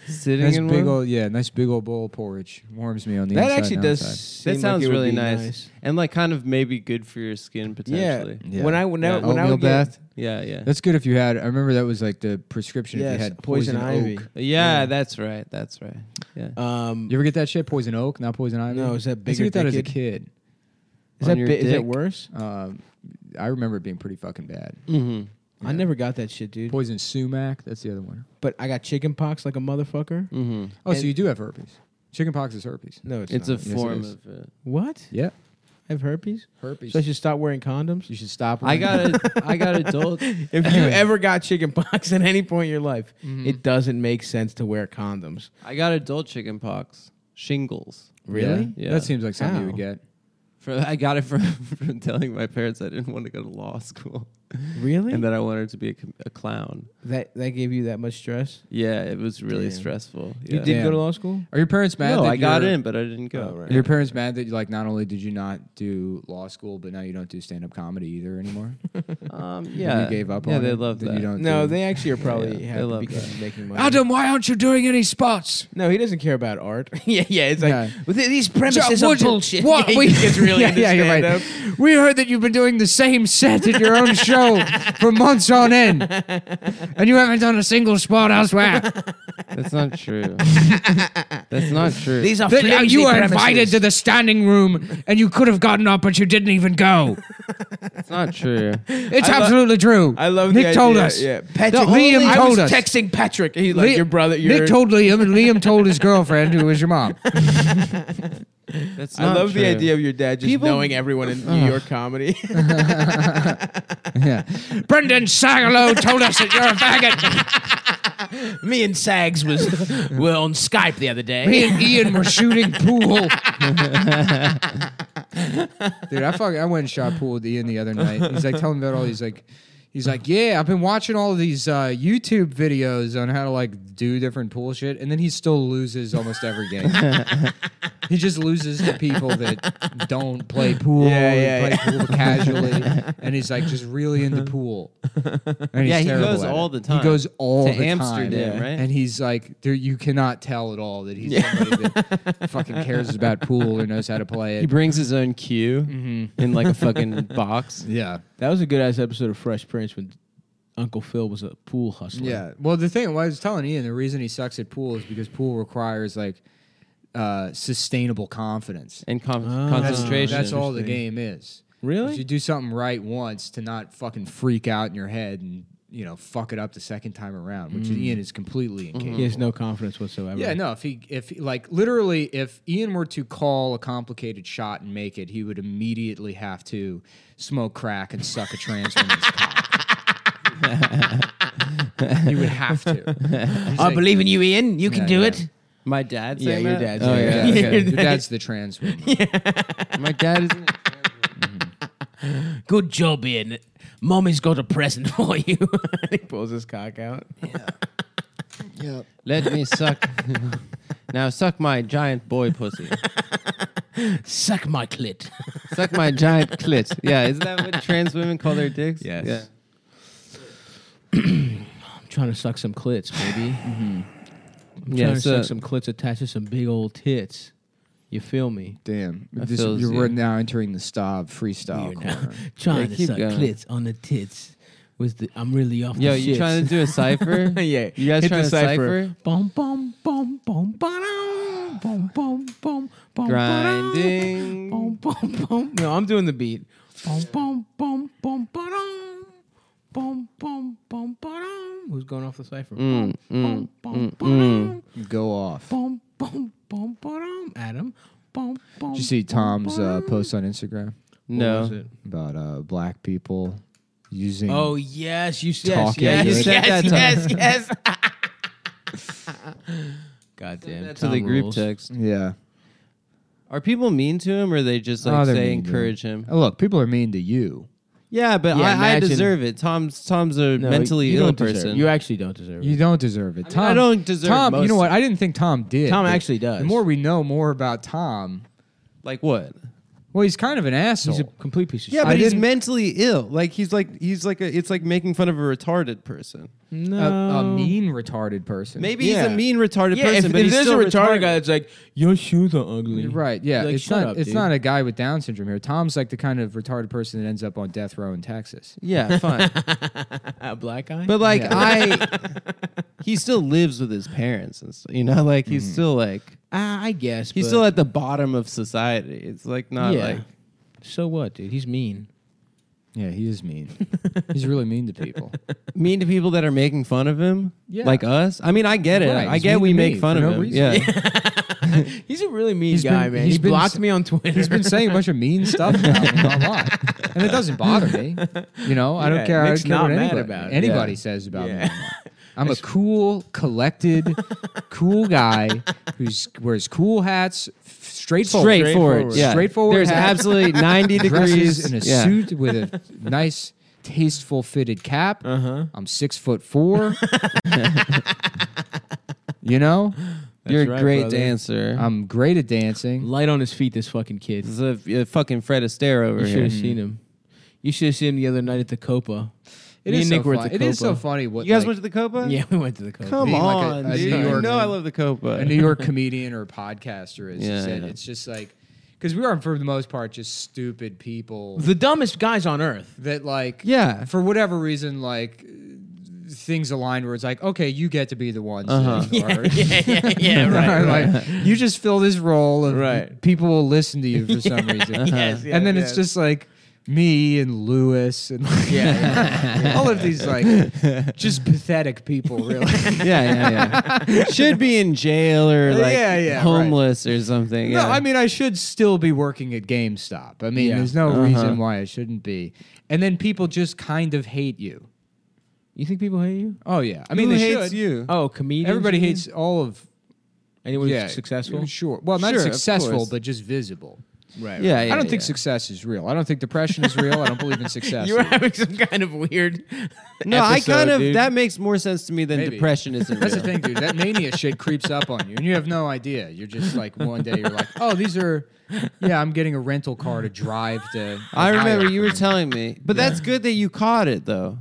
A: Sitting
B: Nice
A: in
B: big
A: one?
B: old yeah, nice big old bowl of porridge. Warms me on the
C: that
B: inside.
C: actually
B: and
C: does.
B: outside.
C: Seem
A: That
C: like
A: sounds
C: it would
A: really
C: be
A: nice. and like kind of maybe good for your skin
C: Yeah.
A: potentially.
B: Yeah.
C: When I when I
A: Yeah.
C: when I
B: Oatmeal
C: would get-
B: bath.
A: Yeah, yeah, yeah.
B: That's good if you had. I remember that was like the prescription if
C: Yes,
B: you had
C: poison ivy.
B: oak.
A: Yeah, that's right. That's right. Yeah.
C: Um,
B: You ever get that shit? Poison oak, not poison ivy.
C: No, is that
B: I used to
C: bigger
B: get that as a
C: dicked?
B: kid.
C: is
A: on
C: that
A: your
C: bi- is that
A: dick.
C: worse?
B: Um, I remember it being pretty fucking bad.
A: Mm-hmm.
C: I never got that shit, dude.
B: Poison sumac. That's the other one.
C: But I got chicken pox like a motherfucker.
A: Mm-hmm.
B: Oh, so
C: And-
B: you do have herpes. Chickenpox is herpes.
C: No, it's,
A: It's
C: not.
A: a form
B: is.
A: of it.
C: what?
B: Yeah,
C: I have herpes.
B: herpes.
C: So I should stop wearing condoms.
B: you should stop.
A: I
B: wearing-
A: got a, I got adult.
C: If you ever got chicken pox at any point in your life, it doesn't make sense to wear condoms.
A: I got adult chicken pox, shingles.
C: Really?
A: Yeah.
B: That seems like something you would
C: How?
B: get.
A: From, I got it from, from telling my parents I didn't want to go to law school
C: Really?
A: and that I wanted to be a, com- a clown.
C: that that gave you that much stress?
A: Yeah, it was really
C: Damn.
A: stressful.
C: You
A: Yeah.
C: did go
B: Damn.
C: to law school?
B: Are your parents mad?
A: No,
B: that
A: I got
B: you're-
A: in, but I didn't go.
C: Oh, right.
B: Are your parents mad that you like not only did you not do law school, but now you don't do stand up comedy either anymore?
A: Um,
B: That
A: yeah,
B: you gave up
A: Yeah,
B: on
A: they
B: it?
A: love
B: You
A: that.
B: don't
C: No,
B: do-
C: they actually are probably
A: Yeah, they
C: happy
A: love
C: because
A: that.
C: he's making money.
B: Adam, why aren't you doing any spots?
C: No, he doesn't care about art. yeah, yeah. It's like
B: Yeah.
C: "Well, th- these premises
B: John
C: are
B: Wood-
C: bullshit.
B: What?
C: Yeah, he
B: We-
C: just gets really
B: Yeah,
C: into
B: yeah, you're right.
C: stand-up.
B: We heard that you've been doing the same set at your own show for months on end, and you haven't done a single spot elsewhere.
A: That's not true. That's not true.
C: These are
B: That- uh,
C: flimsy
B: you were
C: premises.
B: invited to the standing room, and you could have gotten up, but you didn't even go.
A: That's not true.
B: It's
C: I lo-
B: absolutely true.
C: I love
B: Nick
C: the
B: told
C: idea,
B: us.
C: Yeah, Patrick.
B: Liam
C: I
B: told
C: was
B: us.
C: texting Patrick. He's like
B: Li-
C: your brother. Your,
B: Nick told Liam, and Liam told his girlfriend, who was your mom.
A: That's
C: I
A: not
C: love
A: true.
C: the idea of your dad just
A: People-
C: knowing everyone in New York comedy.
B: Yeah. Brendan Sagalow told us that you're a faggot.
C: Me and Sags was were on Skype the other day.
B: Me and Ian were shooting pool. Dude, I fuck, I went and shot pool with Ian the other night. He's like telling me about all these like. He's like, yeah, I've been watching all of these uh, YouTube videos on how to like do different pool shit, and then he still loses almost every game. he just loses to people that don't play pool,
C: Yeah,
B: and
C: yeah,
B: play pool casually, and he's like just really into pool. And he's
A: Yeah, he
B: terrible
A: goes
B: at
A: all
B: it.
A: the time.
B: He goes all
A: To
B: the
A: Amsterdam,
B: time,
A: right?
B: And he's like, there, you cannot tell at all that he's somebody that fucking cares about pool or knows how to play
A: He
B: it.
A: brings his own cue in like a fucking box.
B: Yeah.
C: That was a good ass episode of Fresh Prince when Uncle Phil was a pool hustler.
B: Yeah. Well, the thing well, I was telling Ian, the reason he sucks at pool is because pool requires like uh, sustainable confidence.
A: and con-
B: That's-
A: concentration.
B: That's all the game is.
C: Really?
B: If you do something right once to not fucking freak out in your head and you know fuck it up the second time around, which Ian is completely incapable.
C: He has no confidence whatsoever.
B: Yeah, no. If he, if he- like literally, if Ian were to call a complicated shot and make it, he would immediately have to smoke crack and suck a trans woman's cock. he would have to. He's
D: I
B: like,
D: believe in you, Ian. You can
B: Yeah,
D: do
B: yeah.
D: it.
A: My dad.
C: Yeah,
A: saying
C: your
A: that?
C: dad's
A: Oh,
C: saying
A: yeah.
C: that.
A: okay.
B: "Your dad's the trans woman.
A: My dad isn't.
D: Good job, Ian. Mommy's got a present for you.
C: he pulls his cock out.
A: Let me suck. now suck my giant boy pussy.
D: Suck my clit.
A: suck my giant clit. Yeah, isn't that what trans women call their dicks?
C: Yes.
A: Yeah.
C: I'm trying to suck some clits, baby. I'm
A: Mm-hmm. Yeah,
C: trying to
A: so-
C: suck some clits attached to some big old tits. You feel me?
B: Damn,
A: That
B: This-
A: feels
B: you're
A: you.
B: we're now entering the Stav freestyle
C: You're
B: corner.
C: Trying
A: Yeah,
C: to
A: keep
C: suck
A: going.
C: clits on the tits. Was the I'm really off
A: Yo,
C: the
A: you
C: shits.
A: trying to do a cipher?
C: yeah.
A: You guys
C: Hit
A: trying to
C: the
A: cipher?
C: Boom, boom, boom, boom, ba-dum, boom, boom, boom, boom, ba-dum,
A: Grinding.
C: Boom, boom, boom. No, I'm doing the beat. Boom, boom, boom, boom, ba-dum, boom, boom, boom, ba-dum. Who's going off the cipher?
A: Mm.
C: Boom, boom, boom, ba-dum,
B: Go off.
C: boom, boom, boom, ba-dum. Adam. Boom, boom.
B: Did you see Tom's uh, post on Instagram
C: What was
A: No.
C: it?
B: about uh, black people using?
C: Oh yes, you said yes,
B: Talking
C: yes,
B: good.
C: yes,
A: You said
C: yes, yes,
A: that,
C: yes. God damn.
A: That to the group text.
B: yeah.
A: Are people mean to him, or they just like
B: Oh, they're
A: say
B: mean to
A: encourage him?
B: Oh, look, people are mean to you.
A: Yeah, but
C: Yeah,
A: I, I
C: imagine-
A: deserve it. Tom's Tom's a mentally ill person.
C: You actually don't deserve
B: You
C: it.
B: don't deserve it. Tom,
A: I don't deserve
B: Tom, you
A: most-
B: know what? I didn't think Tom did.
C: Tom
B: but
C: actually does.
B: The more we know more about Tom,
A: like what?
B: well, he's kind of an asshole.
C: He's a complete piece of
A: Yeah,
C: shit.
A: but
B: I
A: he's
B: didn't-
A: mentally ill. Like he's like he's like a, it's like making fun of a retarded person.
C: No.
B: a, a mean, retarded person.
A: Maybe he's
C: Yeah.
A: a mean retarded
C: yeah,
A: person,
C: if,
A: but
C: if
A: he's
C: there's
A: still
C: a retarded, guy that's like, your shoes are ugly.
B: You're right. Yeah,
C: Like,
B: it's
C: shut
B: not.
C: up,
B: it's
C: dude.
B: not a guy with Down syndrome here. Tom's like the kind of retarded person that ends up on death row in Texas.
A: Yeah, fine.
C: A Uh, black guy?
A: But like
B: Yeah.
A: I, he still lives with his parents, and st- you know, like he's still like
C: Ah, I guess.
A: he's
C: Mm. but-
A: still at the bottom of society. It's like not
C: Yeah.
A: like
C: So what, dude? He's mean.
B: Yeah, he is mean. he's really mean to people.
A: mean to people that are making fun of him,
B: Yeah.
A: like us. I mean, I get it.
B: Right,
A: I
B: he's
A: get
B: mean
A: we
B: to
A: make
B: me
A: fun
B: for
A: of
B: no
A: him.
B: reason.
A: Yeah,
C: He's a really mean
B: He's
C: guy,
B: been-
C: man.
B: he's
C: he
B: been
C: blocked
B: s-
C: me on Twitter.
B: He's been saying a bunch of mean stuff about me online, and it doesn't bother me. You know, I
C: Yeah,
B: don't care. I
C: Nick's
B: don't care what
C: not mad
B: anybody,
C: about it.
B: anybody
A: Yeah.
B: says about me.
C: Yeah.
B: online. I'm a cool, collected, cool guy who's wears cool hats, f- straightforward,
A: straightforward. Yeah,
B: straightforward.
A: There's
B: hats,
A: absolutely ninety
B: dresses
A: degrees
B: in a
A: Yeah.
B: suit with a nice, tasteful fitted cap.
C: Uh-huh.
B: I'm six foot four. you know,
A: You're a
C: right,
A: great
C: brother.
A: dancer.
B: I'm great at dancing.
C: Light on his feet, this fucking kid.
A: This is a, a fucking Fred Astaire over
C: You should
A: here.
C: have seen him. You should have seen him the other night at the Copa.
B: It
C: Me
B: is
C: and
B: so
C: Nick were at
B: fun-
C: the
B: It is so
C: Copa.
B: funny. What
A: You guys
B: like,
A: went to the Copa?
C: Yeah, we went to the Copa.
A: Come
B: Being like a-
A: on,
B: a
A: dude.
B: New
A: You
B: York-
A: know I love the Copa.
B: a New York comedian or a podcaster is.
A: Yeah,
B: is that
A: yeah.
B: It's just like because we are for the most part just stupid people
C: The dumbest guys on earth.
B: that like
A: Yeah.
B: for whatever reason like things aligned where it's like okay you get to be the one
C: Uh-huh.
B: sitting, or-
C: yeah, yeah,
B: like you just fill this role of
C: Right.
B: people will listen to you for some reason
C: yes,
B: and then
C: yes.
B: it's just like me and Lewis and like, all of these like just pathetic people really
A: yeah, yeah, yeah. Should be in jail or like
B: Yeah, yeah, right.
A: homeless or something.
B: No,
A: yeah.
B: I mean I should still be working at GameStop. I mean,
C: Yeah.
B: there's
A: Uh-huh.
B: no reason why I shouldn't be. And then people just kind of hate you.
C: You think people hate you?
B: Oh yeah, I
A: Who
B: mean they
A: hates
B: should.
A: you?
C: Oh, comedians.
B: Everybody
C: you mean?
B: hates all of
C: anyone
B: yeah uh,
C: successful.
B: Sure, well not
A: Sure, of
B: successful,
A: course.
B: but just visible.
C: Right.
A: Yeah,
B: I don't think success is real. I don't think depression is real. I don't believe in success.
C: You were having some kind of weird.
A: No,
C: episode,
A: I kind of
C: dude.
A: that makes more sense to me than
B: Maybe.
A: depression isn't.
B: That's
A: real.
B: the thing, dude. That mania shit creeps up on you, and you have no idea. You're just like one day you're like, oh, these are, yeah, I'm getting a rental car to drive to.
A: I remember
B: Ohio
A: you were
B: from-
A: telling me, but that's good that you caught it though.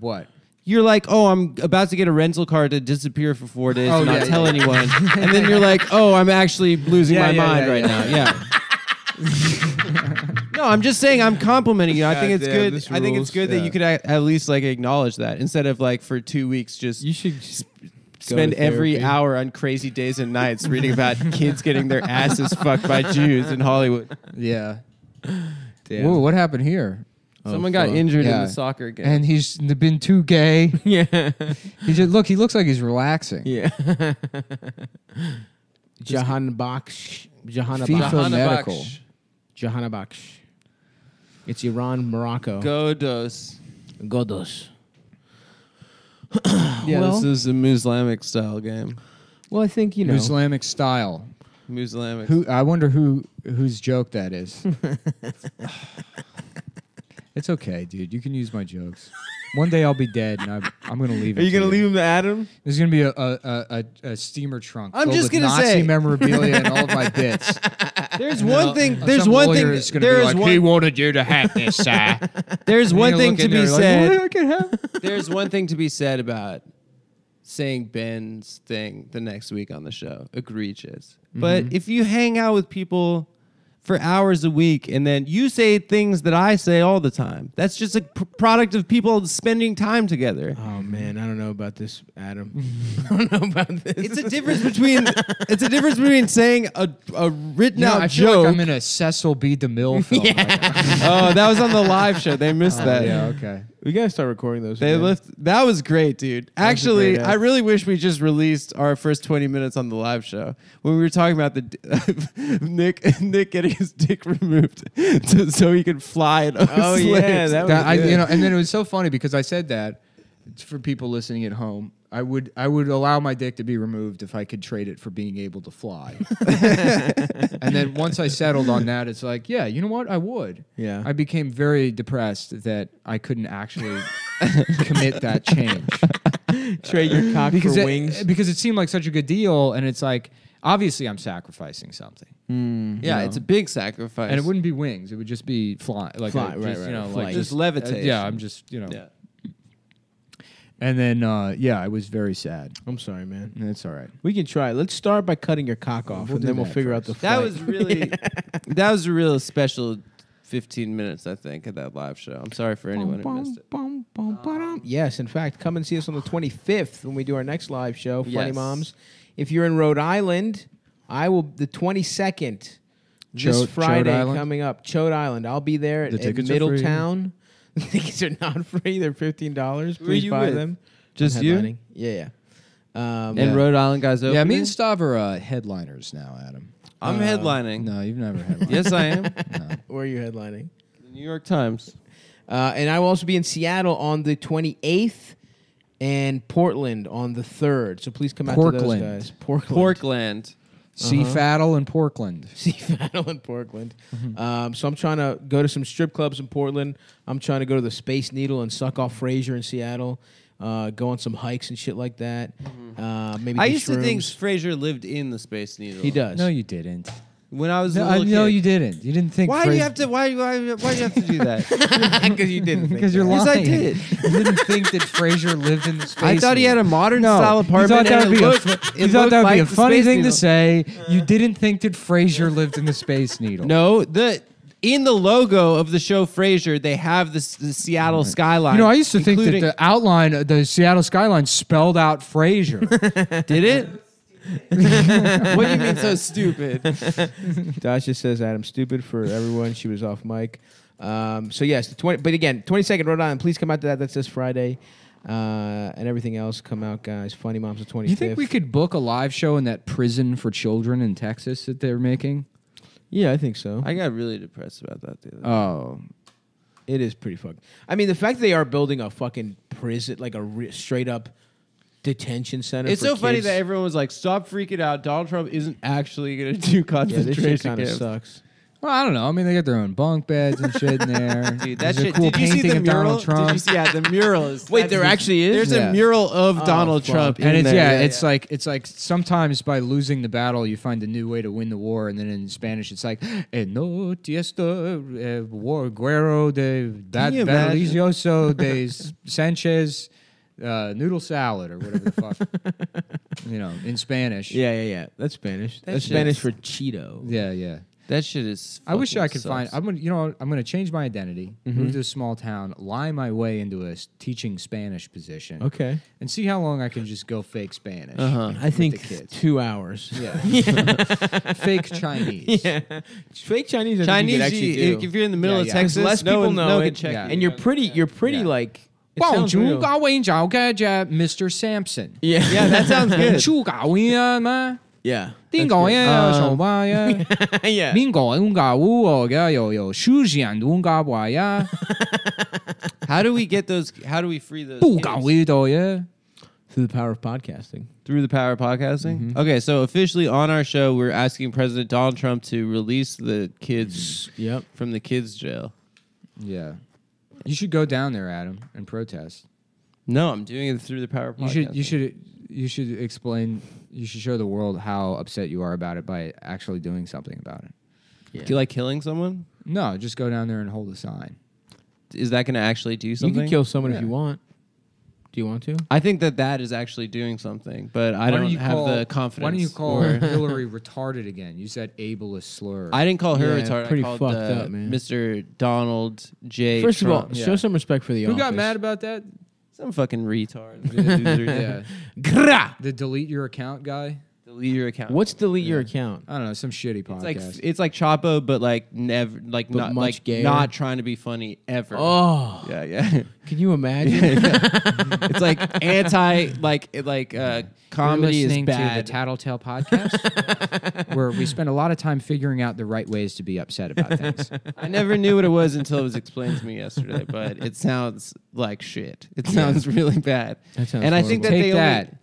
B: what?
A: You're like, oh, I'm about to get a rental car to disappear for four days
B: Oh,
A: and
B: yeah,
A: not tell
B: yeah.
A: anyone, and then you're like, oh, I'm actually losing
B: Yeah,
A: my
B: yeah,
A: mind
B: yeah,
A: right
B: yeah,
A: now. Yeah. no, I'm just saying I'm complimenting you. I think it's
C: Goddamn,
A: good.
C: this
A: I think it's
C: rules.
A: good that
C: Yeah.
A: you could a- at least like acknowledge that instead of like for two weeks just
C: You should go
A: spend
C: to
A: every
C: therapy.
A: hour on crazy days and nights reading about kids getting their asses fucked by Jews in Hollywood.
B: Yeah.
C: Damn.
B: Whoa, what happened here?
A: Someone got
C: fuck.
A: injured in
B: Yeah.
A: the soccer game.
B: And he's been too gay.
C: Yeah.
B: He just look. He looks like he's relaxing.
C: Yeah. Jahan Bakhsh. Jahan
B: FIFA
C: Bakhsh.
B: medical.
C: Jahan Bakhsh. It's Iran, Morocco.
A: Godos.
C: Godos.
A: Yeah,
C: well,
A: this is a Muslimic style game.
C: well, I think, you know.
B: Islamic style.
A: Muslimic.
B: Who? I wonder who whose joke that is. it's okay, dude. You can use my jokes. One day I'll be dead, and I'm, I'm gonna leave.
A: Are
B: it
A: you
B: to
A: gonna leave him to Adam?
B: There's gonna be a a, a, a, a steamer trunk.
A: I'm
B: filled
A: just
B: with
A: gonna
B: Nazi
A: say-
B: memorabilia and all of my bits.
A: There's
B: No,
A: one thing.
B: some
A: There's one
B: lawyer
A: thing.
B: is gonna
A: There
B: be
A: is
B: like, He
A: one.
B: wanted you to hack this. Uh.
A: There's one
B: You're
A: thing
B: looking
A: to be
B: there like,
A: said.
B: "What? I can have it."
A: there's one thing to be said about saying Ben's thing the next week on the show. Egregious. But
B: Mm-hmm.
A: if you hang out with people for hours a week and then you say things that I say all the time, that's just a p- product of people spending time together.
C: Oh, man. I don't know about this, Adam. I don't know about this.
A: It's a difference between it's a difference between saying a, a written
B: No,
A: out
B: I feel
A: joke.
B: like I'm in a Cecil B. DeMille film. right now.
A: oh, that was on the live show. They missed
B: Oh,
A: that.
B: yeah. Okay.
C: we got to start recording those.
A: They
C: again.
A: left. That was great, dude.
C: was a
A: Actually,
C: great ad.
A: I really wish we just released our first twenty minutes on the live show when we were talking about the d- Nick Nick getting his dick removed to, so he could fly it.
C: Oh, yeah. That was
B: That- I,
C: good.
B: you know, and then it was so funny because I said that it's for people listening at home. I would I would allow my dick to be removed if I could trade it for being able to fly. and then once I settled on that, it's like, yeah, you know what? I would.
C: Yeah.
B: I became very depressed that I couldn't actually commit that change
C: trade your cock
B: because
C: for
B: it,
C: wings.
B: because it seemed like such a good deal, and it's like obviously I'm sacrificing something,
A: yeah, it's a big sacrifice.
B: and it wouldn't be wings; it would just be fly, like
C: Fly,
B: uh,
C: right,
B: just,
C: right,
B: you know,
C: flight.
B: like
A: Just
B: uh,
A: levitation.
B: yeah, I'm just you know.
A: Yeah.
B: And then, uh, yeah, I was very sad.
C: I'm sorry, man.
B: And It's all right.
C: We can try. it. Let's start by cutting your cock off,
B: We'll
C: and
B: do
C: then we'll
B: that
C: figure out the.
B: first.
A: That
C: flight.
A: was really that was a real special fifteen minutes. I think at that live show. I'm sorry for anyone who missed it.
C: Bum, bum, ba-dum. Yes, in fact, come and see us on the 25th when we do our next live show, Funny
A: Yes.
C: Moms. If you're in Rhode Island, I will the 22nd this
B: Chode- Chode
C: Friday
B: Island?
C: coming up, Chode Island. I'll be there
B: The
C: at, at
B: tickets are free.
C: Middletown. The tickets are not free; they're fifteen dollars.
A: Who are
C: Please
A: you
C: buy
A: with?
C: them.
A: Just
C: I'm
A: you
C: headlining. Yeah, yeah. Um,
A: and
B: Yeah.
A: Rhode Island guys.
B: Yeah, me
A: opening?
B: and Stav are uh, headliners now, Adam.
A: I'm headlining.
B: No, you've never headlined.
A: Yes, I am. The
C: where are you headlining?
A: New York Times.
C: Uh, and I will also be in Seattle on the 28th and Portland on the 3rd. So please come out to those
B: Porkland.
C: guys. Portland.
A: Porkland.
B: Sea
A: Uh-huh.
B: Faddle in Portland.
C: Seattle and Portland.
A: Mm-hmm.
C: Um, so I'm trying to go to some strip clubs in Portland. I'm trying to go to the Space Needle and suck off Fraser in Seattle. Uh, go on some hikes and shit like that. Uh, maybe
A: Mm-hmm. I
C: do
A: used to think
C: shrooms.
A: Fraser lived in the Space Needle.
C: he does.
B: No, you didn't.
A: When I was a
B: No, I
A: little
B: know
A: kid.
B: you didn't. You didn't think.
A: Why do
B: Fraser-
A: you have to? Why? Why? Why do you have to do that?
C: because you didn't. think
B: Because you're
C: that.
A: Yes,
B: lying.
A: I did.
B: You didn't think that Fraser lived in the space.
A: I thought he had a
B: needle.
A: modern
B: No,
A: style
B: you thought
A: apartment.
B: that
A: and
B: would
A: it
B: be a,
A: looked-
B: fu-
A: it
B: you thought
A: looked
B: that would be
A: like
B: a
A: the
B: funny
A: Space
B: thing
A: Needle.
B: to say. You didn't think that Fraser lived in the space needle.
A: No, the in the logo of the show Frasier, they have the, s- the Seattle skyline.
B: You know, I used to think that
A: including-
B: the outline, uh, the Seattle skyline, spelled out Fraser.
A: did it. what do you mean so stupid?
C: Dasha says Adam stupid for everyone. She was off mic. Um, so yes, the twenty. But again, twenty second Rhode Island. Please come out to that. That's this Friday, uh, and everything else. Come out, guys. Funny Moms the twenty
B: you
C: fifth.
B: think we could book a live show in that prison for children in Texas that they're making?
C: Yeah, I think so.
A: I got really depressed about that the other day.
B: Oh,
C: it is pretty fucked. I mean, the fact they are building a fucking prison, like a re- straight up detention center.
A: It's
C: for
A: so funny
C: kids.
A: that everyone was like, "Stop freaking out! Donald Trump isn't actually going to do
C: yeah, this
A: concentration
C: shit kind of
A: camps."
C: sucks.
B: Well, I don't know. I mean, they got their own bunk beds and shit in there.
A: Dude, that
B: There's a
A: shit.
B: cool
A: did you see
B: painting
A: the
B: of Donald
A: mural?
B: Trump.
A: Did you see, yeah, the mural is.
C: Wait, there
A: that's-
C: actually is?
A: There's
B: Yeah.
A: a mural of Donald
C: fuck.
A: Trump,
B: and
A: in
B: it's
A: there.
B: yeah, it's like it's like sometimes by losing the battle you find a new way to win the war, and then in Spanish it's like "Eh, no tiesta eh, war guerrero de bat-
A: you
B: battleizioso de S- Sanchez uh, noodle salad or whatever the fuck you know in Spanish.
C: Yeah, yeah, yeah. That's Spanish. That's
A: shit's-
C: Spanish for Cheeto.
B: yeah, yeah.
A: that shit is.
B: I wish I
A: fucking
B: could
A: sucks.
B: find. I'm gonna, you know, I'm gonna change my identity, move to a small town, lie my way into a s- teaching Spanish position,
C: Okay.
B: and see how long I can just go fake Spanish.
C: I think
B: the kids.
C: two hours.
B: fake Chinese.
C: Fake Chinese. I
A: Chinese.
C: think you could actually
A: you-
C: do.
A: if you're in the middle
B: Yeah,
A: of
B: yeah. 'Cause
A: Texas,
C: less
A: no
C: people
A: one,
C: know
A: no
C: it,
A: can check
B: yeah.
A: you.
C: and you're pretty. You're pretty
B: Yeah.
C: like. it sounds real.
B: Mr. Sampson.
C: Yeah.
A: yeah, that sounds good.
C: Yeah.
A: Um,
B: Dingo
C: yeah.
A: How do we get those? How do we free those? kids?
C: Through the power of podcasting.
A: through the power of podcasting. Okay, so officially on our show, we're asking President Donald Trump to release the kids
C: Yep.
A: from the kids jail.
B: Yeah. You should go down there, Adam, and protest.
A: No, I'm doing it through the power of podcasting.
B: You should you should you should explain you should show the world how upset you are about it by actually doing something about it.
A: Do you like killing someone?
B: No, just go down there and hold a sign.
A: Is that going to actually do something?
C: You can kill someone
B: Yeah.
C: if you want. Do you want to?
A: I think that that is actually doing something, but I
B: Why
A: don't
B: you
A: have
B: call-
A: the confidence.
B: Why don't you call
A: or-
B: Hillary retarded again? Use that ableist slur.
A: I didn't call her
C: Yeah,
A: retarded.
C: pretty
A: I called
C: fucked
A: uh,
C: up, man.
A: Mr. Donald J.
C: First of all,
A: Trump.
B: Yeah.
C: show some respect for the
B: Who
C: office.
B: got mad about that?
A: some fucking retard.
B: yeah.
C: Grah!
B: The delete your account guy.
A: Delete your account.
C: What's delete your account?
B: I don't know, some shitty podcast.
A: It's like it's like Chapo, but like never, like
C: But
A: not
C: much
A: like
C: gayer.
A: not trying to be funny ever.
C: Oh,
A: yeah, yeah.
C: can you imagine?
A: it's like anti, like it- like uh, comedy is bad.
B: the Tattletale podcast, where we spend a lot of time figuring out the right ways to be upset about things.
A: I never knew what it was until it was explained to me yesterday. But it sounds like shit. It sounds really bad.
C: That sounds
A: and I think that
B: Take
A: they
B: that,
A: Only,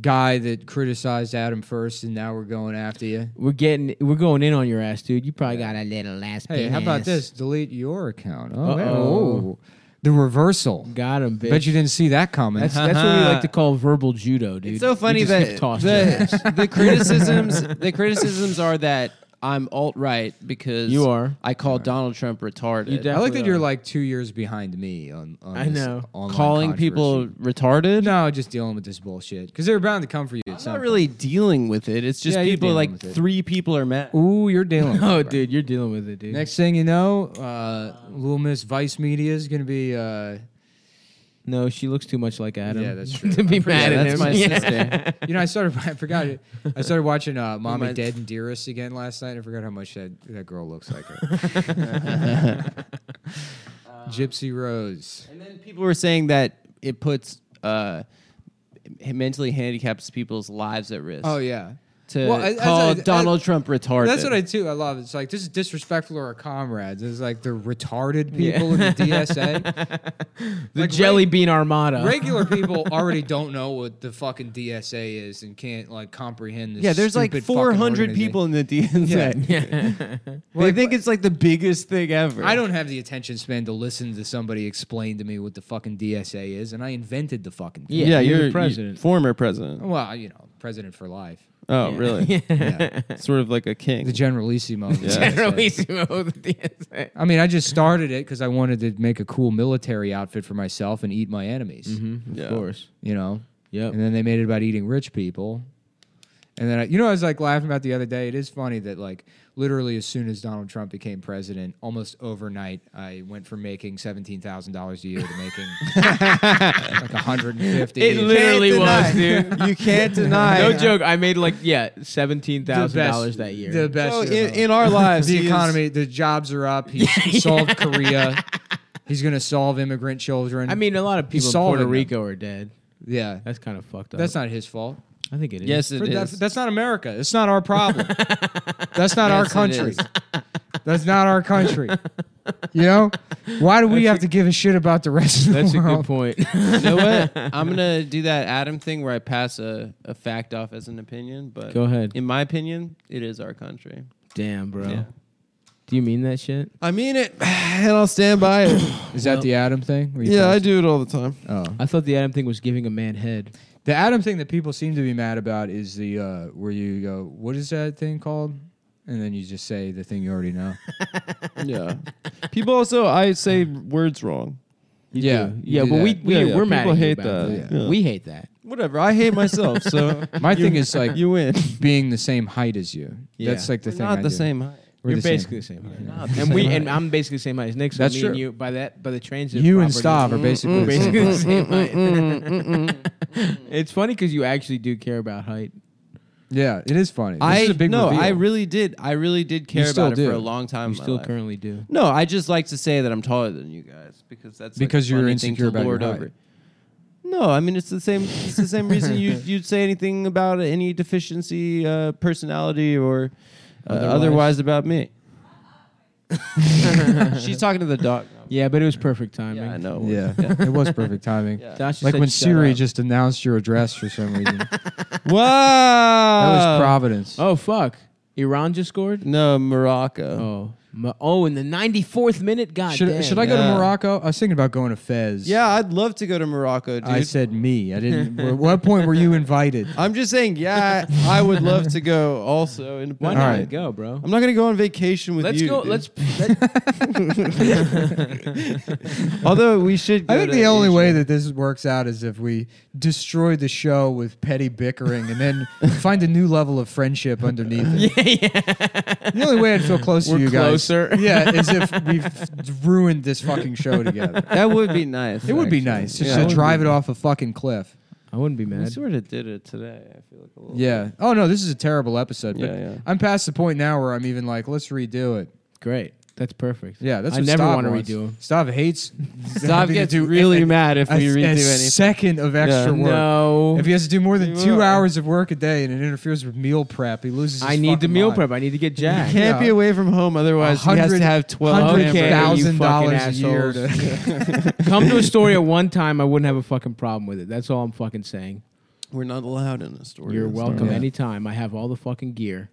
B: guy that criticized Adam first, and now we're going after you.
C: we're getting, we're going in on your ass, dude. You probably got
D: Got a little last
B: Hey, how about this? Delete your account. Oh,
C: Uh-oh.
B: oh. the reversal.
C: got him, bitch.
B: Bet you didn't see that coming.
C: that's that's what we like to call verbal judo, dude.
A: it's so
C: You
A: funny
C: just
A: that
C: hip toss your ass.
A: the, the criticisms the criticisms are that I'm alt right because
C: You are.
A: I call Donald Trump retarded.
C: You
B: I like that
C: definitely
B: you're
C: are.
B: like two years behind me on. on
C: I
B: this
C: know.
B: online
A: calling people
B: controversy.
A: retarded.
B: No, just dealing with this bullshit because they're bound to come for you. at
A: I'm
B: some
A: not really dealing with it. It's just
B: Yeah, you're
A: people like
B: dealing with it.
A: three people are mad.
B: point. Ooh, you're dealing. with
C: Oh,
B: it, bro.
C: dude, you're dealing with it, dude.
B: Next thing you know, uh, Little Miss Vice Media is gonna be. Uh,
C: no, she looks too much like Adam.
B: Yeah, that's true.
C: to be
A: Yeah,
C: mad at
A: that's
C: him.
A: my
C: Yeah.
A: sister.
B: you know, I started. I forgot. it. I started watching uh, "Mommy
A: Reminds-
B: Dead and Dearest" again last night. I forgot how much that that girl looks like her. Gypsy Rose.
A: And then people were saying that it puts uh, h- mentally handicapped people's lives at risk.
B: Oh yeah.
A: To
B: Well, I- that's
A: call
B: what I-
A: Donald Trump retarded.
B: That's what I do. I love it. It's like this is disrespectful to our comrades. It's like the retarded people in the DSA.
C: The
B: Like,
C: Jelly Bean Armada.
B: Regular people already don't know what the fucking DSA is and can't like comprehend this.
A: yeah, there's like
B: stupid fucking
A: 400
B: organization.
A: people in the DNC. They think it's like the biggest thing ever.
B: I don't have the attention span to listen to somebody explain to me what the fucking DSA is, and I invented the fucking thing.
C: Yeah, you're the president.
A: former president.
B: Well, you know, president for life.
A: Oh, really?
B: Yeah.
A: sort of like a king.
B: the generalissimo. of the
A: Yeah.
B: DSA.
C: Generalissimo of the DSA.
B: I mean, I just started it because I wanted to make a cool military outfit for myself and eat my enemies.
A: Yeah.
C: Of course.
B: You know,
C: Yep.
B: and then they made it about eating rich people. And then, I, you know, I was like laughing about the other day. It is funny that, like, literally as soon as Donald Trump became president, almost overnight, I went from making seventeen thousand dollars a year to making like a hundred and fifty.
C: It literally was, dude.
A: you can't deny.
C: No joke. I made like yeah, seventeen
B: The
C: thousand dollars
B: best-
C: that year.
B: The best
A: So
B: year of
A: in,
B: my
A: in our lives,
B: the
A: he is-
B: economy, the jobs are up. He solved Korea. He's gonna solve immigrant children.
C: I mean, a lot of people in
B: solving
C: Puerto
B: them.
C: Rico are dead.
B: yeah,
C: That's kind of fucked up.
B: that's not his fault.
C: I think it is.
A: yes, it is.
B: that's, that's not America. It's not our problem. that's not our
A: Yes, it
B: country.
A: is.
B: That's not our country. You know, why do we have to give a shit about the rest of
C: That's
B: the
C: a good
B: world?
C: point.
A: you know what? I'm gonna do that Adam thing where I pass a, a fact off as an opinion, but
C: Go ahead.
A: In my opinion, it is our country.
C: Damn, bro.
A: Yeah.
C: Do Do you mean that shit?
A: I mean it, and I'll stand by it.
B: Is that the Adam thing? Where you
A: yeah, I
B: post-
A: do it all the time.
B: Oh.
C: I thought the Adam thing was giving a man head.
B: The Adam thing that people seem to be mad about is the uh, where you go, what is that thing called? And then you just say the thing you already know.
A: Yeah. People also, I say words wrong.
B: yeah,
C: do.
B: you
C: yeah,
B: do
C: but
B: that.
C: we, we
A: Yeah, yeah,
C: we're mad.
A: people
C: at you
A: hate
C: about
A: that.
C: that.
A: Yeah.
C: We hate that.
A: Whatever. I hate myself, so
B: My thing is like
A: you win.
B: being the same height as you.
C: Yeah.
B: That's like the
A: We're
B: thing.
A: not
B: I
A: the
B: do.
A: same height.
B: We're
C: You're
B: the same.
C: basically the same. height.
A: Not the
C: And we
A: same
C: and
A: height.
C: I'm basically the same height as Nick. So
B: That's
C: me and
B: true.
C: you by that by the transit.
B: You and Stav
C: property.
B: are basically
C: We're
B: the same.
C: basically the
B: height.
C: same height. it's funny because you actually do care about height.
B: Yeah, it is funny. This
A: I
B: is a big
A: no,
B: reveal.
A: I really did. I really did care
B: still
A: about it
B: do.
A: for a long time.
C: You
A: in my
C: still
A: life.
C: currently do.
A: No, I just like to say that I'm taller than you guys because that's like,
B: Because
A: a
B: you're
A: funny thing
B: insecure
A: to
B: about your
A: lord
B: height.
A: over. No, I mean it's the same. It's the same reason you you'd say anything about any deficiency, uh, personality, or uh, otherwise.
C: Otherwise.
A: about me. She's talking to the dog.
C: Yeah, but it was perfect timing.
A: Yeah, I know.
B: yeah, it was perfect timing.
A: Yeah.
C: Josh
B: Like
C: said,
B: when
C: "Shut
B: Siri
C: up."
B: just announced your address for some reason. that
A: Wow.
B: was Providence.
C: Oh fuck! Iran just scored.
A: No, Morocco.
C: Oh, Ma- oh! In the 94th minute, god damn.
B: should should I go to
A: Yeah.
B: Morocco? I was thinking about going to Fez.
A: Yeah, I'd love to go to Morocco, dude.
B: I said me. I didn't. at what point were you invited?
A: I'm just saying, yeah, I would love to go also. In
C: Why
B: All
C: not
B: right.
C: go, bro?
A: I'm not gonna go on vacation with
C: Let's
A: you.
C: go.
A: dude.
C: Let's. Let,
A: Although we should. Go
B: I think
A: to
B: the only
A: Asia.
B: way that this works out is if we destroy the show with petty bickering and then find a new level of friendship underneath it. The only way I'd feel close
C: We're
B: to you
C: closer.
B: guys, yeah, is if we've ruined this fucking show together.
A: that would be nice.
B: It would be
A: actually.
B: nice
A: Yeah.
B: just to drive it off a fucking cliff.
C: I wouldn't be
A: We
C: mad.
A: sort of did it today. I feel like a little.
B: Yeah. Oh no, this is a terrible episode. But
A: Yeah, yeah.
B: I'm past the point now where I'm even like, let's redo it.
C: Great. That's perfect.
B: Yeah, that's
C: I
B: what
C: never
B: Stav
C: wanna
B: wants.
C: redo 'em.
B: Stav hates.
A: Stav
B: having to
A: gets
B: do
A: really
B: a-
A: mad if
B: a-
A: we
B: a
A: redo anything.
B: second of extra work.
C: No.
B: If he has to do more than
A: He
B: two
A: will.
B: hours of work a day and it interferes with meal prep, he loses. His
C: I need the
B: fucking
C: meal
B: mind.
C: prep. I need to get Jack.
A: Can't be
B: Yeah.
A: away from home, otherwise he has to
B: hundred-
A: have twelve.
B: hundred
A: cameras.
C: K.
B: thousand
C: you fucking
B: dollars a year. To,
C: Come to a story at one time, I wouldn't have a fucking problem with it. That's all I'm fucking saying.
A: We're not allowed in the story.
C: You're
A: That's
C: welcome
B: Yeah.
C: anytime. I have all the fucking gear.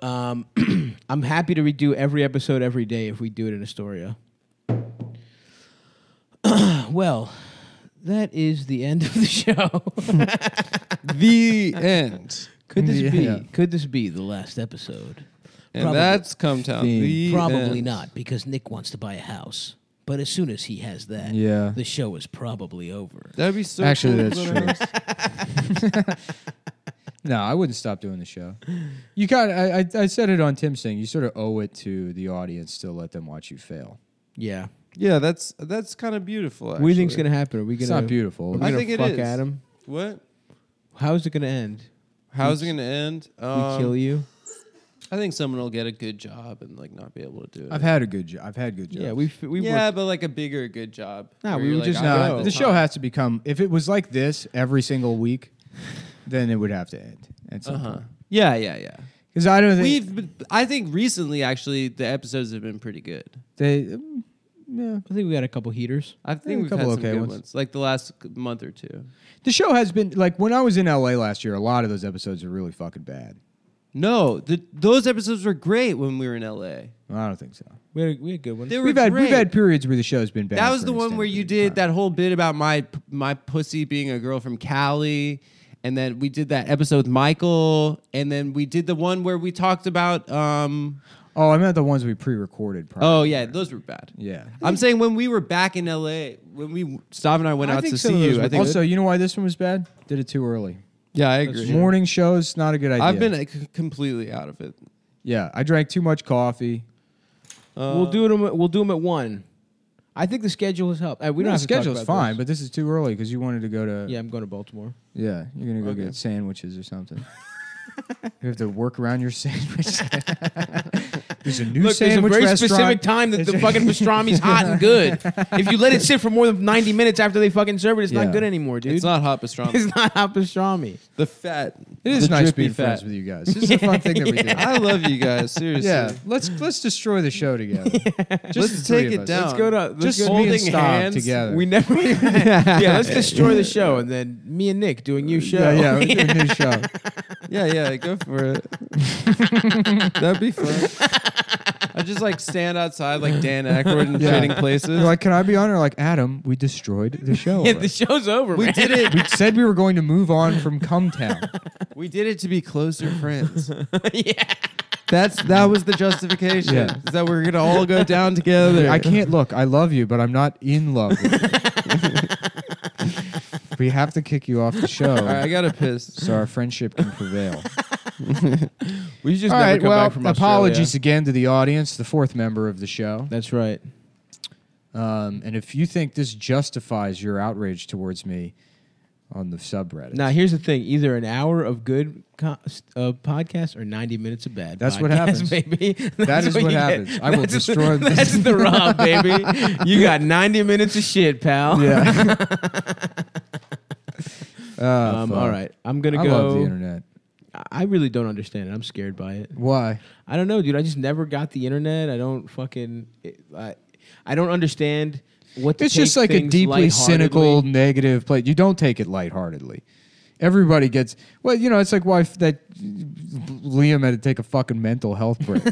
C: Um, I'm happy to redo every episode every day if we do it in Astoria. well, that is the end of the show.
A: The end.
C: could this be?
B: Yeah.
C: Could this be the last episode?
A: And
E: Probably.
A: that's come town. The
E: Probably
A: end.
E: not, because Nick wants to buy a house. But as soon as he has that,
B: yeah.
E: the show is probably over.
A: That'd be so.
B: Actually,
A: cool.
B: that's true. No, I wouldn't stop doing the show. You got. I, I, I said it on Tim's thing. You sort of owe it to the audience to let them watch you fail.
C: Yeah.
A: Yeah, that's that's kind of beautiful. Actually.
C: What do you think's gonna happen? Are we
B: It's
C: gonna?
B: not beautiful.
C: Are we
A: I
C: gonna
A: think it
C: fuck
A: is.
C: Adam?
A: What?
C: How is it gonna end?
A: How's it gonna end? Um,
C: we kill you.
A: I think someone will get a good job and like not be able to do it.
B: I've had a good job. I've had good jobs.
C: Yeah, we've we
A: yeah,
C: worked.
A: but like a bigger good job.
C: Nah,
A: where
C: we
A: you're
C: would just
A: "I
C: not-
A: got
B: No,
C: go.
B: the show
A: time."
B: has to become. If it was like this every single week, then it would have to end.
A: Uh-huh. Yeah, yeah, yeah.
B: Because I don't think
A: We've been, I think recently actually the episodes have been pretty good.
B: they. mm, Yeah.
C: I think we got a couple heaters.
A: I
B: Yeah,
A: think
B: a
A: we've had
B: couple
A: some
B: okay
A: good
B: ones.
A: ones. Like the last month or two.
B: The show has been like when I was in LA last year. A lot of those episodes were really fucking bad.
A: No, the, those episodes were great when we were in LA.
B: I don't think so.
C: We had a, we had good ones.
A: They were
B: We've had
A: great.
B: we've had periods where the show's been bad.
A: that was
B: for
A: the
B: an
A: one where
B: extended
A: you
B: period
A: did
B: of time.
A: that whole bit about my my pussy being a girl from Cali, and then we did that episode with Michael, and then we did the one where we talked about. um
B: Oh, I meant the ones we pre-recorded. Prior.
A: Oh yeah, those were bad.
B: yeah.
A: I'm saying when we were back in LA, when we Stav and I went
C: I
A: out
C: think
A: to
C: some of
A: see
C: those
A: you.
C: were
A: I think
B: also, you know why this one was bad? Did it too early.
A: yeah, I agree.
B: Morning shows not a good idea.
A: I've been uh, c- completely out of it.
B: yeah. I drank too much coffee.
C: we'll do them. We'll do them at one. I think the schedule has helped. Uh, we
B: No, the
C: don't have to talk
B: schedule's
C: about
B: fine,
C: those.
B: but this is too early because you wanted to go to.
C: yeah, I'm going to Baltimore.
B: Yeah, you're gonna go
A: Okay.
B: get sandwiches or something. you have to work around your sandwich. there's a new
C: Look, there's a
B: sandwich
C: very
B: restaurant.
C: specific time that the fucking pastrami's hot and good. If you let it sit for more than 90 minutes after they fucking serve it, it's
B: Yeah.
C: not good anymore, dude.
A: It's not hot pastrami.
C: It's not hot pastrami.
A: the fat.
B: It is
A: the
B: nice
A: drippy
B: being
A: fat.
B: friends with you guys. This is a fun thing that we do.
A: I love you guys. Seriously.
B: Yeah, let's let's destroy the show together. Just
A: Let's
B: the three
A: take
B: of
A: it
B: us.
A: down.
C: Let's go to let's
B: Just
C: go
B: me and
C: holding
B: Stav
C: hands.
B: together.
C: We never. yeah, let's destroy the show and then me and Nick doing new show.
B: Yeah, yeah, we're doing a new show.
A: Yeah, yeah, go for it. That'd be fun. I just like stand outside like Dan Aykroyd in
B: Yeah.
A: trading places?
B: They're like, can I be on? Or like, Adam, we destroyed the show.
C: Yeah, the show's over.
B: we
C: man.
B: did it. We said we were going to move on from Cumtown.
A: we did it to be closer friends.
C: yeah.
A: That's that was the justification.
B: Yeah.
A: Is that we're gonna all go down together.
B: I can't look. I love you, but I'm not in love. with you. we have to kick you off the show
A: All right, I gotta piss.
B: so our friendship can prevail.
C: We should just
B: All
C: never
B: right.
C: come
B: Well,
C: back from
B: apologies
C: Australia.
B: again to the audience, the fourth member of the show.
C: That's right.
B: Um, and if you think this justifies your outrage towards me on the subreddit,
C: Now, here's the thing: either an hour of good co- uh, podcast or 90 minutes of bad.
B: That's what
C: podcast,
B: happens.
C: baby. That's
B: is what
C: you get.
B: happens. I will
C: That's the-
B: destroy this.
C: That's the rob, baby. You got 90 minutes of shit, pal.
B: yeah. Uh,
C: Um,
B: fuck.
C: all right, I'm gonna
B: I
C: go.
B: love the internet.
C: I- I really don't understand it. I'm scared by it.
B: Why?
C: I don't know, dude. I just never got the internet. I don't fucking. It, I, I don't understand what. To
B: It's just
C: take
B: like a
C: things
B: deeply cynical,
C: lightheartedly.
B: negative play. You don't take it lightheartedly. Everybody gets well. You know, it's like why f- that Liam had to take a fucking mental health break.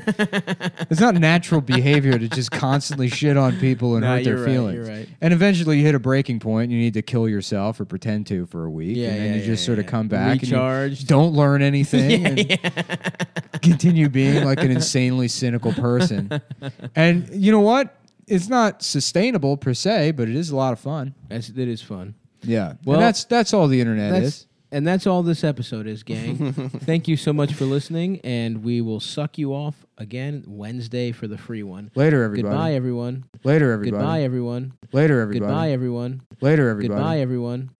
B: it's not natural behavior to just constantly shit on people and
C: Nah,
B: hurt their
C: you're right,
B: feelings.
C: you're right.
B: And eventually, you hit a breaking point. You need to kill yourself or pretend to for a week,
C: Yeah,
B: and then
C: yeah,
B: you just
C: yeah,
B: sort of
C: yeah.
B: come back, and you
C: Recharged.
B: don't learn anything, and continue being like an insanely cynical person. And you know what? It's not sustainable per se, but it is a lot of fun.
C: That's that is fun.
B: Yeah. Well,
C: Well,
B: that's that's all the internet
C: that's,
B: is.
C: And that's all this episode is, gang. Thank you so much for listening, and we will suck you off again Wednesday for the free one.
B: Later, everybody.
C: Goodbye, everyone.
B: Later, everybody.
C: Goodbye, everyone.
B: Later, everybody.
C: Goodbye, everyone.
B: Later, everybody.
C: Goodbye, everyone.